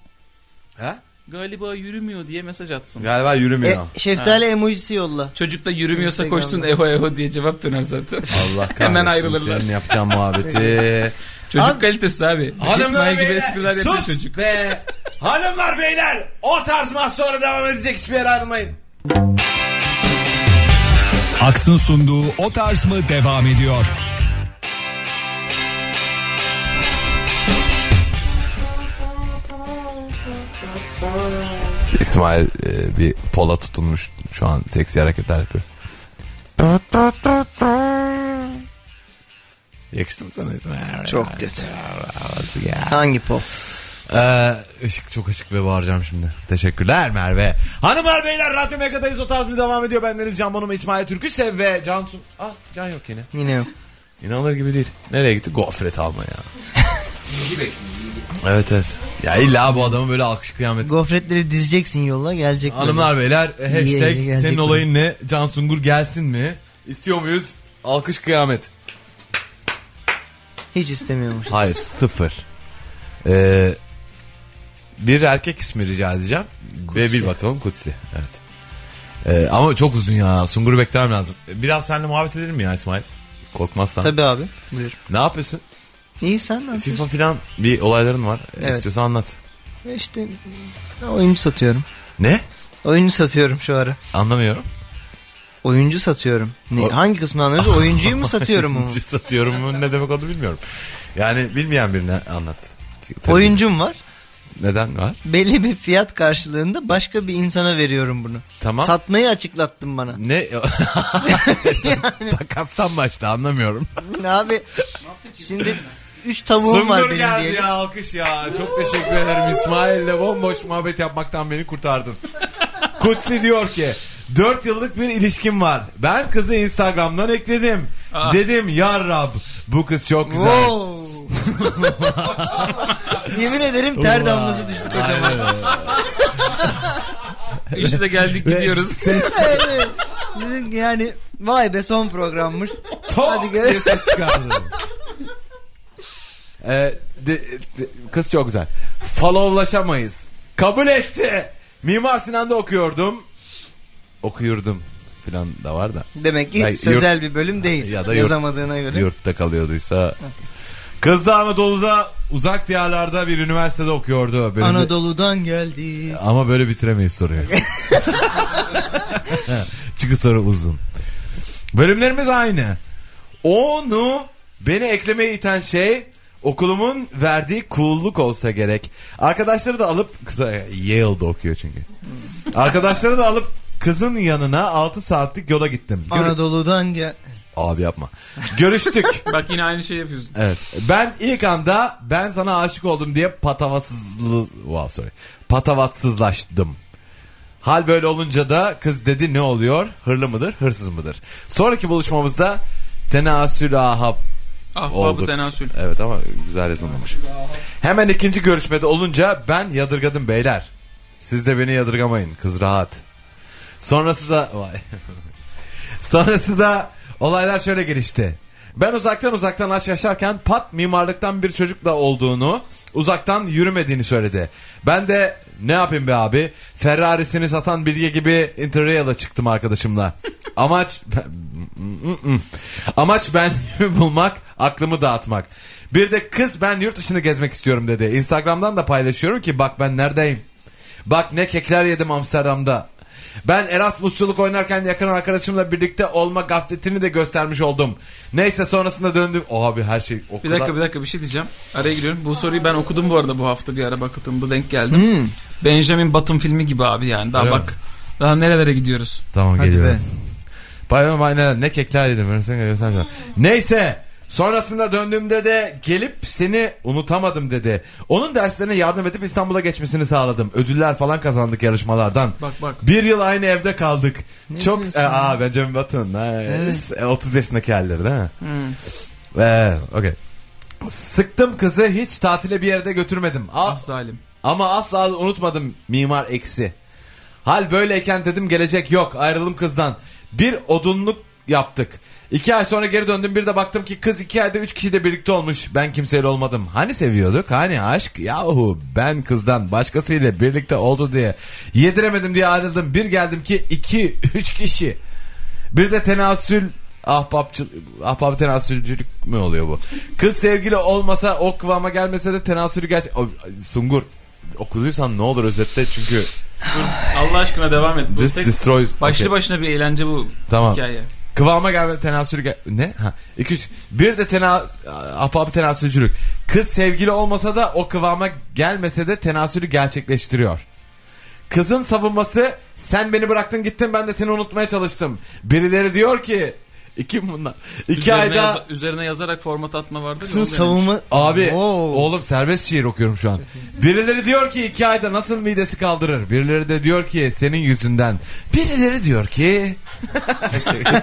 Ha? Galiba yürümüyor diye mesaj atsın. Galiba E, yürümüyor. şeftali emojisi yolla. Çocuk da yürümüyorsa Instagram'da. koşsun eho eho diye cevap döner zaten. Allah kahretsin Hemen ayrılırlar. senin yapacağın muhabbeti. Çocuk Abi- kalitesi abi. İsmail gibi espriler yapıyor sus çocuk. be. Hanımlar beyler o tarz az sonra devam edecek hiçbir yere ayrılmayın. Aks'ın sunduğu O Tarz mı devam ediyor. İsmail e, bir pola tutunmuş şu an seksi hareketler yapıyor. Yakıştı mı sana İsmail? Çok kötü. Hangi pol? Ee, ışık çok ışık ve bağıracağım şimdi. Teşekkürler Merve. Hanımlar beyler Radyo Mega'dayız. O tarz mı devam ediyor? Bendeniz Can Bonomo, İsmail Türküsev ve Cansun. Ah Can yok yine. Yine yok. İnanılır gibi değil. Nereye gitti? Gofret almaya. evet evet. Ya illa bu adamı böyle alkış kıyamet. Gofretleri dizeceksin yolla gelecek. Hanımlar beyler e, hashtag gelecek senin mi? olayın ne? Can Sungur gelsin mi? İstiyor muyuz? Alkış kıyamet. Hiç istemiyormuş. Hayır sıfır. Ee, bir erkek ismi rica edeceğim. Ve bir bakalım Kutsi. Evet. Ee, ama çok uzun ya. Sungur'u beklemem lazım. Biraz seninle muhabbet edelim mi ya İsmail? Korkmazsan. Tabii abi. Buyur. Ne yapıyorsun? İyi sen ne FIFA FIFA. filan bir olayların var. Evet. İstiyorsan anlat. İşte oyuncu satıyorum. Ne? Oyuncu satıyorum şu ara. Anlamıyorum. Oyuncu satıyorum. Ne, O- hangi kısmı anlıyoruz? Oyuncuyu mu satıyorum onu? Oyuncu satıyorum mu ne demek olduğunu bilmiyorum. Yani bilmeyen birine anlat. Tabii. Oyuncum var. Neden var? Belli bir fiyat karşılığında başka bir insana veriyorum bunu. Tamam. Satmayı açıklattın bana. ne? Takastan başta anlamıyorum. abi şimdi 3 tavuğum var Sungur benim geldi diyelim. ya alkış ya. Çok teşekkür ederim İsmail'le bomboş muhabbet yapmaktan beni kurtardın. Kutsi diyor ki 4 yıllık bir ilişkim var. Ben kızı Instagram'dan ekledim. Dedim ya Rab bu kız çok güzel. Ah. Wow. Yemin ederim ter damlası düştü kocaman. İşte geldik Ve gidiyoruz. Ses Evet. Dedim ki yani vay be son programmış. tok Hadi gel. diye ses çıkardı. Ee, de- de- kız çok güzel. Followlaşamayız. Kabul etti. Mimar Sinan'da okuyordum. Okuyordum filan da var da. Demek ki Ya, sözel bir bölüm değil. Ya da yurt- Yazamadığına göre. Yurtta kalıyorduysa. Kız da Anadolu'da uzak diyarlarda bir üniversitede okuyordu. Benim de- Anadolu'dan geldi. Ama böyle bitiremeyiz soruyu. Çünkü soru uzun. Bölümlerimiz aynı. Onu beni eklemeye iten şey okulumun verdiği coolluk olsa gerek. Arkadaşları da alıp kısa Yale'da okuyor çünkü. Arkadaşları da alıp kızın yanına 6 saatlik yola gittim. Görü- Anadolu'dan gel. Abi yapma. Görüştük. Bak yine aynı şey yapıyorsun. Evet. Ben ilk anda ben sana aşık oldum diye patavatsızlı wow sorry. Patavatsızlaştım. Hal böyle olunca da kız dedi ne oluyor? Hırlı mıdır, hırsız mıdır? Sonraki buluşmamızda tenasül ahab Ahbabı olduk. tenasül. Evet ama güzel yazılmamış. Hemen ikinci görüşmede olunca ben yadırgadım beyler. Siz de beni yadırgamayın. Kız rahat. Sonrası da vay. Sonrası da olaylar şöyle gelişti. Ben uzaktan uzaktan aşk yaşarken pat mimarlıktan bir çocukla olduğunu uzaktan yürümediğini söyledi. Ben de ne yapayım be abi Ferrarisini satan bilge gibi Interrail'a çıktım arkadaşımla. Amaç Mm-mm. Amaç ben bulmak, aklımı dağıtmak. Bir de kız ben yurt dışını gezmek istiyorum dedi. Instagram'dan da paylaşıyorum ki bak ben neredeyim. Bak ne kekler yedim Amsterdam'da. Ben Erasmusçuluk oynarken yakın arkadaşımla birlikte olma gafletini de göstermiş oldum. Neyse sonrasında döndüm. O abi her şey o Bir kadar- dakika bir dakika bir şey diyeceğim. Araya giriyorum. Bu soruyu ben okudum bu arada bu hafta bir ara bakıtımda denk geldim. Hmm. Benjamin Button filmi gibi abi yani. Daha Öyle mi? bak. Daha nerelere gidiyoruz? Tamam Hadi geliyorum. be. Bayram aynen ne kekler yedim. Ben sana geliyorum, sen gel. Neyse sonrasında döndüğümde de gelip seni unutamadım dedi. Onun derslerine yardım edip İstanbul'a geçmesini sağladım. Ödüller falan kazandık yarışmalardan. Bak, bak. Bir yıl aynı evde kaldık. Çok... E, aa Benjamin Button. Ha, Evet. Hmm. e, 30 yaşındaki halleri değil mi? Ee, okey. Sıktım kızı hiç tatile bir yerde götürmedim. Al- Ah zalim. ama asla unutmadım mimar eksi. Hal böyleyken dedim gelecek yok ayrıldım kızdan. Bir odunluk yaptık. İki ay sonra geri döndüm bir de baktım ki kız iki ayda üç kişiyle birlikte olmuş. Ben kimseyle olmadım. Hani seviyorduk hani aşk yahu ben kızdan başkasıyla birlikte oldu diye yediremedim diye ayrıldım. Bir geldim ki iki üç kişi. Bir de tenasül ahbapçı ahbap tenasülcülük mü oluyor bu? Kız sevgili olmasa o kıvama gelmese de tenasülü geç O- Sungur okuduysan ne olur özetle çünkü Allah aşkına devam et. Bu this tek- destroys başlı Okey. başına bir eğlence bu Tamam. hikaye. Kıvama gelme tenasül gel- ne? Ha. İki, üç. Bir de tena ahbap tenasülcülük. Kız sevgili olmasa da o kıvama gelmese de tenasülü gerçekleştiriyor. Kızın savunması sen beni bıraktın gittin ben de seni unutmaya çalıştım. Birileri diyor ki iki bunlar. İki Üzerine, ayda yaza- üzerine yazarak format atma vardır. ya, Kızın o benim. savunma... Abi Oo. oğlum serbest şiir okuyorum şu an. Birileri diyor ki iki ayda nasıl midesi kaldırır. Birileri de diyor ki senin yüzünden. Birileri diyor ki...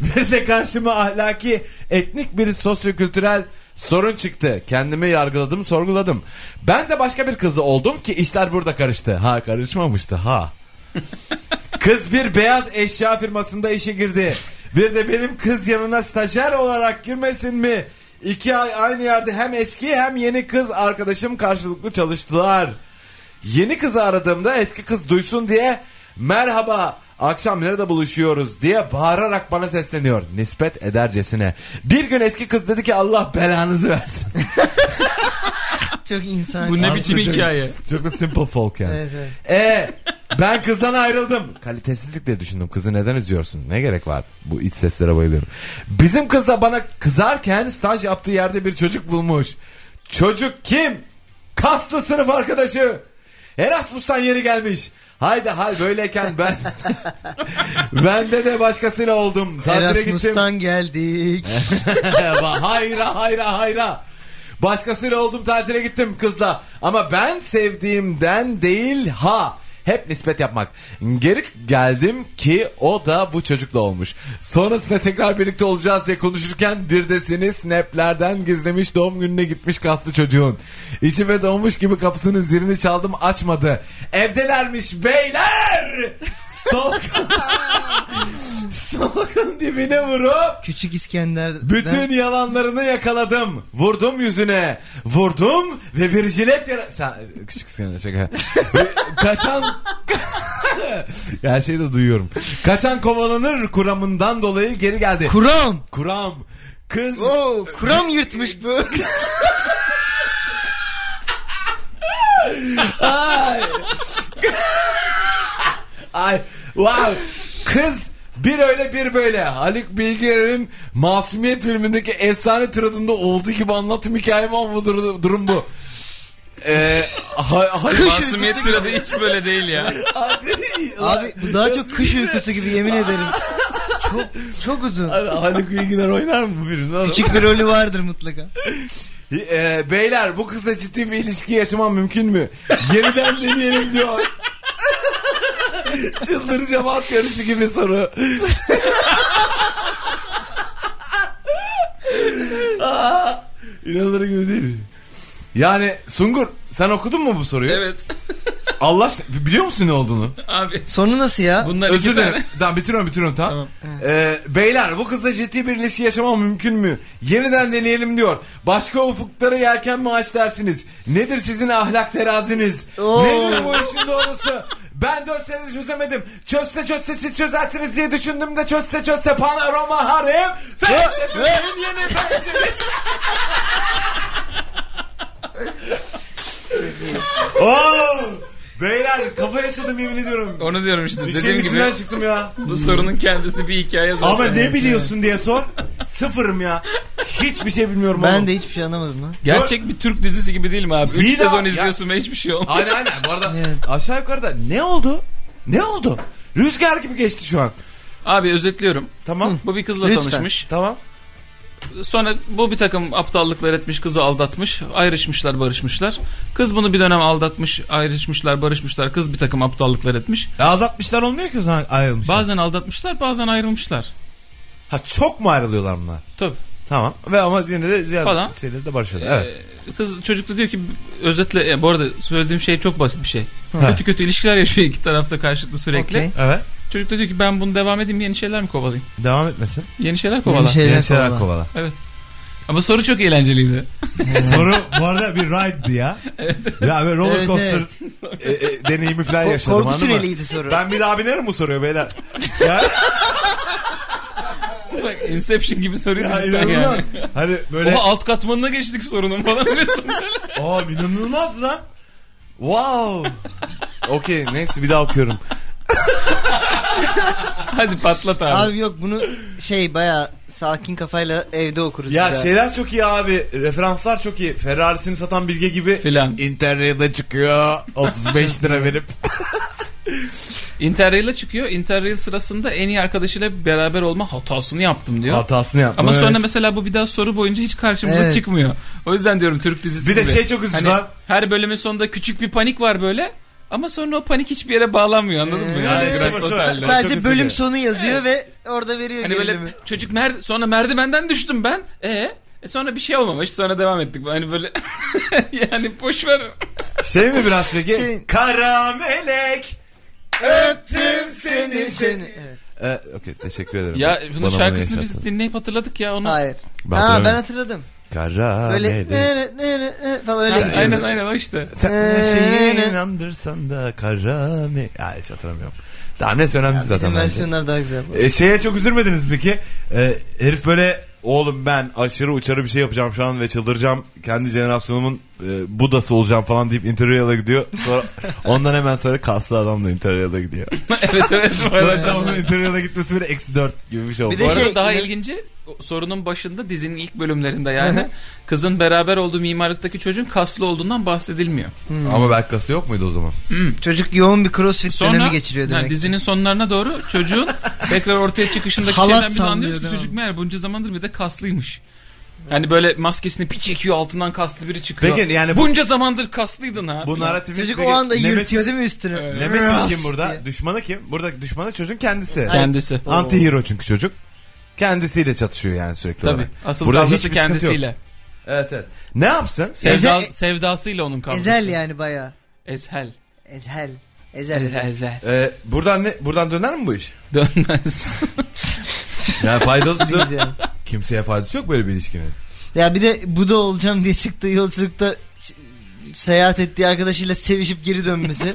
bir de karşıma ahlaki etnik bir sosyokültürel sorun çıktı. Kendimi yargıladım sorguladım. Ben de başka bir kızla oldum ki işler burada karıştı. Ha karışmamıştı ha. Kız bir beyaz eşya firmasında işe girdi. Bir de benim kız yanına stajyer olarak girmesin mi? İki ay aynı yerde hem eski hem yeni kız arkadaşım karşılıklı çalıştılar. Yeni kızı aradığımda eski kız duysun diye merhaba akşam nerede buluşuyoruz diye bağırarak bana sesleniyor nispet edercesine. Bir gün eski kız dedi ki Allah belanızı versin. Çok insan. Bu ne biçim Aslında- hikaye? Çok da simple folk yani. Evet, evet. E ben kızdan ayrıldım. Kalitesizlik diye düşündüm. Kızı neden üzüyorsun? Ne gerek var? Bu iç seslere bayılıyorum. Bizim kız da bana kızarken staj yaptığı yerde bir çocuk bulmuş. Çocuk kim? Kaslı sınıf arkadaşı. Erasmus'tan yeri gelmiş. Haydi hal böyleyken ben bende de başkasıyla oldum. Tatile gittim. Erasmus'tan geldik. hayra hayra hayra. Başkasıyla oldum tatile gittim kızla. Ama ben sevdiğimden değil ha. Hep nispet yapmak. Geri geldim ki o da bu çocukla olmuş. Sonrasında tekrar birlikte olacağız diye konuşurken bir de seni snaplerden gizlemiş doğum gününe gitmiş kaslı çocuğun. İçime doğmuş gibi kapısının zilini çaldım açmadı. Evdelermiş beyler. Stalker. Stalker'ın dibine vurup Küçük İskender. bütün yalanlarını yakaladım. Vurdum yüzüne. Vurdum ve bir jilet yara... Sen, küçük sen şaka. Ve Kaçan... Her şeyi de duyuyorum. Kaçan kovalanır kuramından dolayı geri geldi. Kuram. Kuram. Kız... Oo, kuram yırtmış bu. Ay. Ay. Wow. Kız bir öyle bir böyle. Haluk Bilginer'in Masumiyet filmindeki efsane tiradında olduğu gibi anlatım hikayem ama bu dur- durum bu. Ee, ha, hayır, Masumiyet sırada hiç böyle değil ya. Abi bu daha çok kış uykusu gibi yemin ederim. Çok çok uzun. Haluk Bilginer oynar mı bu filmde? Küçük bir rolü vardır mutlaka. Ee, beyler bu kızla ciddi bir ilişki yaşamam mümkün mü? Yeniden deneyelim diyor. Çıldıracağım at yarışı gibi soru. Aa, İnanılır gibi değil. Yani Sungur sen okudun mu bu soruyu? Evet Allah aşkına biliyor musun ne olduğunu? abi. Sonu nasıl ya? Bunlar iki Özür dilerim. tane- Tamam bitiriyorum bitiriyorum tamam. Tamam. Ee, beyler bu kızla ciddi bir ilişki yaşamam mümkün mü? Yeniden deneyelim diyor. Başka ufuklara yelken mi aç dersiniz? Nedir sizin ahlak teraziniz? Oo. Nedir bu işin doğrusu? Ben 4 senedir çözemedim. Çözse çözse siz çözersiniz diye düşündüm de çözse çözse panorama harem. Felsefenin yeni penceresi. Oo, beyler kafa yaşadım yemin ediyorum. Onu diyorum işte Bir şeyin dediğim gibi içinden çıktım ya. bu sorunun kendisi bir hikaye zaten. Ama ne biliyorsun diye sor. Sıfırım ya. Hiçbir şey bilmiyorum oğlum. Ben de hiçbir şey anlamadım lan. Gerçek bir Türk dizisi gibi değil mi abi? 3 Değil sezon abi ya. izliyorsun ve hiçbir şey olmuyor. Aynen aynen. Bu arada Evet. aşağı yukarıda ne oldu? Ne oldu? Rüzgar gibi geçti şu an. Abi özetliyorum. Tamam. Bu bir kızla Lütfen. tanışmış. Tamam. Sonra bu bir takım aptallıklar etmiş kızı aldatmış. Ayrışmışlar barışmışlar. Kız bunu bir dönem aldatmış. Ayrışmışlar barışmışlar. Kız bir takım aptallıklar etmiş. E, aldatmışlar olmuyor ki o zaman ayrılmışlar. Bazen aldatmışlar bazen ayrılmışlar. ha çok mu ayrılıyorlar bunlar? Tabii. Tamam. Ve ama yine de Falan. Ee, ziyaret de barışıyorlar. Evet. Kız çocukla diyor ki özetle e, bu arada söylediğim şey çok basit bir şey. Kötü kötü ilişkiler yaşıyor iki tarafta karşılıklı sürekli. Okey. Evet. Çocuk da diyor ki ben bunu devam edeyim yeni şeyler mi kovalayayım? Devam etmesin. Yeni şeyler kovala. Yeni şeyler Yeni şey- şeyler kovala. kovala. Ama soru çok eğlenceliydi. Soru bu arada bir ride'di ya. Ya böyle roller Evet, coaster e, e, deneyimi falan yaşadım Korku anladın mı? tüneliydi soru. Ben bir daha binerim bu soruyu beyler. Ya, Bak Inception gibi soruydu ya cidden yani. inanılmaz. Hani böyle Oha alt katmanına geçtik sorunun falan diyorsun. Aa inanılmaz lan. Wow. Okey neyse bir daha okuyorum. Hadi patlat abi. Abi yok bunu şey baya sakin kafayla evde okuruz. Ya şey- bir daha. şeyler çok iyi abi. Referanslar çok iyi. Ferrari'sini satan bilge gibi. Filan. İnterrail'de çıkıyor. 35 lira verip. Interrail'e çıkıyor. Interrail sırasında en iyi arkadaşıyla beraber olma hatasını yaptım diyor. Hatasını yaptı. Ama Evet. sonra mesela bu bir daha soru boyunca hiç karşımıza Evet. çıkmıyor. O yüzden diyorum Türk dizisi Bir de gibi. şey çok üzücü lan. Hani Her bölümün sonunda küçük bir panik var böyle. Ama sonra o panik hiçbir yere bağlanmıyor anladın mı? Ee, Yani Yani sıfır Grand sıfır. Hotel. Çok Sadece kötü bölüm ya. sonu yazıyor ve orada veriyor Hani böyle gerilimi. çocuk mer sonra merdivenden düştüm ben. E, e sonra bir şey olmamış. Sonra devam ettik. Hani böyle yani boş ver. Şey mi biraz peki? Şey- Kara melek. Öptüm seni seni. Evet. Ee, Okey teşekkür ederim. Ya bunun Bana bunu şarkısını biz yaşattın. dinleyip hatırladık ya onu. Hayır. Ben ha ben hatırlamıyorum. hatırladım. Kara Böyle "Ee, melek. nere nere nere falan öyle gidiyor. Aynen aynen o işte. Sen Ee, her ne? şeye inandırsan da kara mi? Ya hiç hatırlamıyorum. Tamam neyse önemli Bizim zaten bence. versiyonlar daha güzel. bu. E, şeye çok üzülmediniz mi peki? E, herif böyle oğlum ben aşırı uçarı bir şey yapacağım şu an ve çıldıracağım. Kendi jenerasyonumun e, budası olacağım falan deyip Interrail'a gidiyor. Sonra ondan hemen sonra kaslı adam da Interrail'a gidiyor. evet evet. bu arada. Böyle onun Interrail'a gitmesi böyle eksi dört gibi bir şey oldu. Bir de Bu arada şey- daha ileri- ilginci o sorunun başında dizinin ilk bölümlerinde yani kızın beraber olduğu mimarlıktaki çocuğun kaslı olduğundan bahsedilmiyor. Ama belki kası yok muydu o zaman? Çocuk yoğun bir crossfit Sonra dönemi geçiriyor yani demek. dizinin sonlarına doğru çocuğun tekrar ortaya çıkışındaki Halat şeyden biz sallıyor, anlıyoruz ki değil mi? çocuk meğer bunca zamandır bir de kaslıymış. Yani böyle maskesini bir çekiyor altından kaslı biri çıkıyor. Peki yani bu- bunca zamandır kaslıydın ha. Bu narratifi... Çocuk peki o anda Nemesis- yırtıyor değil mi üstünü? Nemesis kim Ras diye. burada? Düşmanı kim? Burada düşmanı çocuğun kendisi. kendisi. Anti hero çünkü çocuk. Kendisiyle çatışıyor yani sürekli Tabii. olarak. Asıl Burada kavgası hiçbir sıkıntı yok. kendisiyle. Evet evet. Ne yapsın? Sevda, Eze- sevdasıyla onun kavgası. Ezel yani baya. Ezel. Ezel. Ezel. Ezel. Ezel. Ezel. Ee, buradan ne? Buradan döner mi bu iş? Dönmez. Yani faydalısı. yani. Kimseye faydası yok böyle bir ilişkinin. Ya bir de Buda olacağım diye çıktığı yolculukta ç- seyahat ettiği arkadaşıyla sevişip geri dönmesi.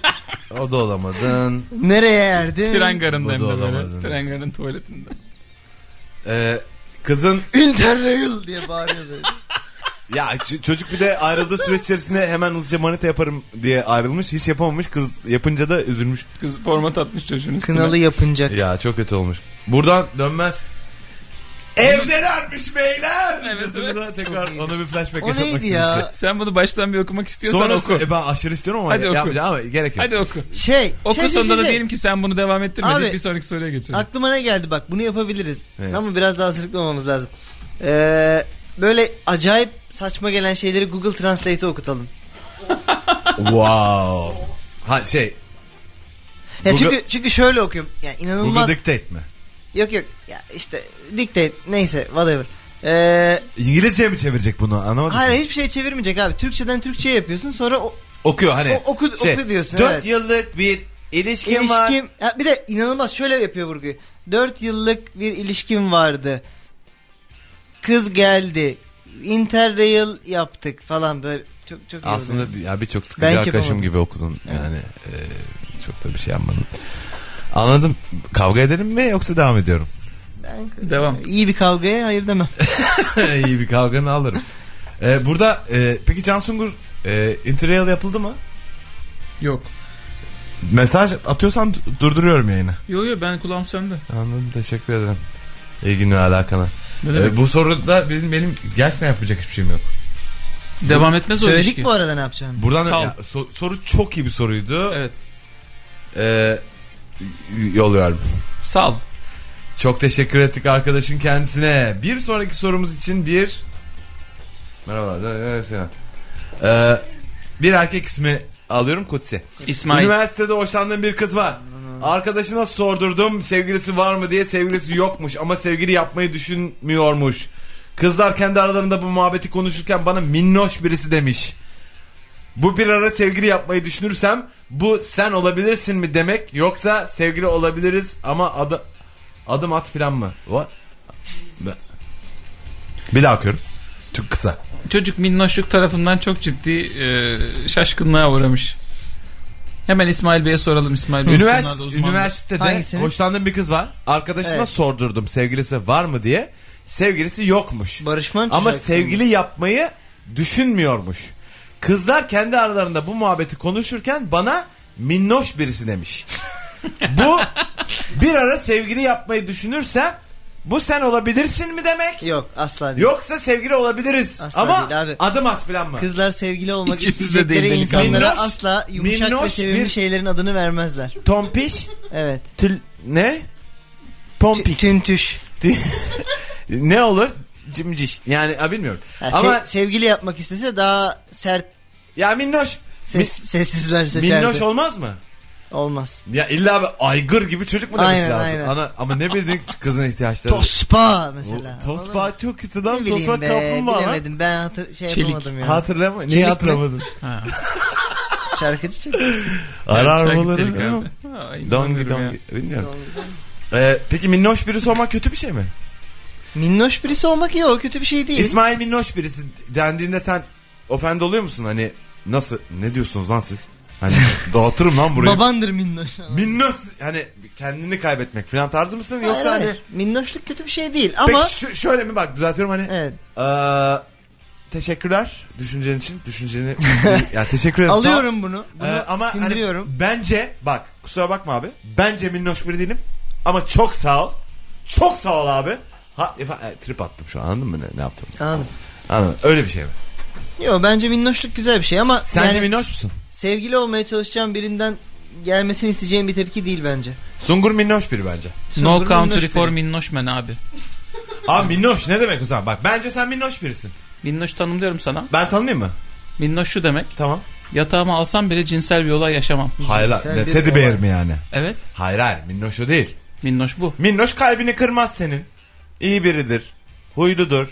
O da olamadın. Nereye erdi? Tren garında Bu hem da de böyle. olamadı. Tren garının tuvaletinde. Ee, kızın Interrail diye bağırıyordu. ya ç- çocuk bir de ayrıldığı süreç içerisinde hemen hızlıca manita yaparım diye ayrılmış. Hiç yapamamış. Kız yapınca da üzülmüş. Kız format atmış çocuğun üstüne. Kınalı yapınacak. Ya çok kötü olmuş. Buradan dönmez. Evdelermiş beyler. Evet, Kızını evet. da Çok tekrar iyi. ona bir flashback O yaşatmak neydi istedim. ya? Sen bunu baştan bir okumak istiyorsan Sonrası oku. e, ben aşırı istiyorum ama Hadi oku. yapmayacağım ama gerek yok. Hadi oku. Şey. Oku şey, şey, sonunda şey, da şey. diyelim ki sen bunu devam ettirmedin. Abi, bir sonraki soruya geçelim. Aklıma ne geldi bak bunu yapabiliriz. Evet. Ama biraz daha hazırlıklı olmamız lazım. Ee, böyle acayip saçma gelen şeyleri Google Translate'e okutalım. Wow. Ha şey Ya Google- çünkü çünkü şöyle okuyorum. Ya inanılmaz. Google Dictate mi? Yok yok. Ya işte dikte neyse whatever. Ee, İngilizceye mi çevirecek bunu anlamadım. hayır hiçbir şey çevirmeyecek abi. Türkçeden Türkçeye yapıyorsun sonra o, Okuyor hani. O- oku- oku diyorsun, 4 evet. yıllık bir ilişkim, var. ilişkim. Ya bir de inanılmaz şöyle yapıyor vurguyu. 4 yıllık bir ilişkim vardı. Kız geldi. Interrail yaptık falan böyle. Çok çok iyi oldu. Aslında bir- ya birçok Ben hiç sıkıcı arkadaşım yapamadım. gibi okudun yani. e, Çok da bir şey yapmadım. Anladım. Kavga edelim mi yoksa devam ediyorum? Devam. İyi bir kavgaya hayır demem. İyi bir kavganı alırım. Ee, burada e, peki Can Sungur e, interrail yapıldı mı? Yok. Mesaj atıyorsan du- durduruyorum yayını. Yo yo ben kulağım sende. Anladım teşekkür ederim. İlgin ve alakana. Ne demek? Ee, bu soruda benim, benim gerçekten yapacak hiçbir şeyim yok. Devam etmez o Söyledik ilişki. bu arada ne yapacağını. Buradan Sağ ol. ya, so- soru çok iyi bir soruydu. Evet. Ee, yolluyorum. Sağ ol. Çok teşekkür ettik arkadaşın kendisine. Bir sonraki sorumuz için bir... Merhaba. evet, evet. Ee, bir erkek ismi alıyorum Kutsi. İsmail. Üniversitede hoşlandığım bir kız var. Arkadaşına sordurdum sevgilisi var mı diye sevgilisi yokmuş ama sevgili yapmayı düşünmüyormuş. Kızlar kendi aralarında bu muhabbeti konuşurken bana minnoş birisi demiş. Bu bir ara sevgili yapmayı düşünürsem bu sen olabilirsin mi demek yoksa sevgili olabiliriz ama adı, adım at filan mı? What? Bir daha okuyorum. Çok kısa. Çocuk minnoşluk tarafından çok ciddi e, şaşkınlığa uğramış. Hemen İsmail Bey'e soralım İsmail Bey. bu konularda Ünivers- uzmandır. üniversitede Hangisini? hoşlandığım bir kız var. Arkadaşına Evet. sordurdum sevgilisi var mı diye. Sevgilisi yokmuş. Barış Manço Ama şarkısı sevgili yapmayı düşünmüyormuş. Kızlar kendi aralarında bu muhabbeti konuşurken bana minnoş birisi demiş. bu bir ara sevgili yapmayı düşünürse bu sen olabilirsin mi demek? Yok asla değil. Yoksa sevgili olabiliriz Asla ama değil abi. adım at filan mı? Kızlar sevgili olmak İkisi de isteyecekleri değil delikanlı. insanlara Minnoş- asla yumuşak ve minnoş sevimli bir- şeylerin adını vermezler. Tompiş, Evet. tül, ne? Tü- Pompik. Tüntüş. ne olur? Cimciş. Yani ha, bilmiyorum. Ha, şey- se- Ama sevgili yapmak istese daha sert ya minnoş. ses, sessizler Mi- seçerdi. minnoş olmaz mı? Olmaz. Ya illa bir aygır gibi çocuk mu demesi Aynen, lazım? aynen. Ana, ama ne bildiğin kızın ihtiyaçları. Tospa Bu- mesela. Anladın mı? Tospa çok kötü Ne lan. bileyim Tospa be, kaplumbağa lan. bilemedim. Ben hatır, şey Çelik. yapamadım ya. Hatırlama. Niye mi? hatırlamadın? Şarkıcı çelik. Arar Şarkı mıları? çelik abi. değil mi? Ay, Dongi inanmıyorum ya. dongi. Bilmiyorum. Ee, peki minnoş birisi olmak kötü bir şey mi? Minnoş birisi olmak iyi o kötü bir şey değil. İsmail minnoş birisi dendiğinde sen ofend oluyor musun? Hani nasıl? Ne diyorsunuz lan siz? Hani dağıtırım lan burayı. Babandır minnoş. Minnoş hani kendini kaybetmek falan tarzı mısın yoksa Hayır, hani hayır. minnoşluk kötü bir şey değil Peki ama şu- şöyle mi bak düzeltiyorum hani evet. eee, teşekkürler düşüncen için düşünceni ya teşekkür ederim sağ ol. Alıyorum bunu. Bunu Eee, ama hani sindiriyorum. bence bak kusura bakma abi bence minnoş biri değilim ama çok sağ ol çok sağ ol abi ha, efa- e, trip attım şu an anladın mı ne, ne yaptım Anladım. anladın mı? öyle bir şey mi Yo bence minnoşluk güzel bir şey ama sence yani minnoş musun sevgili olmaya çalışacağım birinden gelmesini isteyeceğim bir tepki değil bence. Sungur minnoş biri bence No Sungur country minnoş for biri. minnoş men abi. abi minnoş ne demek o zaman bak bence sen minnoş birisin Minnoş tanımlıyorum sana. ben tanıyayım mı Minnoş şu demek. tamam Yatağıma alsam bile cinsel bir olay yaşamam. hayır lan, Sen ne, bir teddy bear olay. mi yani Evet. hayır hayır minnoş o değil Minnoş bu. Minnoş kalbini kırmaz senin. İyi biridir. Huyludur.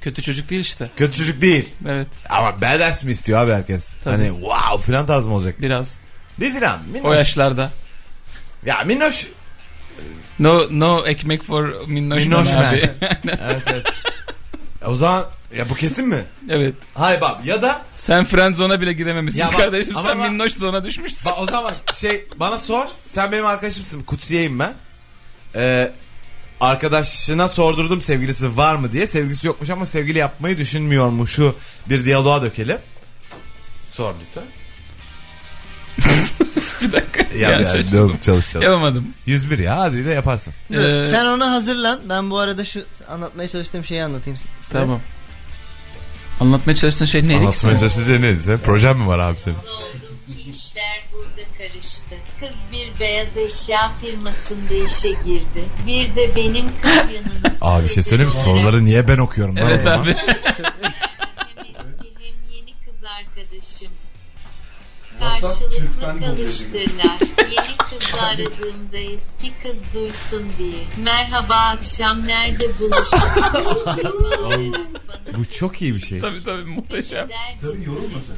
Kötü çocuk değil işte. Kötü çocuk değil. Evet. Ama badass mi istiyor abi herkes? Tabii. Hani wow filan tarz mı olacak? Biraz. Nedir abi Minnoş. O yaşlarda. Ya Minnoş. No no ekmek for minnoş, Minnoş men men. abi. evet, evet. Ya O zaman ya bu kesin mi? evet. Hayır bak ya da Sen friend zone'a bile girememişsin Ya bak- kardeşim. ama sen bak- minnoş zone'a düşmüşsün. bak o zaman şey bana sor. Sen benim arkadaşımsın. Kutsiyeyim ben. Ee, arkadaşına sordurdum sevgilisi var mı diye. Sevgilisi yokmuş ama sevgili yapmayı düşünmüyormuş. Şu bir diyaloğa dökelim. Sor lütfen. bir dakika. Ya, Yani ya, şaşırdım. yok, çalış çalış. Yapamadım. 101 ya hadi de yaparsın. Dur, Ee, Sen ona hazırlan. Ben bu arada şu anlatmaya çalıştığım şeyi anlatayım size. Tamam. Anlatmaya çalıştığın şey neydi ki? Anlatmaya çalışınca neydi sen? Projen mi var abi senin? oldu ki işler burada karıştı. Kız bir beyaz eşya firmasında işe girdi. Bir de benim kız yanına Abi bir şey söyleyeyim mi? Soruları niye ben okuyorum lan o Evet zaman? abi. Hem eski hem yeni kız arkadaşım. Karşılıklı kalıştırlar. Yeni kızı aradığımda eski kız duysun diye. Merhaba akşam nerede buluşuruz? Bu çok iyi bir şey. tabii tabii muhteşem. Tabii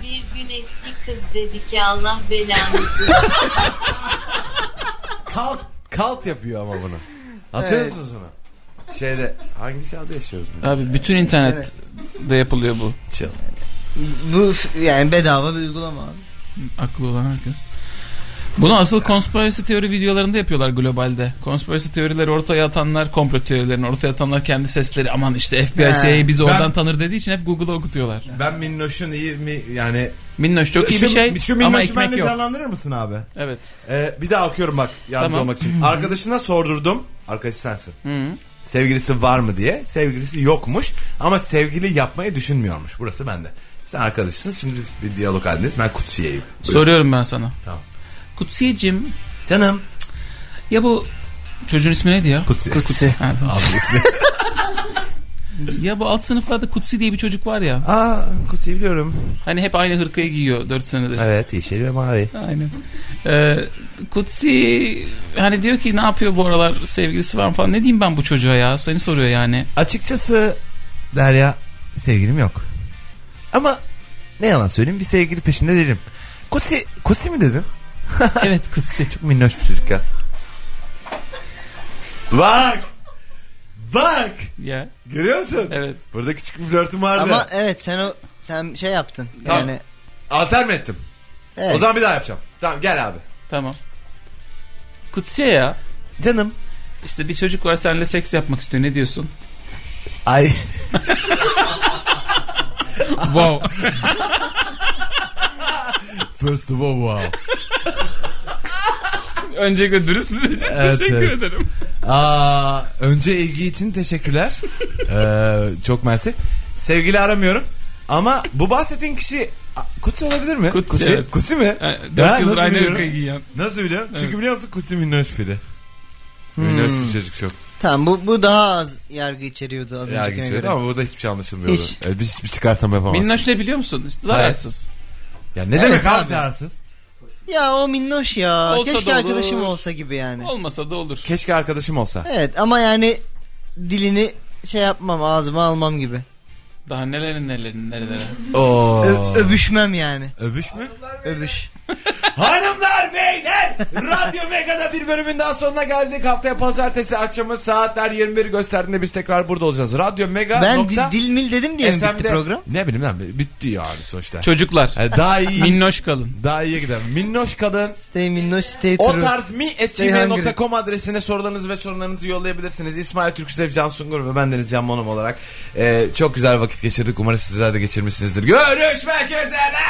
Bir gün eski kız dedi ki Allah belanı Kalt, kalt yapıyor ama bunu. Hatırlıyor musunuz onu? Şeyde hangi şahada yaşıyoruz? biz? Abi bütün internette yapılıyor bu. Çıl. Bu f- yani bedava bir uygulama abi. Aklı olan herkes. Bunu asıl konspirasi teori videolarında yapıyorlar globalde. Konspirasi teorileri ortaya atanlar, komplo teorilerini ortaya atanlar kendi sesleri aman işte FBI He. CIA bizi Ben- oradan tanır dediği için hep Google'a okutuyorlar. Ben Minnoş'un iyi mi yani... Minnoş çok iyi şu, bir şey Şu ama Minnoş'u ekmek benimle yok. canlandırır mısın abi? Evet. Ee, bir daha okuyorum bak yardımcı Tamam. olmak için. Arkadaşına sordurdum. Arkadaşı sensin. Sevgilisi var mı diye. Sevgilisi yokmuş ama sevgili yapmayı düşünmüyormuş. Burası bende. Sen arkadaşısın. Şimdi biz bir diyalog halindeyiz. Ben kutsiyeyim. Buyur. Soruyorum ben sana. Tamam. Kutsiyeciğim Canım. ya bu çocuğun ismi neydi ya? Kutsiye. Kutsi. Ha, tamam. Abisi. ya bu alt sınıflarda Kutsi diye bir çocuk var ya. Aa kutsiyi biliyorum. Hani hep aynı hırkayı giyiyor 4 senedir. Evet yeşil ve mavi. Aynen. Ee, Kutsi hani diyor ki ne yapıyor bu aralar sevgilisi var mı falan. Ne diyeyim ben bu çocuğa ya? Seni soruyor yani. Açıkçası Derya sevgilim yok. Ama ne yalan söyleyeyim bir sevgili peşinde değilim. Kutsi, Kutsi mi dedin? Evet Kutsi. Çok minnoş bir çocuk ya. Bak! Bak! ya Görüyor musun? evet. Burada küçük bir flörtüm vardı. Ama evet sen o sen şey yaptın. Tamam. Yani Alter mi ettim? evet. O zaman bir daha yapacağım. Tamam gel abi. Tamam. Kutsiye ya. Canım. işte bir çocuk var seninle seks yapmak istiyor. Ne diyorsun? Ay. wow. First of all wow. Öncelikle dürüst dedin. Evet, Teşekkür evet. ederim. Aa, önce ilgi için teşekkürler. Ee, çok mersi. Sevgili aramıyorum. Ama bu bahsettiğin kişi A- Kutsi olabilir mi? Kutsi, Kutsi, evet. Kutsi mi? Ha, Ha, Dört yıldır nasıl aynı biliyorum? hırkayı giyen. Nasıl biliyorum? Çünkü Evet. Hmm. biliyor musun Kutsi minnoş biri. Minnoş bir çocuk çok. Tamam bu bu daha az yargı içeriyordu az Yargı öncekine içeriyordu göre. ama burada hiçbir şey anlaşılmıyordu. Hiç. Evet, biz hiçbir çıkarsam yapamazsın. Minnoş ne biliyor musun? İşte zararsız. Ya ne demek Evet abi abi. zararsız? Ya o minnoş ya. Olsa Keşke da olur. arkadaşım olsa gibi yani. Olmasa da olur. Keşke arkadaşım olsa. Evet ama yani dilini şey yapmam ağzıma almam gibi. Daha nelerin nelerin nerelere. Oo. Ö- öbüşmem yani. Öbüş mü? Öbüş. Hanımlar beyler Radyo Mega'da bir bölümün daha sonuna geldik. Haftaya pazartesi akşamı saatler 21 gösterdiğinde biz tekrar burada olacağız. Radyo Mega Ben nokta dil, dil mil dedim diye mi bitti FM'de program? Ne bileyim lan bitti yani sonuçta. Çocuklar. Yani daha iyi Minnoş kalın. daha iyi gider. Minnoş kadın Stay minnoş stay o true. tarz mi Stay hungry. gmail.com adresine sorularınızı ve sorunlarınızı yollayabilirsiniz. İsmail Türksev, Can Sungur ve ben Deniz Can Monum olarak e, çok güzel vakit geçirdik. Umarım sizler de geçirmişsinizdir. Görüşmek üzere.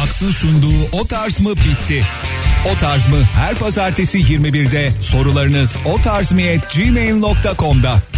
Aks'ın sunduğu O Tarz mı bitti. O Tarz mı her pazartesi 21'de sorularınız otarzmi@gmail.com'da.